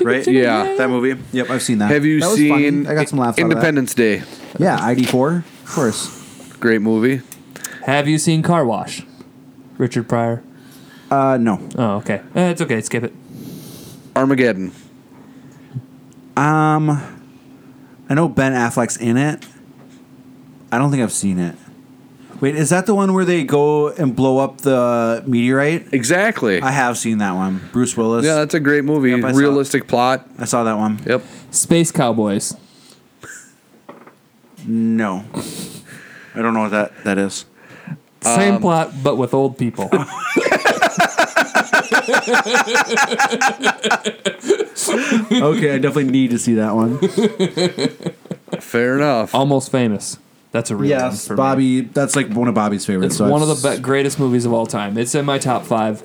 Speaker 4: Right?
Speaker 13: chicka,
Speaker 2: Yeah.
Speaker 4: That movie.
Speaker 17: Yep, I've seen that.
Speaker 2: Have you
Speaker 17: That was
Speaker 2: seen
Speaker 17: funny. I got some laughs. out of that.
Speaker 2: Independence Day?
Speaker 17: Yeah, ID four, of course.
Speaker 2: Great movie.
Speaker 13: Have you seen Car Wash? Richard Pryor.
Speaker 17: Uh, no.
Speaker 13: Oh, okay. Eh, it's okay. Skip it.
Speaker 2: Armageddon.
Speaker 17: Um, I know Ben Affleck's in it. I don't think I've seen it. Wait, is that the one where they go and blow up the meteorite?
Speaker 2: Exactly.
Speaker 17: I have seen that one. Bruce Willis.
Speaker 2: Yeah, that's a great movie.
Speaker 17: Yep, I saw it.
Speaker 2: Realistic plot.
Speaker 17: I saw that one.
Speaker 2: Yep.
Speaker 13: Space Cowboys.
Speaker 17: No,
Speaker 4: I don't know what that, that is.
Speaker 13: Same
Speaker 4: Um,
Speaker 13: plot, but with old people.
Speaker 17: okay, I definitely need to see that one.
Speaker 2: Fair enough.
Speaker 13: Almost famous. That's a real one
Speaker 17: yes,
Speaker 13: for me.
Speaker 17: Bobby. That's like one of Bobby's favorites.
Speaker 13: It's
Speaker 17: so
Speaker 13: one of
Speaker 17: I've-
Speaker 13: the be- greatest movies of all time. It's in my top five.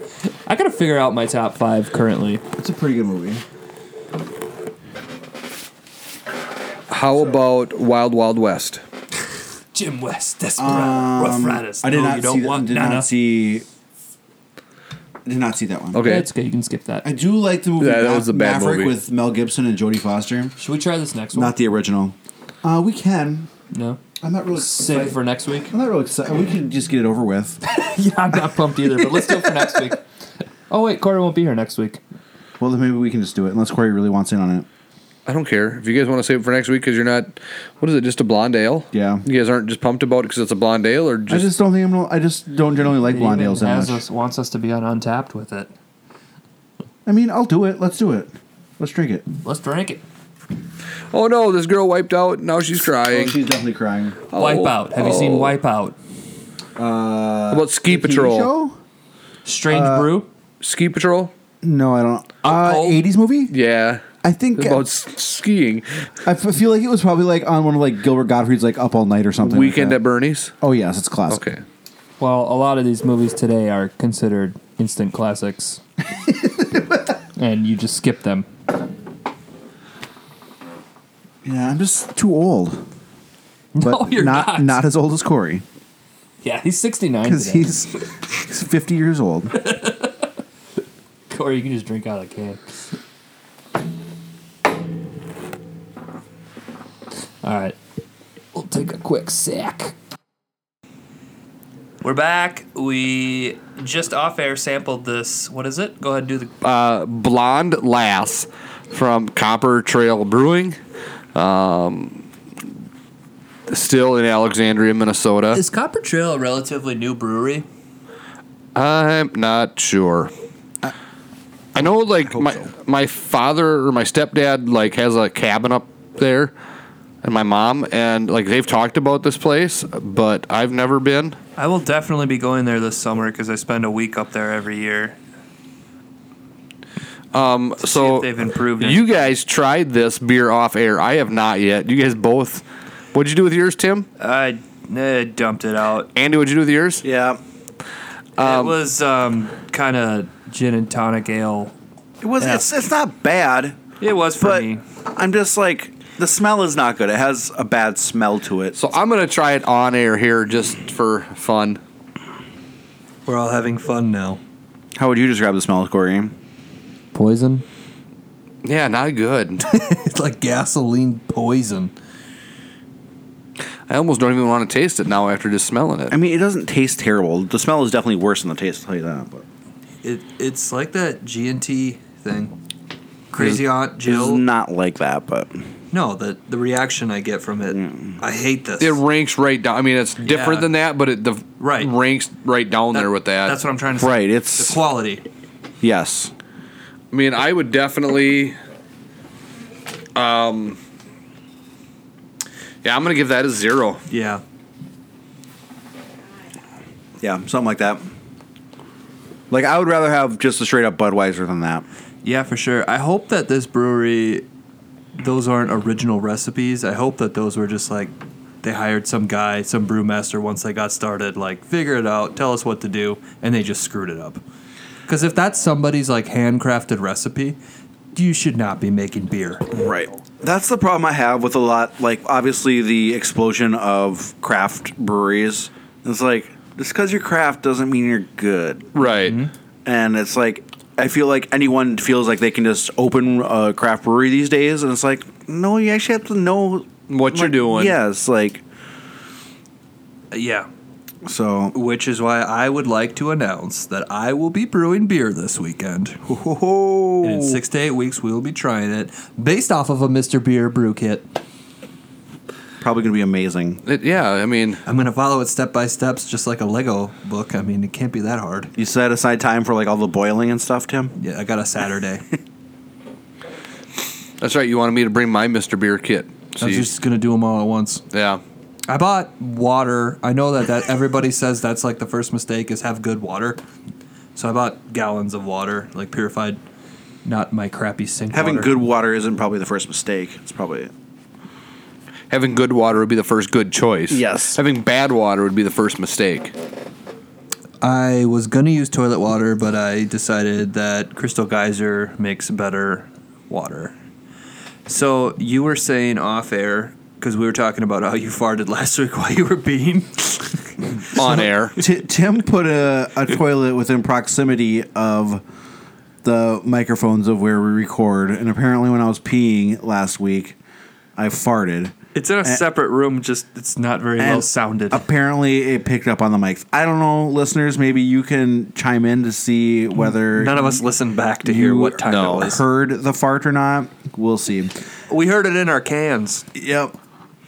Speaker 13: I gotta figure out my top five currently.
Speaker 17: It's a pretty good movie.
Speaker 2: How about Wild Wild West?
Speaker 13: Jim West,
Speaker 17: Um,
Speaker 13: Desperado, Rough Riders.
Speaker 17: I did
Speaker 13: No,
Speaker 17: not
Speaker 13: you don't
Speaker 17: see. That,
Speaker 13: want
Speaker 17: did
Speaker 13: none
Speaker 17: not
Speaker 13: of-
Speaker 17: see. Did not see that one.
Speaker 2: Okay.
Speaker 13: That's okay. You can skip that.
Speaker 17: I do like the movie
Speaker 2: Yeah, that
Speaker 17: Ma-
Speaker 2: was a bad
Speaker 17: Maverick
Speaker 2: movie.
Speaker 17: with Mel Gibson and Jodie Foster.
Speaker 13: Should we try this next one?
Speaker 17: Not the original. Uh, we can.
Speaker 13: no.
Speaker 17: I'm not really
Speaker 13: Save it
Speaker 17: excited.
Speaker 13: for next week.
Speaker 17: I'm not really excited. We can just get it over with.
Speaker 13: yeah, I'm not pumped either, but let's do it for next week. Oh wait, Carter won't be here next week.
Speaker 17: Well, then maybe we can just do it, unless Corey really wants in on it.
Speaker 2: I don't care if you guys want to save it for next week because you're not. What is it? Just a blonde ale?
Speaker 17: Yeah.
Speaker 2: You guys aren't just pumped about it because it's a blonde ale, or
Speaker 17: I
Speaker 2: just,
Speaker 17: just don't think I'm. Gonna, I just don't generally like
Speaker 13: It
Speaker 17: blonde
Speaker 13: even
Speaker 17: ales that
Speaker 13: has
Speaker 17: much.
Speaker 13: us- wants us to be on Untapped with it.
Speaker 17: I mean, I'll do it. Let's do it. Let's drink it.
Speaker 13: Let's drink it.
Speaker 2: oh no, this girl wiped out. Now she's crying.
Speaker 17: Oh, she's definitely crying.
Speaker 2: Oh,
Speaker 13: Wipeout. Have you seen
Speaker 2: oh.
Speaker 13: Wipeout?
Speaker 17: Uh,
Speaker 2: About Ski
Speaker 17: the TV
Speaker 2: Patrol.
Speaker 17: show?
Speaker 13: Strange
Speaker 2: Uh,
Speaker 13: Brew.
Speaker 2: Ski Patrol?
Speaker 17: No, I don't. Uh,
Speaker 13: Home?
Speaker 17: 80s movie?
Speaker 2: Yeah.
Speaker 17: I think
Speaker 2: Oh. About s- skiing.
Speaker 17: I f- feel like it was probably like on one of like Gilbert Gottfried's like Up All Night or something. like
Speaker 2: Weekend
Speaker 17: that.
Speaker 2: at Bernie's.
Speaker 17: Oh yes, it's classic.
Speaker 2: Okay.
Speaker 13: Well, a lot of these movies today are considered instant classics, and you just skip them.
Speaker 17: Yeah, I'm just too old. But
Speaker 13: No, you're
Speaker 17: not
Speaker 13: not.
Speaker 17: as old as Corey
Speaker 13: Yeah, he's 69
Speaker 17: because
Speaker 13: today.
Speaker 17: he's, he's 50 years old.
Speaker 13: Or you can just drink out of the can. All right. We'll take a quick sec. We're back. We just off air sampled this. What is it? Go ahead and do the.
Speaker 2: Uh, blonde Lass from Copper Trail Brewing. Um, still in Alexandria, Minnesota.
Speaker 13: Is Copper Trail a relatively new brewery?
Speaker 2: I'm not sure. I know, like my my father or my stepdad, like has a cabin up there, and my mom and like they've talked about this place, but I've never been.
Speaker 13: I will definitely be going there this summer because I spend a week up there every year.
Speaker 2: Um, so
Speaker 13: they've improved it.
Speaker 2: You guys tried this beer off air. I have not yet. You guys both. What'd you do with yours, Tim?
Speaker 13: I eh, dumped it out.
Speaker 2: Andy, what'd you do with yours?
Speaker 4: Yeah.
Speaker 13: it was um, kind of gin and tonic ale.
Speaker 4: It was. It's, it's not bad,
Speaker 13: It was for
Speaker 4: but
Speaker 13: me.
Speaker 4: I'm just like the smell is not good. It has a bad smell to it.
Speaker 2: So I'm gonna try it on air here just for fun.
Speaker 1: We're all having fun now.
Speaker 4: How would you describe the smell, Corey?
Speaker 21: Poison?
Speaker 2: Yeah, not good.
Speaker 1: It's like gasoline poison.
Speaker 2: I almost don't even want to taste it now after just smelling it.
Speaker 4: I mean, it doesn't taste terrible. The smell is definitely worse than the taste. I'll tell you that. But
Speaker 1: It it's like that G and T thing.
Speaker 4: It's-
Speaker 1: Crazy Aunt Jill.
Speaker 4: It's not like that, but
Speaker 1: no, the the reaction I get from it. I hate this.
Speaker 2: It ranks right down. I mean, it's different
Speaker 1: Yeah.
Speaker 2: than that, but it the
Speaker 1: Right.
Speaker 2: ranks right down
Speaker 1: That-
Speaker 2: there with that.
Speaker 13: That's what I'm trying to say.
Speaker 4: right,
Speaker 1: the
Speaker 4: it's
Speaker 1: quality.
Speaker 4: yes.
Speaker 2: I mean, I would definitely. Um. Yeah, I'm gonna give that a zero.
Speaker 1: Yeah.
Speaker 4: Yeah, something like that. Like I would rather have just a straight up Budweiser than that.
Speaker 1: Yeah, for sure. I hope that this brewery, those aren't original recipes. I hope that those were just like They hired some guy, some brewmaster, once they got started, like, figure it out, tell us what to do, and they just screwed it up. Because if that's somebody's, like, handcrafted recipe, you should not be making beer.
Speaker 4: Right.
Speaker 22: That's the problem I have with a lot. Like, obviously, the explosion of craft breweries. It's like just because you're craft doesn't mean you're good,
Speaker 2: right?
Speaker 22: And it's like I feel like anyone feels like they can just open a craft brewery these days, and it's like no, you actually have to know
Speaker 2: what
Speaker 4: Mm-hmm.
Speaker 22: you're doing. Yes, like
Speaker 1: Yeah.
Speaker 22: So,
Speaker 1: which is why I would like to announce that I will be brewing beer this weekend. And in six to eight weeks, we will be trying it based off of a Mr. Beer brew kit.
Speaker 22: Probably going to be amazing.
Speaker 2: yeah, I mean,
Speaker 1: I'm going to follow it step by steps, just like a Lego book. I mean, it can't be that hard.
Speaker 22: you set aside time for like all the boiling and stuff, Tim.
Speaker 1: Yeah, I got a Saturday.
Speaker 2: That's right. You wanted me to bring my Mr. Beer kit.
Speaker 1: I was
Speaker 2: See?
Speaker 1: just going to do them all at once.
Speaker 2: yeah.
Speaker 1: I bought water. I know that, that everybody says that's like the first mistake is have good water. So I bought gallons of water, like purified, not my crappy sink.
Speaker 22: Having
Speaker 1: water.
Speaker 22: good water isn't probably the first mistake. It's probably
Speaker 2: Having good water would be the first good choice.
Speaker 22: Yes.
Speaker 2: Having bad water would be the first mistake.
Speaker 1: I was gonna use toilet water, but I decided that Crystal Geyser makes better water. So you were saying off air because we were talking about how you farted last week while you were being
Speaker 2: on air.
Speaker 22: T-
Speaker 17: Tim put a, a toilet within proximity of the microphones of where we record, and apparently, when I was peeing last week, I farted.
Speaker 13: It's in a
Speaker 17: And-
Speaker 13: separate room. Just it's not very well sounded.
Speaker 17: Apparently, it picked up on the mics. I don't know, listeners. Maybe you can chime in to see whether
Speaker 1: None of us listened back to hear
Speaker 17: you
Speaker 1: what time it was.
Speaker 17: Heard the fart or not? We'll see.
Speaker 1: We heard it in our cans.
Speaker 17: Yep.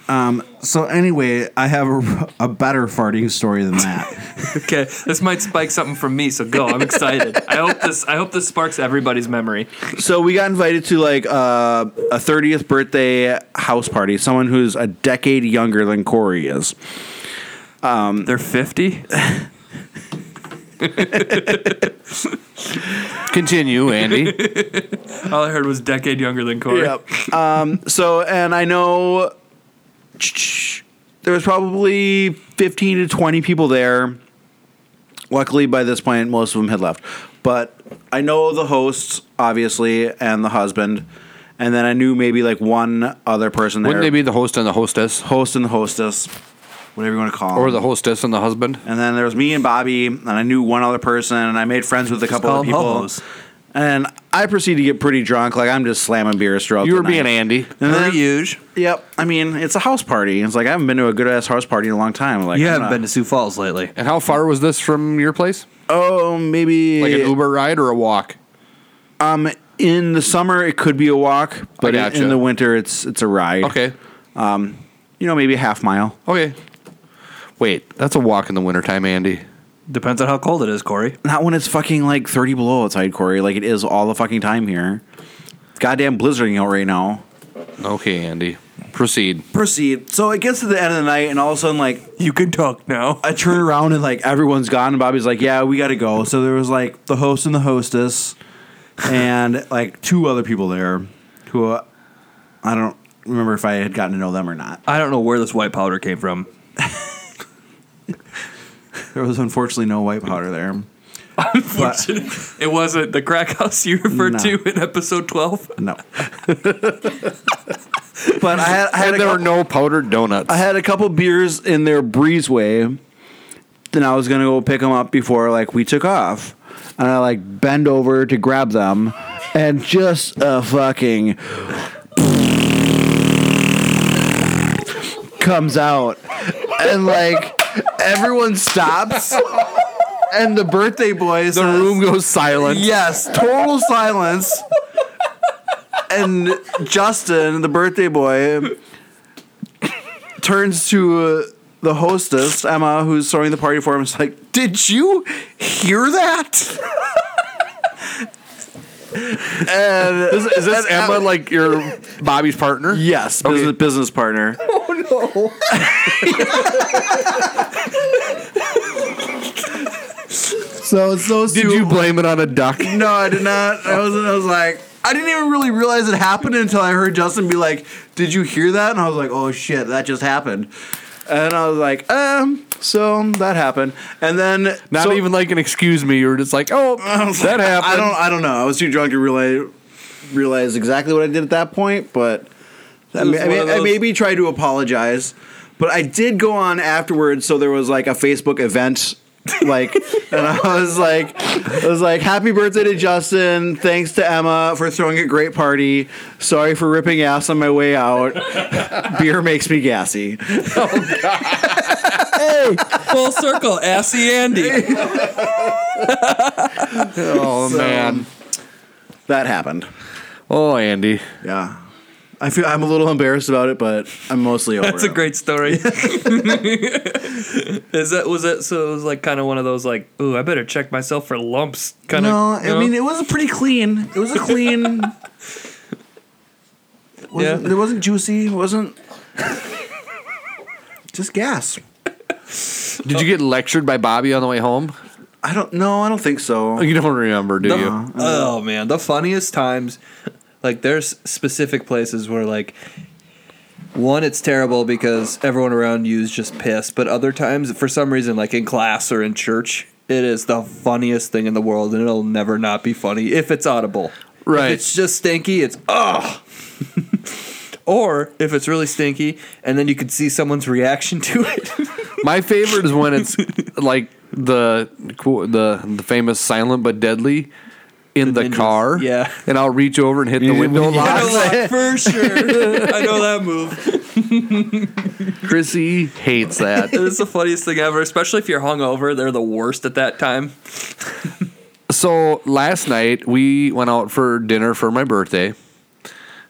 Speaker 17: Um, so anyway, I have a, a better farting story than that.
Speaker 13: okay, this might spike something from me. So go. I'm excited. I hope this. I hope this sparks everybody's memory.
Speaker 4: So we got invited to like uh, a 30th birthday house party. Someone who's a decade younger than Corey is. Um,
Speaker 13: They're 50.
Speaker 2: Continue, Andy.
Speaker 13: All I heard was decade younger than Corey.
Speaker 4: Yep. Um, so, and I know there was probably 15 to 20 people there. Luckily, by this point, most of them had left. But I know the hosts, obviously, and the husband. And then I knew maybe like one other person there.
Speaker 2: Wouldn't they be the host and the hostess?
Speaker 4: Host and the hostess, whatever you want to call
Speaker 2: Or
Speaker 4: them.
Speaker 2: the hostess and the husband?
Speaker 4: And then there was me and Bobby, and I knew one other person, and I made friends with a couple
Speaker 2: call
Speaker 4: of
Speaker 2: 'em
Speaker 4: people.
Speaker 2: hobos.
Speaker 4: And I proceeded to get pretty drunk, like I'm just slamming beers throughout.
Speaker 2: You
Speaker 4: the
Speaker 2: were being
Speaker 4: night.
Speaker 2: Andy.
Speaker 4: and
Speaker 2: Per
Speaker 4: then, Yep. I mean, it's a house party. It's like I haven't been to a good ass house party in a long time. Like
Speaker 2: You
Speaker 4: I'm
Speaker 2: haven't
Speaker 4: not-
Speaker 2: been to
Speaker 1: Sioux Falls lately.
Speaker 2: And how far was this from your place?
Speaker 4: Oh, maybe
Speaker 2: like an Uber ride or a walk.
Speaker 4: Um, in the summer it could be a walk, but in-
Speaker 2: gotcha.
Speaker 4: in the winter it's it's a ride.
Speaker 2: Okay.
Speaker 4: Um, you know, maybe a half mile.
Speaker 2: Okay. Wait, that's a walk in the wintertime, Andy.
Speaker 1: Depends on how cold it is, Corey.
Speaker 4: Not when it's fucking like 30 below outside, Corey. Like it is all the fucking time here. It's goddamn blizzarding out right now.
Speaker 2: Okay, Andy. Proceed.
Speaker 4: Proceed. So it gets to the end of the night, and all of a sudden, like
Speaker 13: you can talk now.
Speaker 4: I turn around and like everyone's gone, and Bobby's like, "Yeah, we got to go."
Speaker 22: So there was like the host and the hostess, and like two other people there, who uh, I don't remember if I had gotten to know them or not.
Speaker 1: I don't know where this white powder came from.
Speaker 22: There was unfortunately no white powder there.
Speaker 13: Unfortunately, it wasn't the crack house you referred
Speaker 22: No.
Speaker 13: to in episode 12.
Speaker 22: No. but I had, I had
Speaker 2: there were no powdered donuts.
Speaker 4: I had a couple beers in their breezeway, then I was gonna go pick them up before like we took off, and I like bend over to grab them, and just a fucking comes out, and like everyone stops. And the birthday boy The room
Speaker 2: goes silent.
Speaker 4: Yes, total silence. and Justin, the birthday boy, turns to uh, the hostess, Emma, who's throwing the party for him. Is like, did you hear that? and
Speaker 2: Is, is this
Speaker 4: and
Speaker 2: Emma like your Bobby's partner?
Speaker 4: Yes, business, business partner.
Speaker 2: Oh
Speaker 4: So it's those.
Speaker 2: Did you blame it on a duck?
Speaker 4: No, I did not. I was. I was like, I didn't even really realize it happened until I heard Justin be like, "Did you hear that?" And I was like, "Oh shit, that just happened." And I was like, um, so that happened. And then
Speaker 2: Not
Speaker 4: so-
Speaker 2: even like an excuse me. You were just like, oh,
Speaker 4: I was
Speaker 2: that
Speaker 4: like,
Speaker 2: happened.
Speaker 4: I don't. I don't know. I was too drunk to realize realize exactly what I did at that point, but I,
Speaker 2: It was
Speaker 4: may, I,
Speaker 2: one
Speaker 4: may-
Speaker 2: of
Speaker 4: I
Speaker 2: those-
Speaker 4: maybe tried to apologize. But I did go on afterwards, so there was like a Facebook event. like and I was like I was like happy birthday to Justin thanks to Emma for throwing a great party sorry for ripping ass on my way out beer makes me gassy
Speaker 13: hey, full circle, assy Andy.
Speaker 4: oh
Speaker 2: man.
Speaker 4: that happened
Speaker 2: Oh, Andy.
Speaker 4: Yeah. I feel I'm a little embarrassed about it, but I'm mostly over
Speaker 13: That's a
Speaker 4: it.
Speaker 13: great story. Is that was that so? It was like kind of one of those like, ooh, I better check myself for lumps. Kind of.
Speaker 4: no, I mean it was a pretty clean. It was a clean. it wasn't,
Speaker 13: Yeah.
Speaker 4: It wasn't juicy. It wasn't. just gas.
Speaker 2: Did you get lectured by Bobby on the way home? Oh,
Speaker 4: I don't. No, I don't think so.
Speaker 2: You don't remember, do
Speaker 1: The-
Speaker 2: you?
Speaker 1: Oh man, the funniest times. Like there's specific places where like one it's terrible because everyone around you is just pissed, but other times for some reason like in class or in church, it is the funniest thing in the world and it'll never not be funny if it's audible.
Speaker 2: Right.
Speaker 1: If it's just stinky, it's oh. or if it's really stinky and then you can see someone's reaction to it.
Speaker 2: My favorite is when it's like the the the famous silent but deadly in the, car.
Speaker 1: Yeah.
Speaker 2: And I'll reach over and hit the window
Speaker 13: I know
Speaker 2: lock.
Speaker 13: that for sure. I know that move.
Speaker 2: Chrissy hates that.
Speaker 13: It's the funniest thing ever, especially if you're hungover. They're the worst at that time.
Speaker 2: So last night we went out for dinner for my birthday.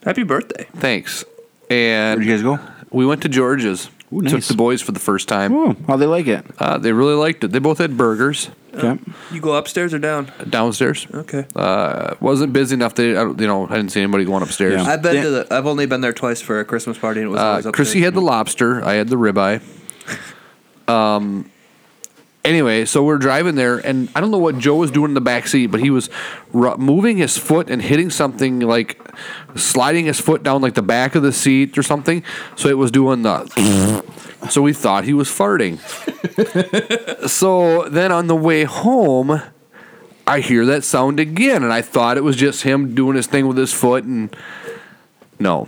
Speaker 13: Happy birthday!
Speaker 2: Thanks. And
Speaker 4: you guys go?
Speaker 2: We went to George's.
Speaker 4: Ooh,
Speaker 2: Took
Speaker 4: nice.
Speaker 2: the boys for the first time.
Speaker 4: Ooh, how they like it?
Speaker 2: Uh, they really liked it. They both had burgers
Speaker 4: Okay.
Speaker 13: You go upstairs or down?
Speaker 2: downstairs.
Speaker 13: Okay.
Speaker 2: Uh, wasn't busy enough. They, I don't- you know, I didn't see anybody going upstairs.
Speaker 1: I've been to the I've only been there twice for a Christmas party and it was always
Speaker 2: Uh,
Speaker 1: up
Speaker 2: Chrissy had the lobster. I had the ribeye. Um. Anyway, so we're driving there, and I don't know what Joe was doing in the back seat, but he was ru- moving his foot and hitting something like sliding his foot down like the back of the seat or something. So it was doing the. So we thought he was farting. so then on the way home, I hear that sound again, and I thought it was just him doing his thing with his foot, and no.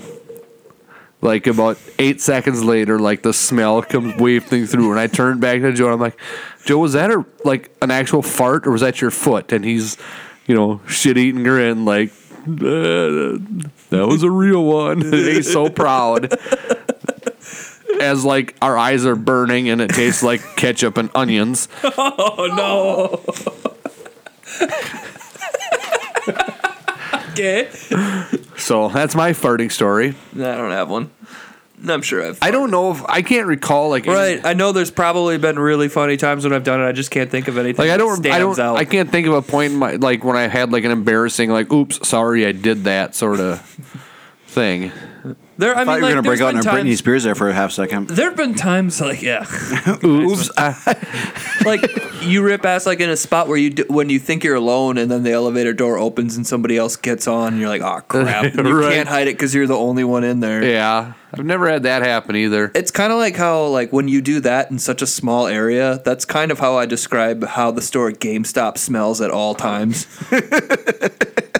Speaker 2: Like about eight seconds later, like the smell comes wafting through, and I turn back to Joe, and I'm like, "Joe, was that a like an actual fart, or was that your foot?" And he's, you know, shit eating grin, like, "Uh, "That was a real one." And he's so proud. As like our eyes are burning and it tastes like ketchup and onions.
Speaker 13: Oh no. okay.
Speaker 2: So that's my farting story.
Speaker 13: I don't have one. I'm sure I've.
Speaker 2: I don't know if I can't recall like any-
Speaker 13: Right. I know there's probably been really funny times when I've done it. I just can't think of anything.
Speaker 2: Like I
Speaker 13: that
Speaker 2: don't,
Speaker 13: stands
Speaker 2: I don't,
Speaker 13: out.
Speaker 2: I can't think of a point in my like when I had like an embarrassing like, oops, sorry, I did that sort of thing.
Speaker 13: there. I,
Speaker 4: I thought
Speaker 13: mean,
Speaker 4: you were
Speaker 13: like,
Speaker 4: gonna
Speaker 13: there's
Speaker 4: break out
Speaker 13: been
Speaker 4: into Britney
Speaker 13: times-
Speaker 4: Spears there for a half second.
Speaker 13: There have been times like yeah,
Speaker 2: oops,
Speaker 13: like you rip ass like in a spot where you do, when you think you're alone, and then the elevator door opens and somebody else gets on, and you're like, oh crap, and you
Speaker 2: Right.
Speaker 13: can't hide it because you're the only one in there.
Speaker 2: Yeah, I've never had that happen either.
Speaker 13: It's kind of like how like when you do that in such a small area. That's kind of how I describe how the store GameStop smells at all times.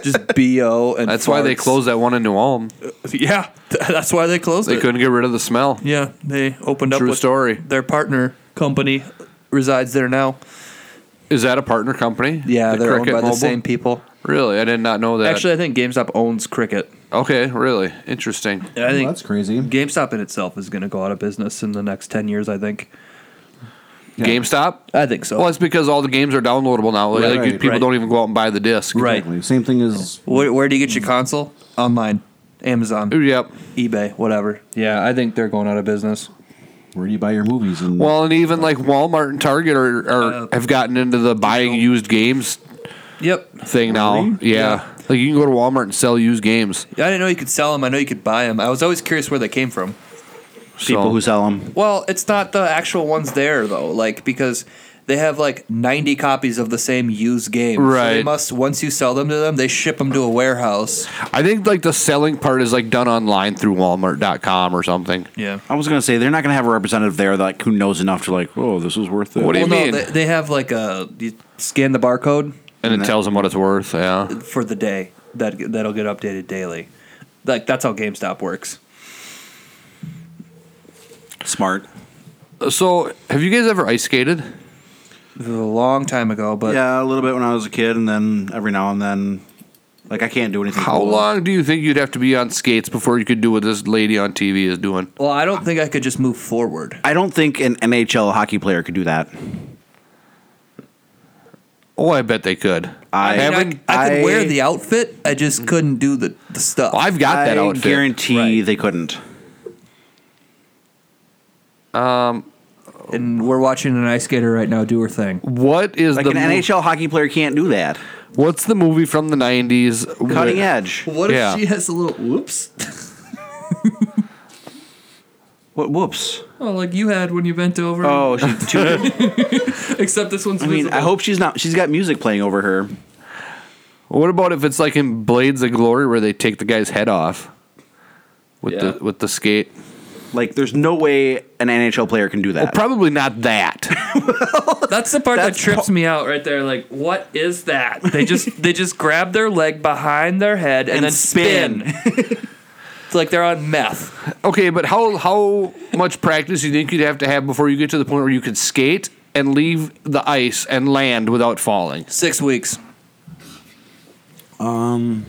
Speaker 13: Just bo and
Speaker 2: That's why they
Speaker 13: farts.
Speaker 2: closed that one in New Ulm.
Speaker 13: Yeah, th- that's why they closed
Speaker 2: They
Speaker 13: it.
Speaker 2: couldn't get rid of the smell.
Speaker 13: Yeah, they opened up.
Speaker 2: True
Speaker 13: with
Speaker 2: story.
Speaker 13: Their partner company resides there now.
Speaker 2: Is that a partner company?
Speaker 13: Yeah,
Speaker 2: The
Speaker 13: they're owned
Speaker 2: Cricket
Speaker 13: by the
Speaker 2: Mobile?
Speaker 13: same people.
Speaker 2: Really, I did not know that.
Speaker 13: Actually, I think GameStop owns Cricket.
Speaker 2: okay, really interesting.
Speaker 13: I think
Speaker 17: that's crazy.
Speaker 13: GameStop in itself is going to go out of business in the next ten years. I think.
Speaker 2: GameStop.
Speaker 13: I think so.
Speaker 2: Well, it's because all the games are downloadable now. Like,
Speaker 13: Right,
Speaker 2: like, people
Speaker 13: right.
Speaker 2: don't even go out and buy the disc.
Speaker 13: Right.
Speaker 17: Same thing as
Speaker 13: Where, where do you get your console? Online, Amazon,
Speaker 2: Yep.
Speaker 13: eBay, whatever. Yeah, I think they're going out of business.
Speaker 17: where do you buy your movies? And
Speaker 2: Well, and even like Walmart and Target are, are
Speaker 13: Uh,
Speaker 2: have gotten into the buying used games
Speaker 13: Yep.
Speaker 2: thing now. Yeah. Like you can go to Walmart and sell used games.
Speaker 13: I didn't know you could sell them. I know you could buy them. I was always curious where they came from.
Speaker 2: So-
Speaker 4: People who sell them.
Speaker 13: Well, it's not the actual ones there though, like because
Speaker 1: They have like 90 copies of the same used game. So they
Speaker 2: Right.
Speaker 1: must once you sell them to them, they ship them to a warehouse.
Speaker 2: I think like the selling part is like done online through Walmart.com or something.
Speaker 1: Yeah.
Speaker 4: I was gonna say they're not gonna have a representative there that like who knows enough to like, oh, this is worth it.
Speaker 1: Well, No, they, they have like a you scan the barcode
Speaker 2: And it tells them what it's worth. Yeah.
Speaker 1: for the day that that'll get updated daily. Like that's how GameStop works.
Speaker 4: Smart.
Speaker 2: So, have you guys ever ice skated?
Speaker 1: A long time ago, but
Speaker 4: yeah, a little bit when I was a kid, and then every now and then, like I can't do anything.
Speaker 2: How long do you think you'd have to be on skates before you could do what this lady on TV is doing?
Speaker 1: Well, I don't think I could just move forward.
Speaker 4: I don't think an NHL hockey player could do that.
Speaker 2: Oh, I bet they could.
Speaker 4: I,
Speaker 1: I, mean, I, I could wear the outfit. I just couldn't do the, the stuff.
Speaker 2: I've got that outfit.
Speaker 4: guarantee they couldn't.
Speaker 2: Um,
Speaker 1: and we're watching an ice skater right now do her thing.
Speaker 2: What is
Speaker 4: Like
Speaker 2: the
Speaker 4: an
Speaker 2: mo-
Speaker 4: NHL hockey player can't do that.
Speaker 2: What's the movie from the nineties?
Speaker 4: Cutting edge.
Speaker 1: What if
Speaker 2: yeah.
Speaker 1: she has a little whoops?
Speaker 4: What whoops?
Speaker 13: Oh, like you had when you bent over.
Speaker 4: Oh, she too.
Speaker 13: Except this one's.
Speaker 4: I mean, I hope she's not. She's got music playing over her.
Speaker 2: What about if it's like in Blades of Glory where they take the guy's head off with
Speaker 4: Yeah.
Speaker 2: the with the skate?
Speaker 4: Like, there's no way an NHL player can do that. Well,
Speaker 2: Oh, probably not that.
Speaker 13: That's the part that trips me out right there. Like, what is that? They just they just grab their leg behind their head and,
Speaker 2: And
Speaker 13: then spin. it's like they're on meth.
Speaker 2: Okay, but how how much practice do you think you'd have to have before you get to the point where you could skate and leave the ice and land without falling?
Speaker 1: Six weeks.
Speaker 17: Um,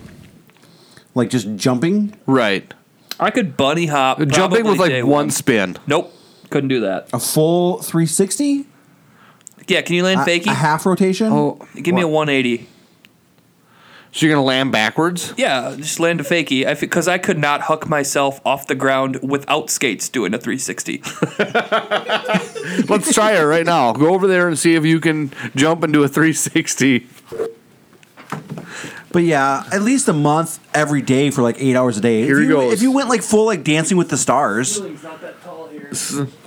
Speaker 17: like just jumping.
Speaker 2: Right.
Speaker 13: I could bunny hop.
Speaker 2: Jumping with
Speaker 13: probably
Speaker 2: like
Speaker 13: day
Speaker 2: one, spin.
Speaker 13: Nope, couldn't do that.
Speaker 17: A full 360.
Speaker 13: Yeah, can you land
Speaker 17: A-
Speaker 13: fakie?
Speaker 17: A half rotation.
Speaker 2: Oh,
Speaker 13: Give me a 180.
Speaker 2: So you're gonna land backwards?
Speaker 13: Yeah, just land a fakie. I because I could not huck myself off the ground without skates doing a 360.
Speaker 2: Let's try it right now. Go over there and see if you can jump into a 360.
Speaker 17: But yeah, at least a month every day for like eight hours a day.
Speaker 2: Here
Speaker 17: if
Speaker 2: he
Speaker 17: you,
Speaker 2: goes.
Speaker 17: If you went like full like Dancing with the Stars,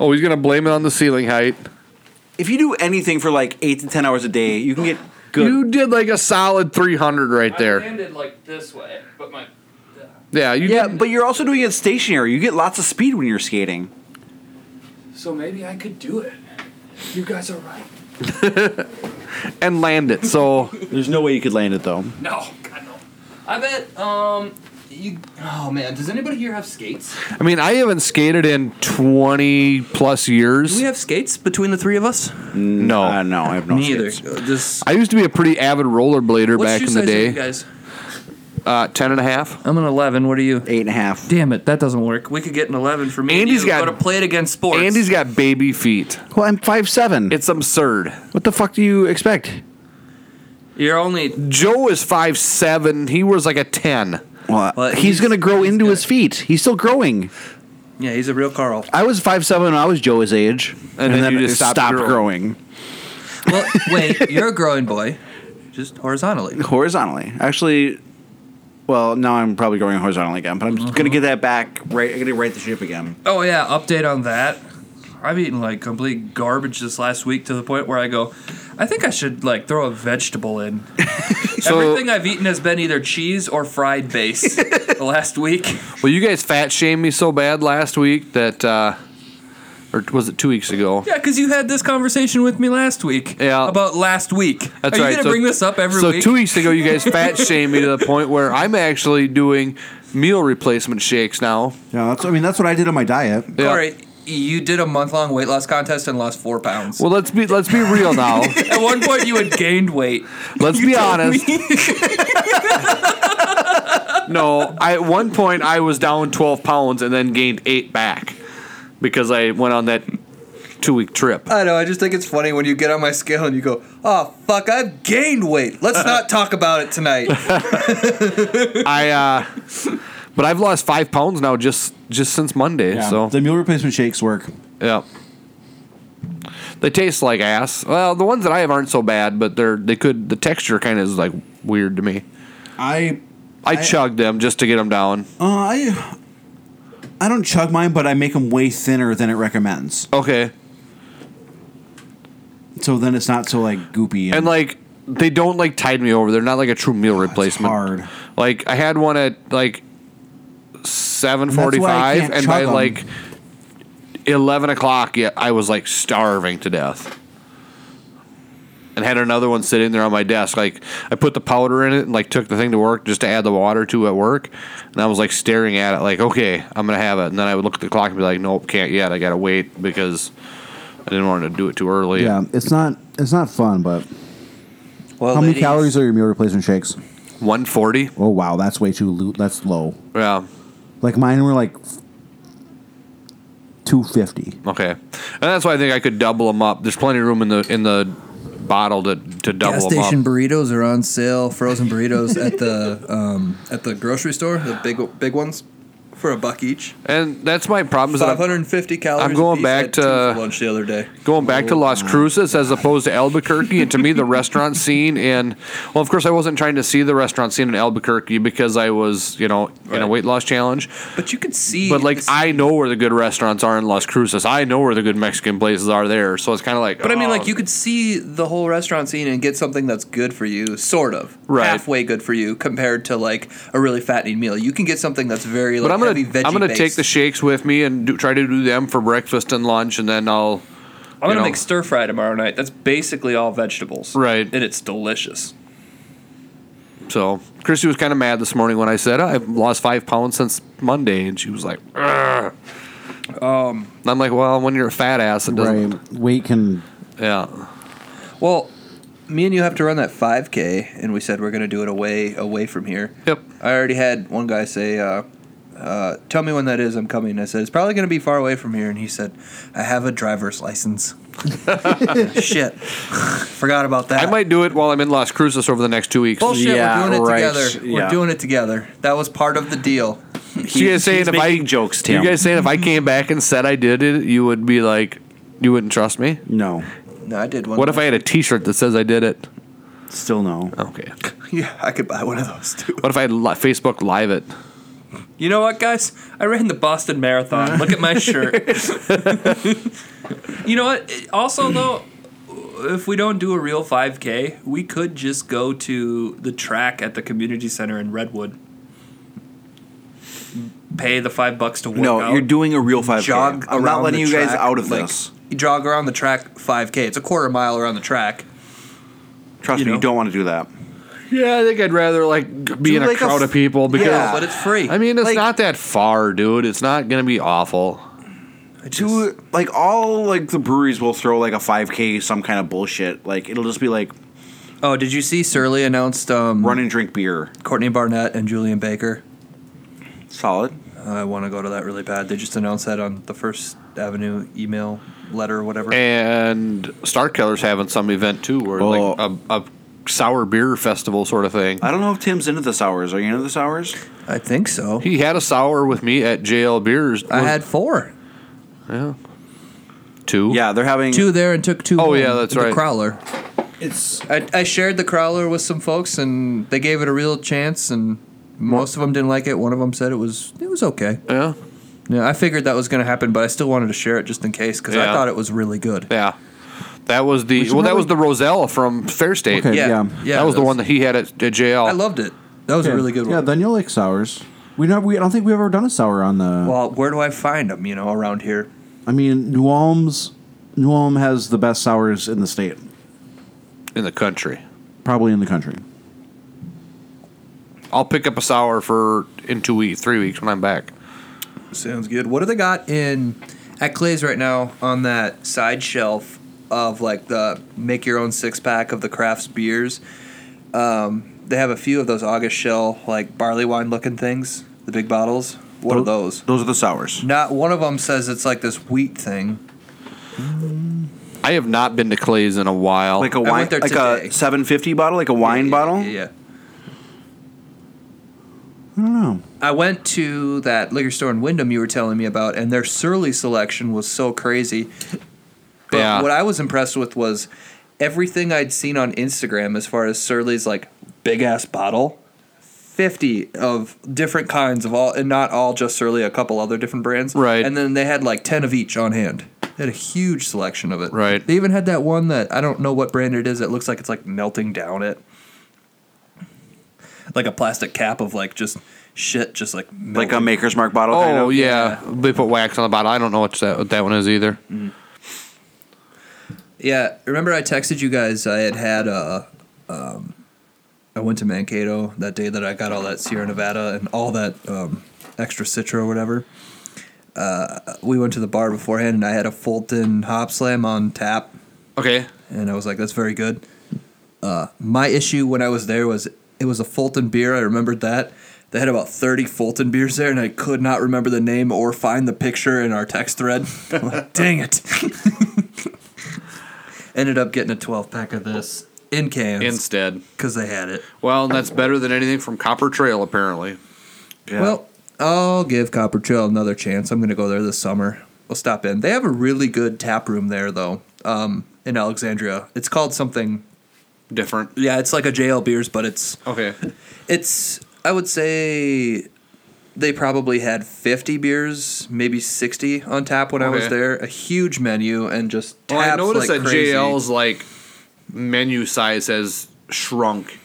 Speaker 2: Oh, he's gonna blame it on the ceiling height.
Speaker 4: If you do anything for like eight to ten hours a day, you can get good.
Speaker 2: You did like a solid 300 right there.
Speaker 13: landed like this way, but my
Speaker 2: Yeah, you
Speaker 4: yeah, but you're also doing it stationary. You get lots of speed when you're skating.
Speaker 13: so maybe I could do it. You guys are right.
Speaker 2: and land it. So
Speaker 4: there's no way you could land it though.
Speaker 13: No, God no. I bet. Um, you. Oh man, does anybody here have skates?
Speaker 2: I mean, I haven't skated in 20 plus years.
Speaker 1: Do we have skates between the three of us?
Speaker 2: No,
Speaker 4: uh, no, I have no.
Speaker 1: Neither.
Speaker 4: skates.
Speaker 1: Just
Speaker 2: I used to be a pretty avid rollerblader
Speaker 13: What
Speaker 2: Uh, back
Speaker 13: shoe
Speaker 2: in the
Speaker 13: size are
Speaker 2: day.
Speaker 13: you guys?
Speaker 2: Uh, 10 and a half.
Speaker 13: I'm an 11. What are you?
Speaker 4: Eight and a half.
Speaker 13: Damn it, that doesn't work. We could get an 11 for me.
Speaker 2: Andy's
Speaker 13: Andy's
Speaker 2: got-
Speaker 13: got to play it against sports.
Speaker 2: Andy's got baby feet.
Speaker 4: Well, I'm five seven.
Speaker 2: It's absurd.
Speaker 4: What the fuck do you expect?
Speaker 13: You're only.
Speaker 2: Joe is five seven. He was like a 10.
Speaker 4: Well,
Speaker 1: Well,
Speaker 4: he's,
Speaker 1: he's-
Speaker 4: gonna grow into his feet. He's still growing.
Speaker 1: yeah, he's a real Carl.
Speaker 4: I was five seven when I was Joe's age,
Speaker 2: And then you just stopped growing.
Speaker 1: Well, wait, you're a growing boy, just horizontally.
Speaker 4: horizontally. Actually, well, now I'm probably growing horizontally again, but I'm just gonna get that back. Right, I'm gonna right the ship again.
Speaker 13: Oh yeah, update on that. I've eaten like complete garbage this last week to the point where I go, I think I should like throw a vegetable in. Everything I've eaten has been either cheese or fried base the last week.
Speaker 2: Well, you guys fat shamed me so bad last week that, uh, or was it two weeks ago?
Speaker 13: Yeah, because you had this conversation with me last week.
Speaker 2: Yeah.
Speaker 13: About last week.
Speaker 2: That's
Speaker 13: Are
Speaker 2: right.
Speaker 13: you gonna
Speaker 2: So-
Speaker 13: bring this up every
Speaker 2: so
Speaker 13: week?
Speaker 2: two weeks ago, you guys fat shamed me to the point where I'm actually doing meal replacement shakes now.
Speaker 17: yeah, that's I mean that's what I did on my diet.
Speaker 2: Yeah.
Speaker 1: Corey, you did a month long weight loss contest and lost four pounds.
Speaker 2: Well, let's be let's be real now.
Speaker 13: At one point, you had gained weight.
Speaker 2: Let's be honest. no, I at one point I was down 12 pounds and then gained eight back because I went on that two week trip.
Speaker 1: I know. I just think it's funny when you get on my scale and you go, "Oh fuck, I've gained weight. Let's not talk about it tonight."
Speaker 2: I uh, but I've lost five pounds now just just since Monday.
Speaker 17: Yeah.
Speaker 2: So
Speaker 17: the meal replacement shakes work.
Speaker 2: yeah. They taste like ass. Well, the ones that I have aren't so bad, but they're they could the texture kind of is like weird to me.
Speaker 17: I
Speaker 2: I, chugged them just to get them down.
Speaker 17: uh, I I don't chug mine, but I make them way thinner than it recommends.
Speaker 2: Okay.
Speaker 17: So then it's not so like goopy.
Speaker 2: and like they don't like tide me over. They're not like a true meal replacement.
Speaker 17: hard.
Speaker 2: Like I had one at like seven forty
Speaker 17: why I
Speaker 2: five,
Speaker 17: can't
Speaker 2: and
Speaker 17: chug
Speaker 2: by
Speaker 17: 'em.
Speaker 2: like eleven o'clock, yeah, I was like starving to death. And had another one sitting there on my desk. Like I put the powder in it and like took the thing to work just to add the water to at work. And I was like staring at it, like, okay, I'm gonna have it. And then I would look at the clock and be like, nope, can't yet. I gotta wait because I didn't want to do it too early.
Speaker 17: yeah, it's not it's not fun, but
Speaker 2: Well,
Speaker 17: how many
Speaker 2: ladies-
Speaker 17: calories are your meal replacement shakes?
Speaker 2: One forty.
Speaker 17: Oh wow, that's way too lo- that's low.
Speaker 2: Yeah.
Speaker 17: Like mine were like two fifty.
Speaker 2: Okay, and that's why I think I could double them up. There's plenty of room in the in the bottle to to
Speaker 13: Gas
Speaker 2: double them
Speaker 13: station
Speaker 2: up.
Speaker 13: burritos are on sale. Frozen burritos at the um, at the grocery store, the big big ones, for a buck each.
Speaker 2: And that's my problem. Is that I'm,
Speaker 13: 550 calories.
Speaker 2: I'm going
Speaker 13: apiece. I
Speaker 2: back
Speaker 13: had two for
Speaker 2: to
Speaker 13: lunch the other day.
Speaker 2: going back to Las Cruces as opposed to Albuquerque, and to me the restaurant scene in well, of course I wasn't trying to see the restaurant scene in Albuquerque because I was you know in a weight loss challenge.
Speaker 13: But you could see.
Speaker 2: But like I know where the good restaurants are in Las Cruces. I know where the good Mexican places are there. So it's kind of like.
Speaker 13: But I mean,
Speaker 2: oh,
Speaker 13: like you could see the whole restaurant scene and get something that's good for you, sort of,
Speaker 2: Right.
Speaker 13: halfway good for you, compared to like a really fattening meal. You can get something that's very like
Speaker 2: but I'm gonna
Speaker 13: heavy veggie.
Speaker 2: I'm gonna take
Speaker 13: based.
Speaker 2: the shakes with me and do, try to do them for breakfast and lunch, and then I'll.
Speaker 23: I'm
Speaker 2: you
Speaker 23: gonna
Speaker 2: know-
Speaker 23: make stir fry tomorrow night. That's basically all vegetables.
Speaker 2: Right.
Speaker 23: And it's delicious.
Speaker 2: So Christy was kind of mad this morning when I said I've lost five pounds since Monday, and she was like, "Ugh."
Speaker 23: Um,
Speaker 2: And I'm like, well, when you're a fat ass, it doesn't.
Speaker 17: Right, weight can
Speaker 2: Yeah.
Speaker 13: Well, me and you have to run that 5K, and we said we're going to do it away away from here.
Speaker 2: Yep.
Speaker 13: I already had one guy say, uh, uh, "Tell me when that is. I'm coming." I said, "It's probably going to be far away from here," and he said, "I have a driver's license." Shit, forgot about that.
Speaker 2: I might do it while I'm in Las Cruces over the next two weeks.
Speaker 13: Bullshit. we're doing it together. We're doing it together. That was part of the deal.
Speaker 2: you guys saying if I
Speaker 4: jokes,
Speaker 2: You guys saying if I came back and said I did it, you would be like, you wouldn't trust me?
Speaker 17: No.
Speaker 13: No, I did one.
Speaker 2: What if I had a T-shirt that says I did it?
Speaker 17: Still no.
Speaker 2: Okay.
Speaker 13: Yeah, I could buy one of those too.
Speaker 2: What if I had li- Facebook Live it?
Speaker 23: You know what, guys? I ran the Boston Marathon. Look at my shirt. you know what? Also, though, if we don't do a real 5K, we could just go to the track at the community center in Redwood. Pay the five bucks to work
Speaker 4: No,
Speaker 23: out.
Speaker 4: you're doing a real 5K.
Speaker 13: Jog
Speaker 4: I'm
Speaker 13: around
Speaker 4: not letting
Speaker 13: the
Speaker 4: you guys
Speaker 13: track,
Speaker 4: out of
Speaker 13: like,
Speaker 4: this.
Speaker 13: You jog around the track 5K. It's a quarter mile around the track.
Speaker 4: Trust me, you don't want to do that.
Speaker 2: Yeah, I think I'd rather like be
Speaker 4: Do
Speaker 2: in a
Speaker 4: like a
Speaker 2: crowd
Speaker 4: f-
Speaker 2: of people because
Speaker 4: Yeah, but it's
Speaker 13: free.
Speaker 2: I mean, it's not that far, dude. It's not gonna be awful.
Speaker 4: To like all like the breweries will throw like a 5K some kind of bullshit. Like it'll just be like
Speaker 13: Oh, did you see Surly announced um,
Speaker 4: run and drink beer?
Speaker 13: Courtney Barnett and Julian Baker?
Speaker 4: Solid.
Speaker 13: I want to go to that really bad. They just announced that on the First Avenue email letter or whatever.
Speaker 2: And Star Killer's having some event too, where like a, a sour beer festival sort of thing.
Speaker 4: I don't know if Tim's into the sours. Are you into the sours?
Speaker 13: I think so.
Speaker 2: He had a sour with me at JL Beers.
Speaker 13: I had four.
Speaker 2: yeah, two.
Speaker 4: Yeah, they're having
Speaker 13: Two there and took two.
Speaker 2: Oh,
Speaker 13: home
Speaker 2: yeah, that's
Speaker 13: with
Speaker 2: right.
Speaker 13: The Crowler.
Speaker 17: It's
Speaker 13: I, I shared the Crowler with some folks and they gave it a real chance and most of them didn't like it. One of them said it was it was okay.
Speaker 2: Yeah.
Speaker 13: Yeah, I figured that was going to happen, but I still wanted to share it just in case because I
Speaker 2: Yeah.
Speaker 13: thought it was really good.
Speaker 2: Yeah, that was the
Speaker 13: We should
Speaker 2: well, that was the
Speaker 13: probably-
Speaker 2: Roselle from Fair State.
Speaker 17: Okay, Yeah. yeah.
Speaker 13: Yeah,
Speaker 2: that was the
Speaker 13: that's-
Speaker 2: one that he had at, at JL.
Speaker 13: I loved it. That was
Speaker 17: Yeah,
Speaker 13: a really good
Speaker 17: Yeah,
Speaker 13: one.
Speaker 17: then you'll like sours. We don't. We I don't think we've ever done a sour on the.
Speaker 13: Well, where do I find them? You know, around here.
Speaker 17: I mean, New Ulm's. New Ulm has the best sours in the state,
Speaker 2: in the country.
Speaker 17: probably in the country.
Speaker 2: I'll pick up a sour for in two weeks, three weeks when I'm back.
Speaker 13: Sounds good. What do they got in at Clay's right now on that side shelf of like the make your own six pack of the crafts beers? Um, they have a few of those August shell like barley wine looking things, the big bottles. What are those?
Speaker 4: Those are the sours.
Speaker 13: Not one of them says it's like this wheat thing.
Speaker 2: I have not been to Clay's in a while.
Speaker 4: Like a
Speaker 13: I went
Speaker 4: wine,
Speaker 13: there
Speaker 4: like
Speaker 13: today.
Speaker 4: a 750 bottle, like a wine bottle.
Speaker 13: Yeah.
Speaker 17: I don't know.
Speaker 13: I went to that liquor store in Wyndham you were telling me about, and their Surly selection was so crazy. But
Speaker 2: Yeah.
Speaker 13: what I was impressed with was everything I'd seen on Instagram as far as Surly's like big ass bottle. 50 of different kinds of all, and not all just Surly, a couple other different brands.
Speaker 2: Right.
Speaker 13: And then they had like 10 of each on hand. They had a huge selection of it.
Speaker 1: Right.
Speaker 13: They even had that one that I don't know what brand it is. It looks like it's like melting down it. Like a plastic cap of like just shit, just like
Speaker 4: Like a Maker's Mark bottle.
Speaker 2: Oh
Speaker 4: kind of?
Speaker 2: yeah. they put wax on the bottle. I don't know what that what that one is either.
Speaker 13: Yeah, remember I texted you guys. I had had a. Um, I went to Mankato that day that I got all that Sierra Nevada and all that um, extra Citra or whatever. Uh, we went to the bar beforehand, and I had a Fulton Hop Slam on tap.
Speaker 2: Okay.
Speaker 13: And I was like, "That's very good." Uh, my issue when I was there was it was a Fulton beer. I remembered that. They had about 30 Fulton beers there, and I could not remember the name or find the picture in our text thread. I'm like, Dang it. Ended up getting a 12 pack of this in cans.
Speaker 2: Instead.
Speaker 13: Because they had it.
Speaker 2: Well, and that's better than anything from Copper Trail apparently.
Speaker 13: Well, I'll give Copper Trail another chance. I'm going to go there this summer. We'll stop in. They have a really good tap room there, though, um, in Alexandria. It's called something
Speaker 2: different.
Speaker 13: Yeah, it's like a JL Beers, but it's
Speaker 2: okay.
Speaker 13: It's I would say they probably had 50 beers, maybe 60 on tap when I was
Speaker 2: Okay.
Speaker 13: there. A huge menu and just
Speaker 2: Well,
Speaker 13: taps
Speaker 2: I noticed
Speaker 13: like
Speaker 2: that
Speaker 13: crazy.
Speaker 2: JL's like menu size has shrunk.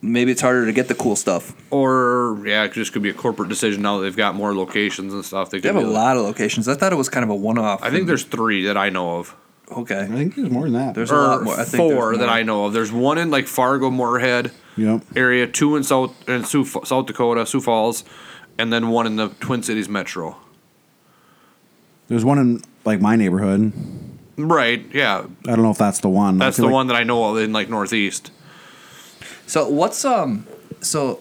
Speaker 13: Maybe it's harder to get the cool stuff.
Speaker 2: Or yeah, it just could be a corporate decision now that they've got more locations and stuff. They,
Speaker 13: They
Speaker 2: could
Speaker 13: have a
Speaker 2: do that.
Speaker 13: lot of locations. I thought it was kind of a one-off.
Speaker 2: I think there's three that I know of.
Speaker 13: Okay. I
Speaker 17: think there's more than that.
Speaker 13: There's
Speaker 2: or
Speaker 13: a lot more. I think there's
Speaker 2: four that
Speaker 13: more.
Speaker 2: I know of. There's one in like Fargo, Moorhead
Speaker 17: Yep.
Speaker 2: area, two in South in Sioux, Fa- South Dakota, Sioux Falls, and then one in the Twin Cities Metro.
Speaker 17: There's one in like my neighborhood.
Speaker 13: Hmm.
Speaker 2: Right? Yeah,
Speaker 17: I don't know if that's the one. I
Speaker 2: that's the
Speaker 17: feel like-
Speaker 2: one that I know of in like Northeast.
Speaker 13: So what's um so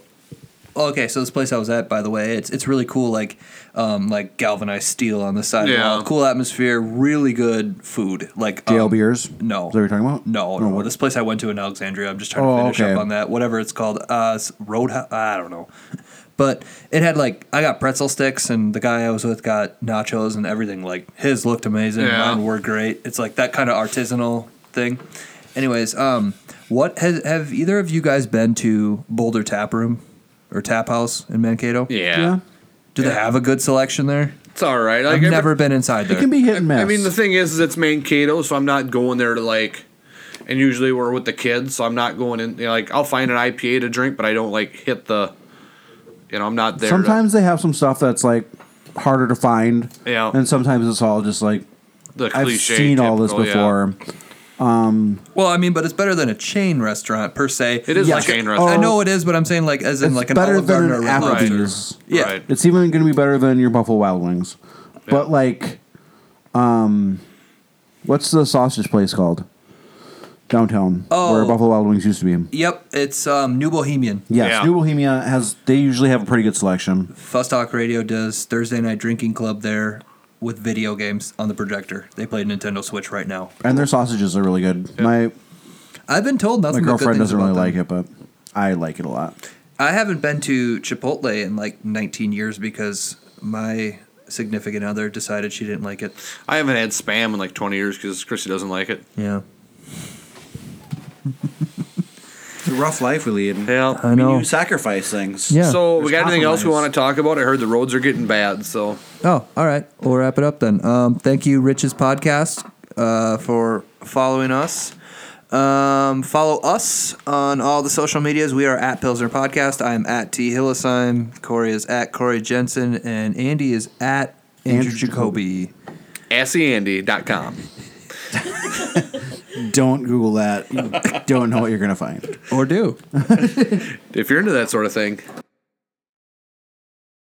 Speaker 13: okay, so this place I was at by the way, it's it's really cool like um like galvanized steel on the side.
Speaker 17: Yeah.
Speaker 13: Yeah. Cool atmosphere, really good food. Like
Speaker 17: JL
Speaker 13: um,
Speaker 17: beers.
Speaker 13: No.
Speaker 17: Is that what you're talking about?
Speaker 13: No,
Speaker 17: Oh,
Speaker 13: no.
Speaker 17: what-
Speaker 13: This place I went to in Alexandria, I'm just trying
Speaker 17: Oh,
Speaker 13: to finish
Speaker 17: okay.
Speaker 13: up on that. Whatever it's called, uh, it's Roadhouse. I don't know, but it had like I got pretzel sticks, and the guy I was with got nachos and everything. Like his looked amazing,
Speaker 2: Yeah.
Speaker 13: mine were great. It's like that kind of artisanal thing. Anyways, um, what has have either of you guys been to Boulder Tap Room or Tap House in Mankato?
Speaker 2: Yeah. Yeah.
Speaker 13: Do they have a good selection there?
Speaker 2: It's all right. Like,
Speaker 13: I've
Speaker 2: every-
Speaker 13: never been inside there.
Speaker 17: hit and
Speaker 2: I mean, the thing is, is it's Mankato, so I'm not going there to like. And usually we're with the kids, so I'm not going in. You know, like, I'll find an IPA to drink, but I don't like hit the. You know, I'm not there. to-
Speaker 17: Sometimes they have some stuff that's like harder to find.
Speaker 2: Yeah.
Speaker 17: And sometimes it's all just like
Speaker 2: The
Speaker 17: I've
Speaker 2: cliche,
Speaker 17: seen all this
Speaker 2: typical, yeah.
Speaker 17: before. Um,
Speaker 13: Well, I mean, but it's better than a chain restaurant per se.
Speaker 2: It is a chain
Speaker 17: Oh,
Speaker 2: restaurant.
Speaker 13: I know it is, but I'm saying like as in
Speaker 17: it's
Speaker 13: like an
Speaker 17: better
Speaker 13: Olive
Speaker 17: than
Speaker 13: Garden
Speaker 17: an
Speaker 13: or a Red
Speaker 17: Applebee's.
Speaker 13: Lobster. Yeah,
Speaker 17: It's even going to be better than your Buffalo Wild Wings. But like, um, what's the sausage place called? Downtown, where
Speaker 13: Oh.
Speaker 17: Buffalo Wild Wings used to be.
Speaker 13: Yep, it's um, New Bohemian.
Speaker 17: Yes, New Bohemia has. They usually have a pretty good selection.
Speaker 13: Fuss Talk Radio does Thursday night drinking club there with video games on the projector. They play Nintendo Switch right now.
Speaker 17: and their sausages are really good. My
Speaker 13: I've been told
Speaker 17: my
Speaker 13: nothing. but
Speaker 17: girlfriend
Speaker 13: good things
Speaker 17: doesn't really
Speaker 13: about them.
Speaker 17: like it, but I like it a lot.
Speaker 13: I haven't been to Chipotle in like 19 years because my significant other decided she didn't like it.
Speaker 2: I haven't had spam in like 20 years because Chrissy doesn't like it.
Speaker 13: Yeah.
Speaker 4: It's a rough life we lead.
Speaker 17: Mm-hmm.
Speaker 2: Yeah,
Speaker 17: Uh,
Speaker 13: I know.
Speaker 4: You sacrifice things.
Speaker 2: So we
Speaker 4: There's
Speaker 2: got anything else we
Speaker 4: compromise.
Speaker 2: want to talk about? I heard the roads are getting bad. So
Speaker 13: Oh, all right. We'll wrap it up then. Um, thank you, Rich's podcast, uh, for following us. Um, follow us on all the social medias. We are at Pilsner Podcast. I am at T Hillisheim. Corey is at Corey Jensen, and Andy is at Andrew,
Speaker 17: Andrew
Speaker 13: Jacoby.
Speaker 2: assyandy.com.
Speaker 17: Don't Google that. You don't know what you're gonna find.
Speaker 13: Or do.
Speaker 2: if you're into that sort of thing.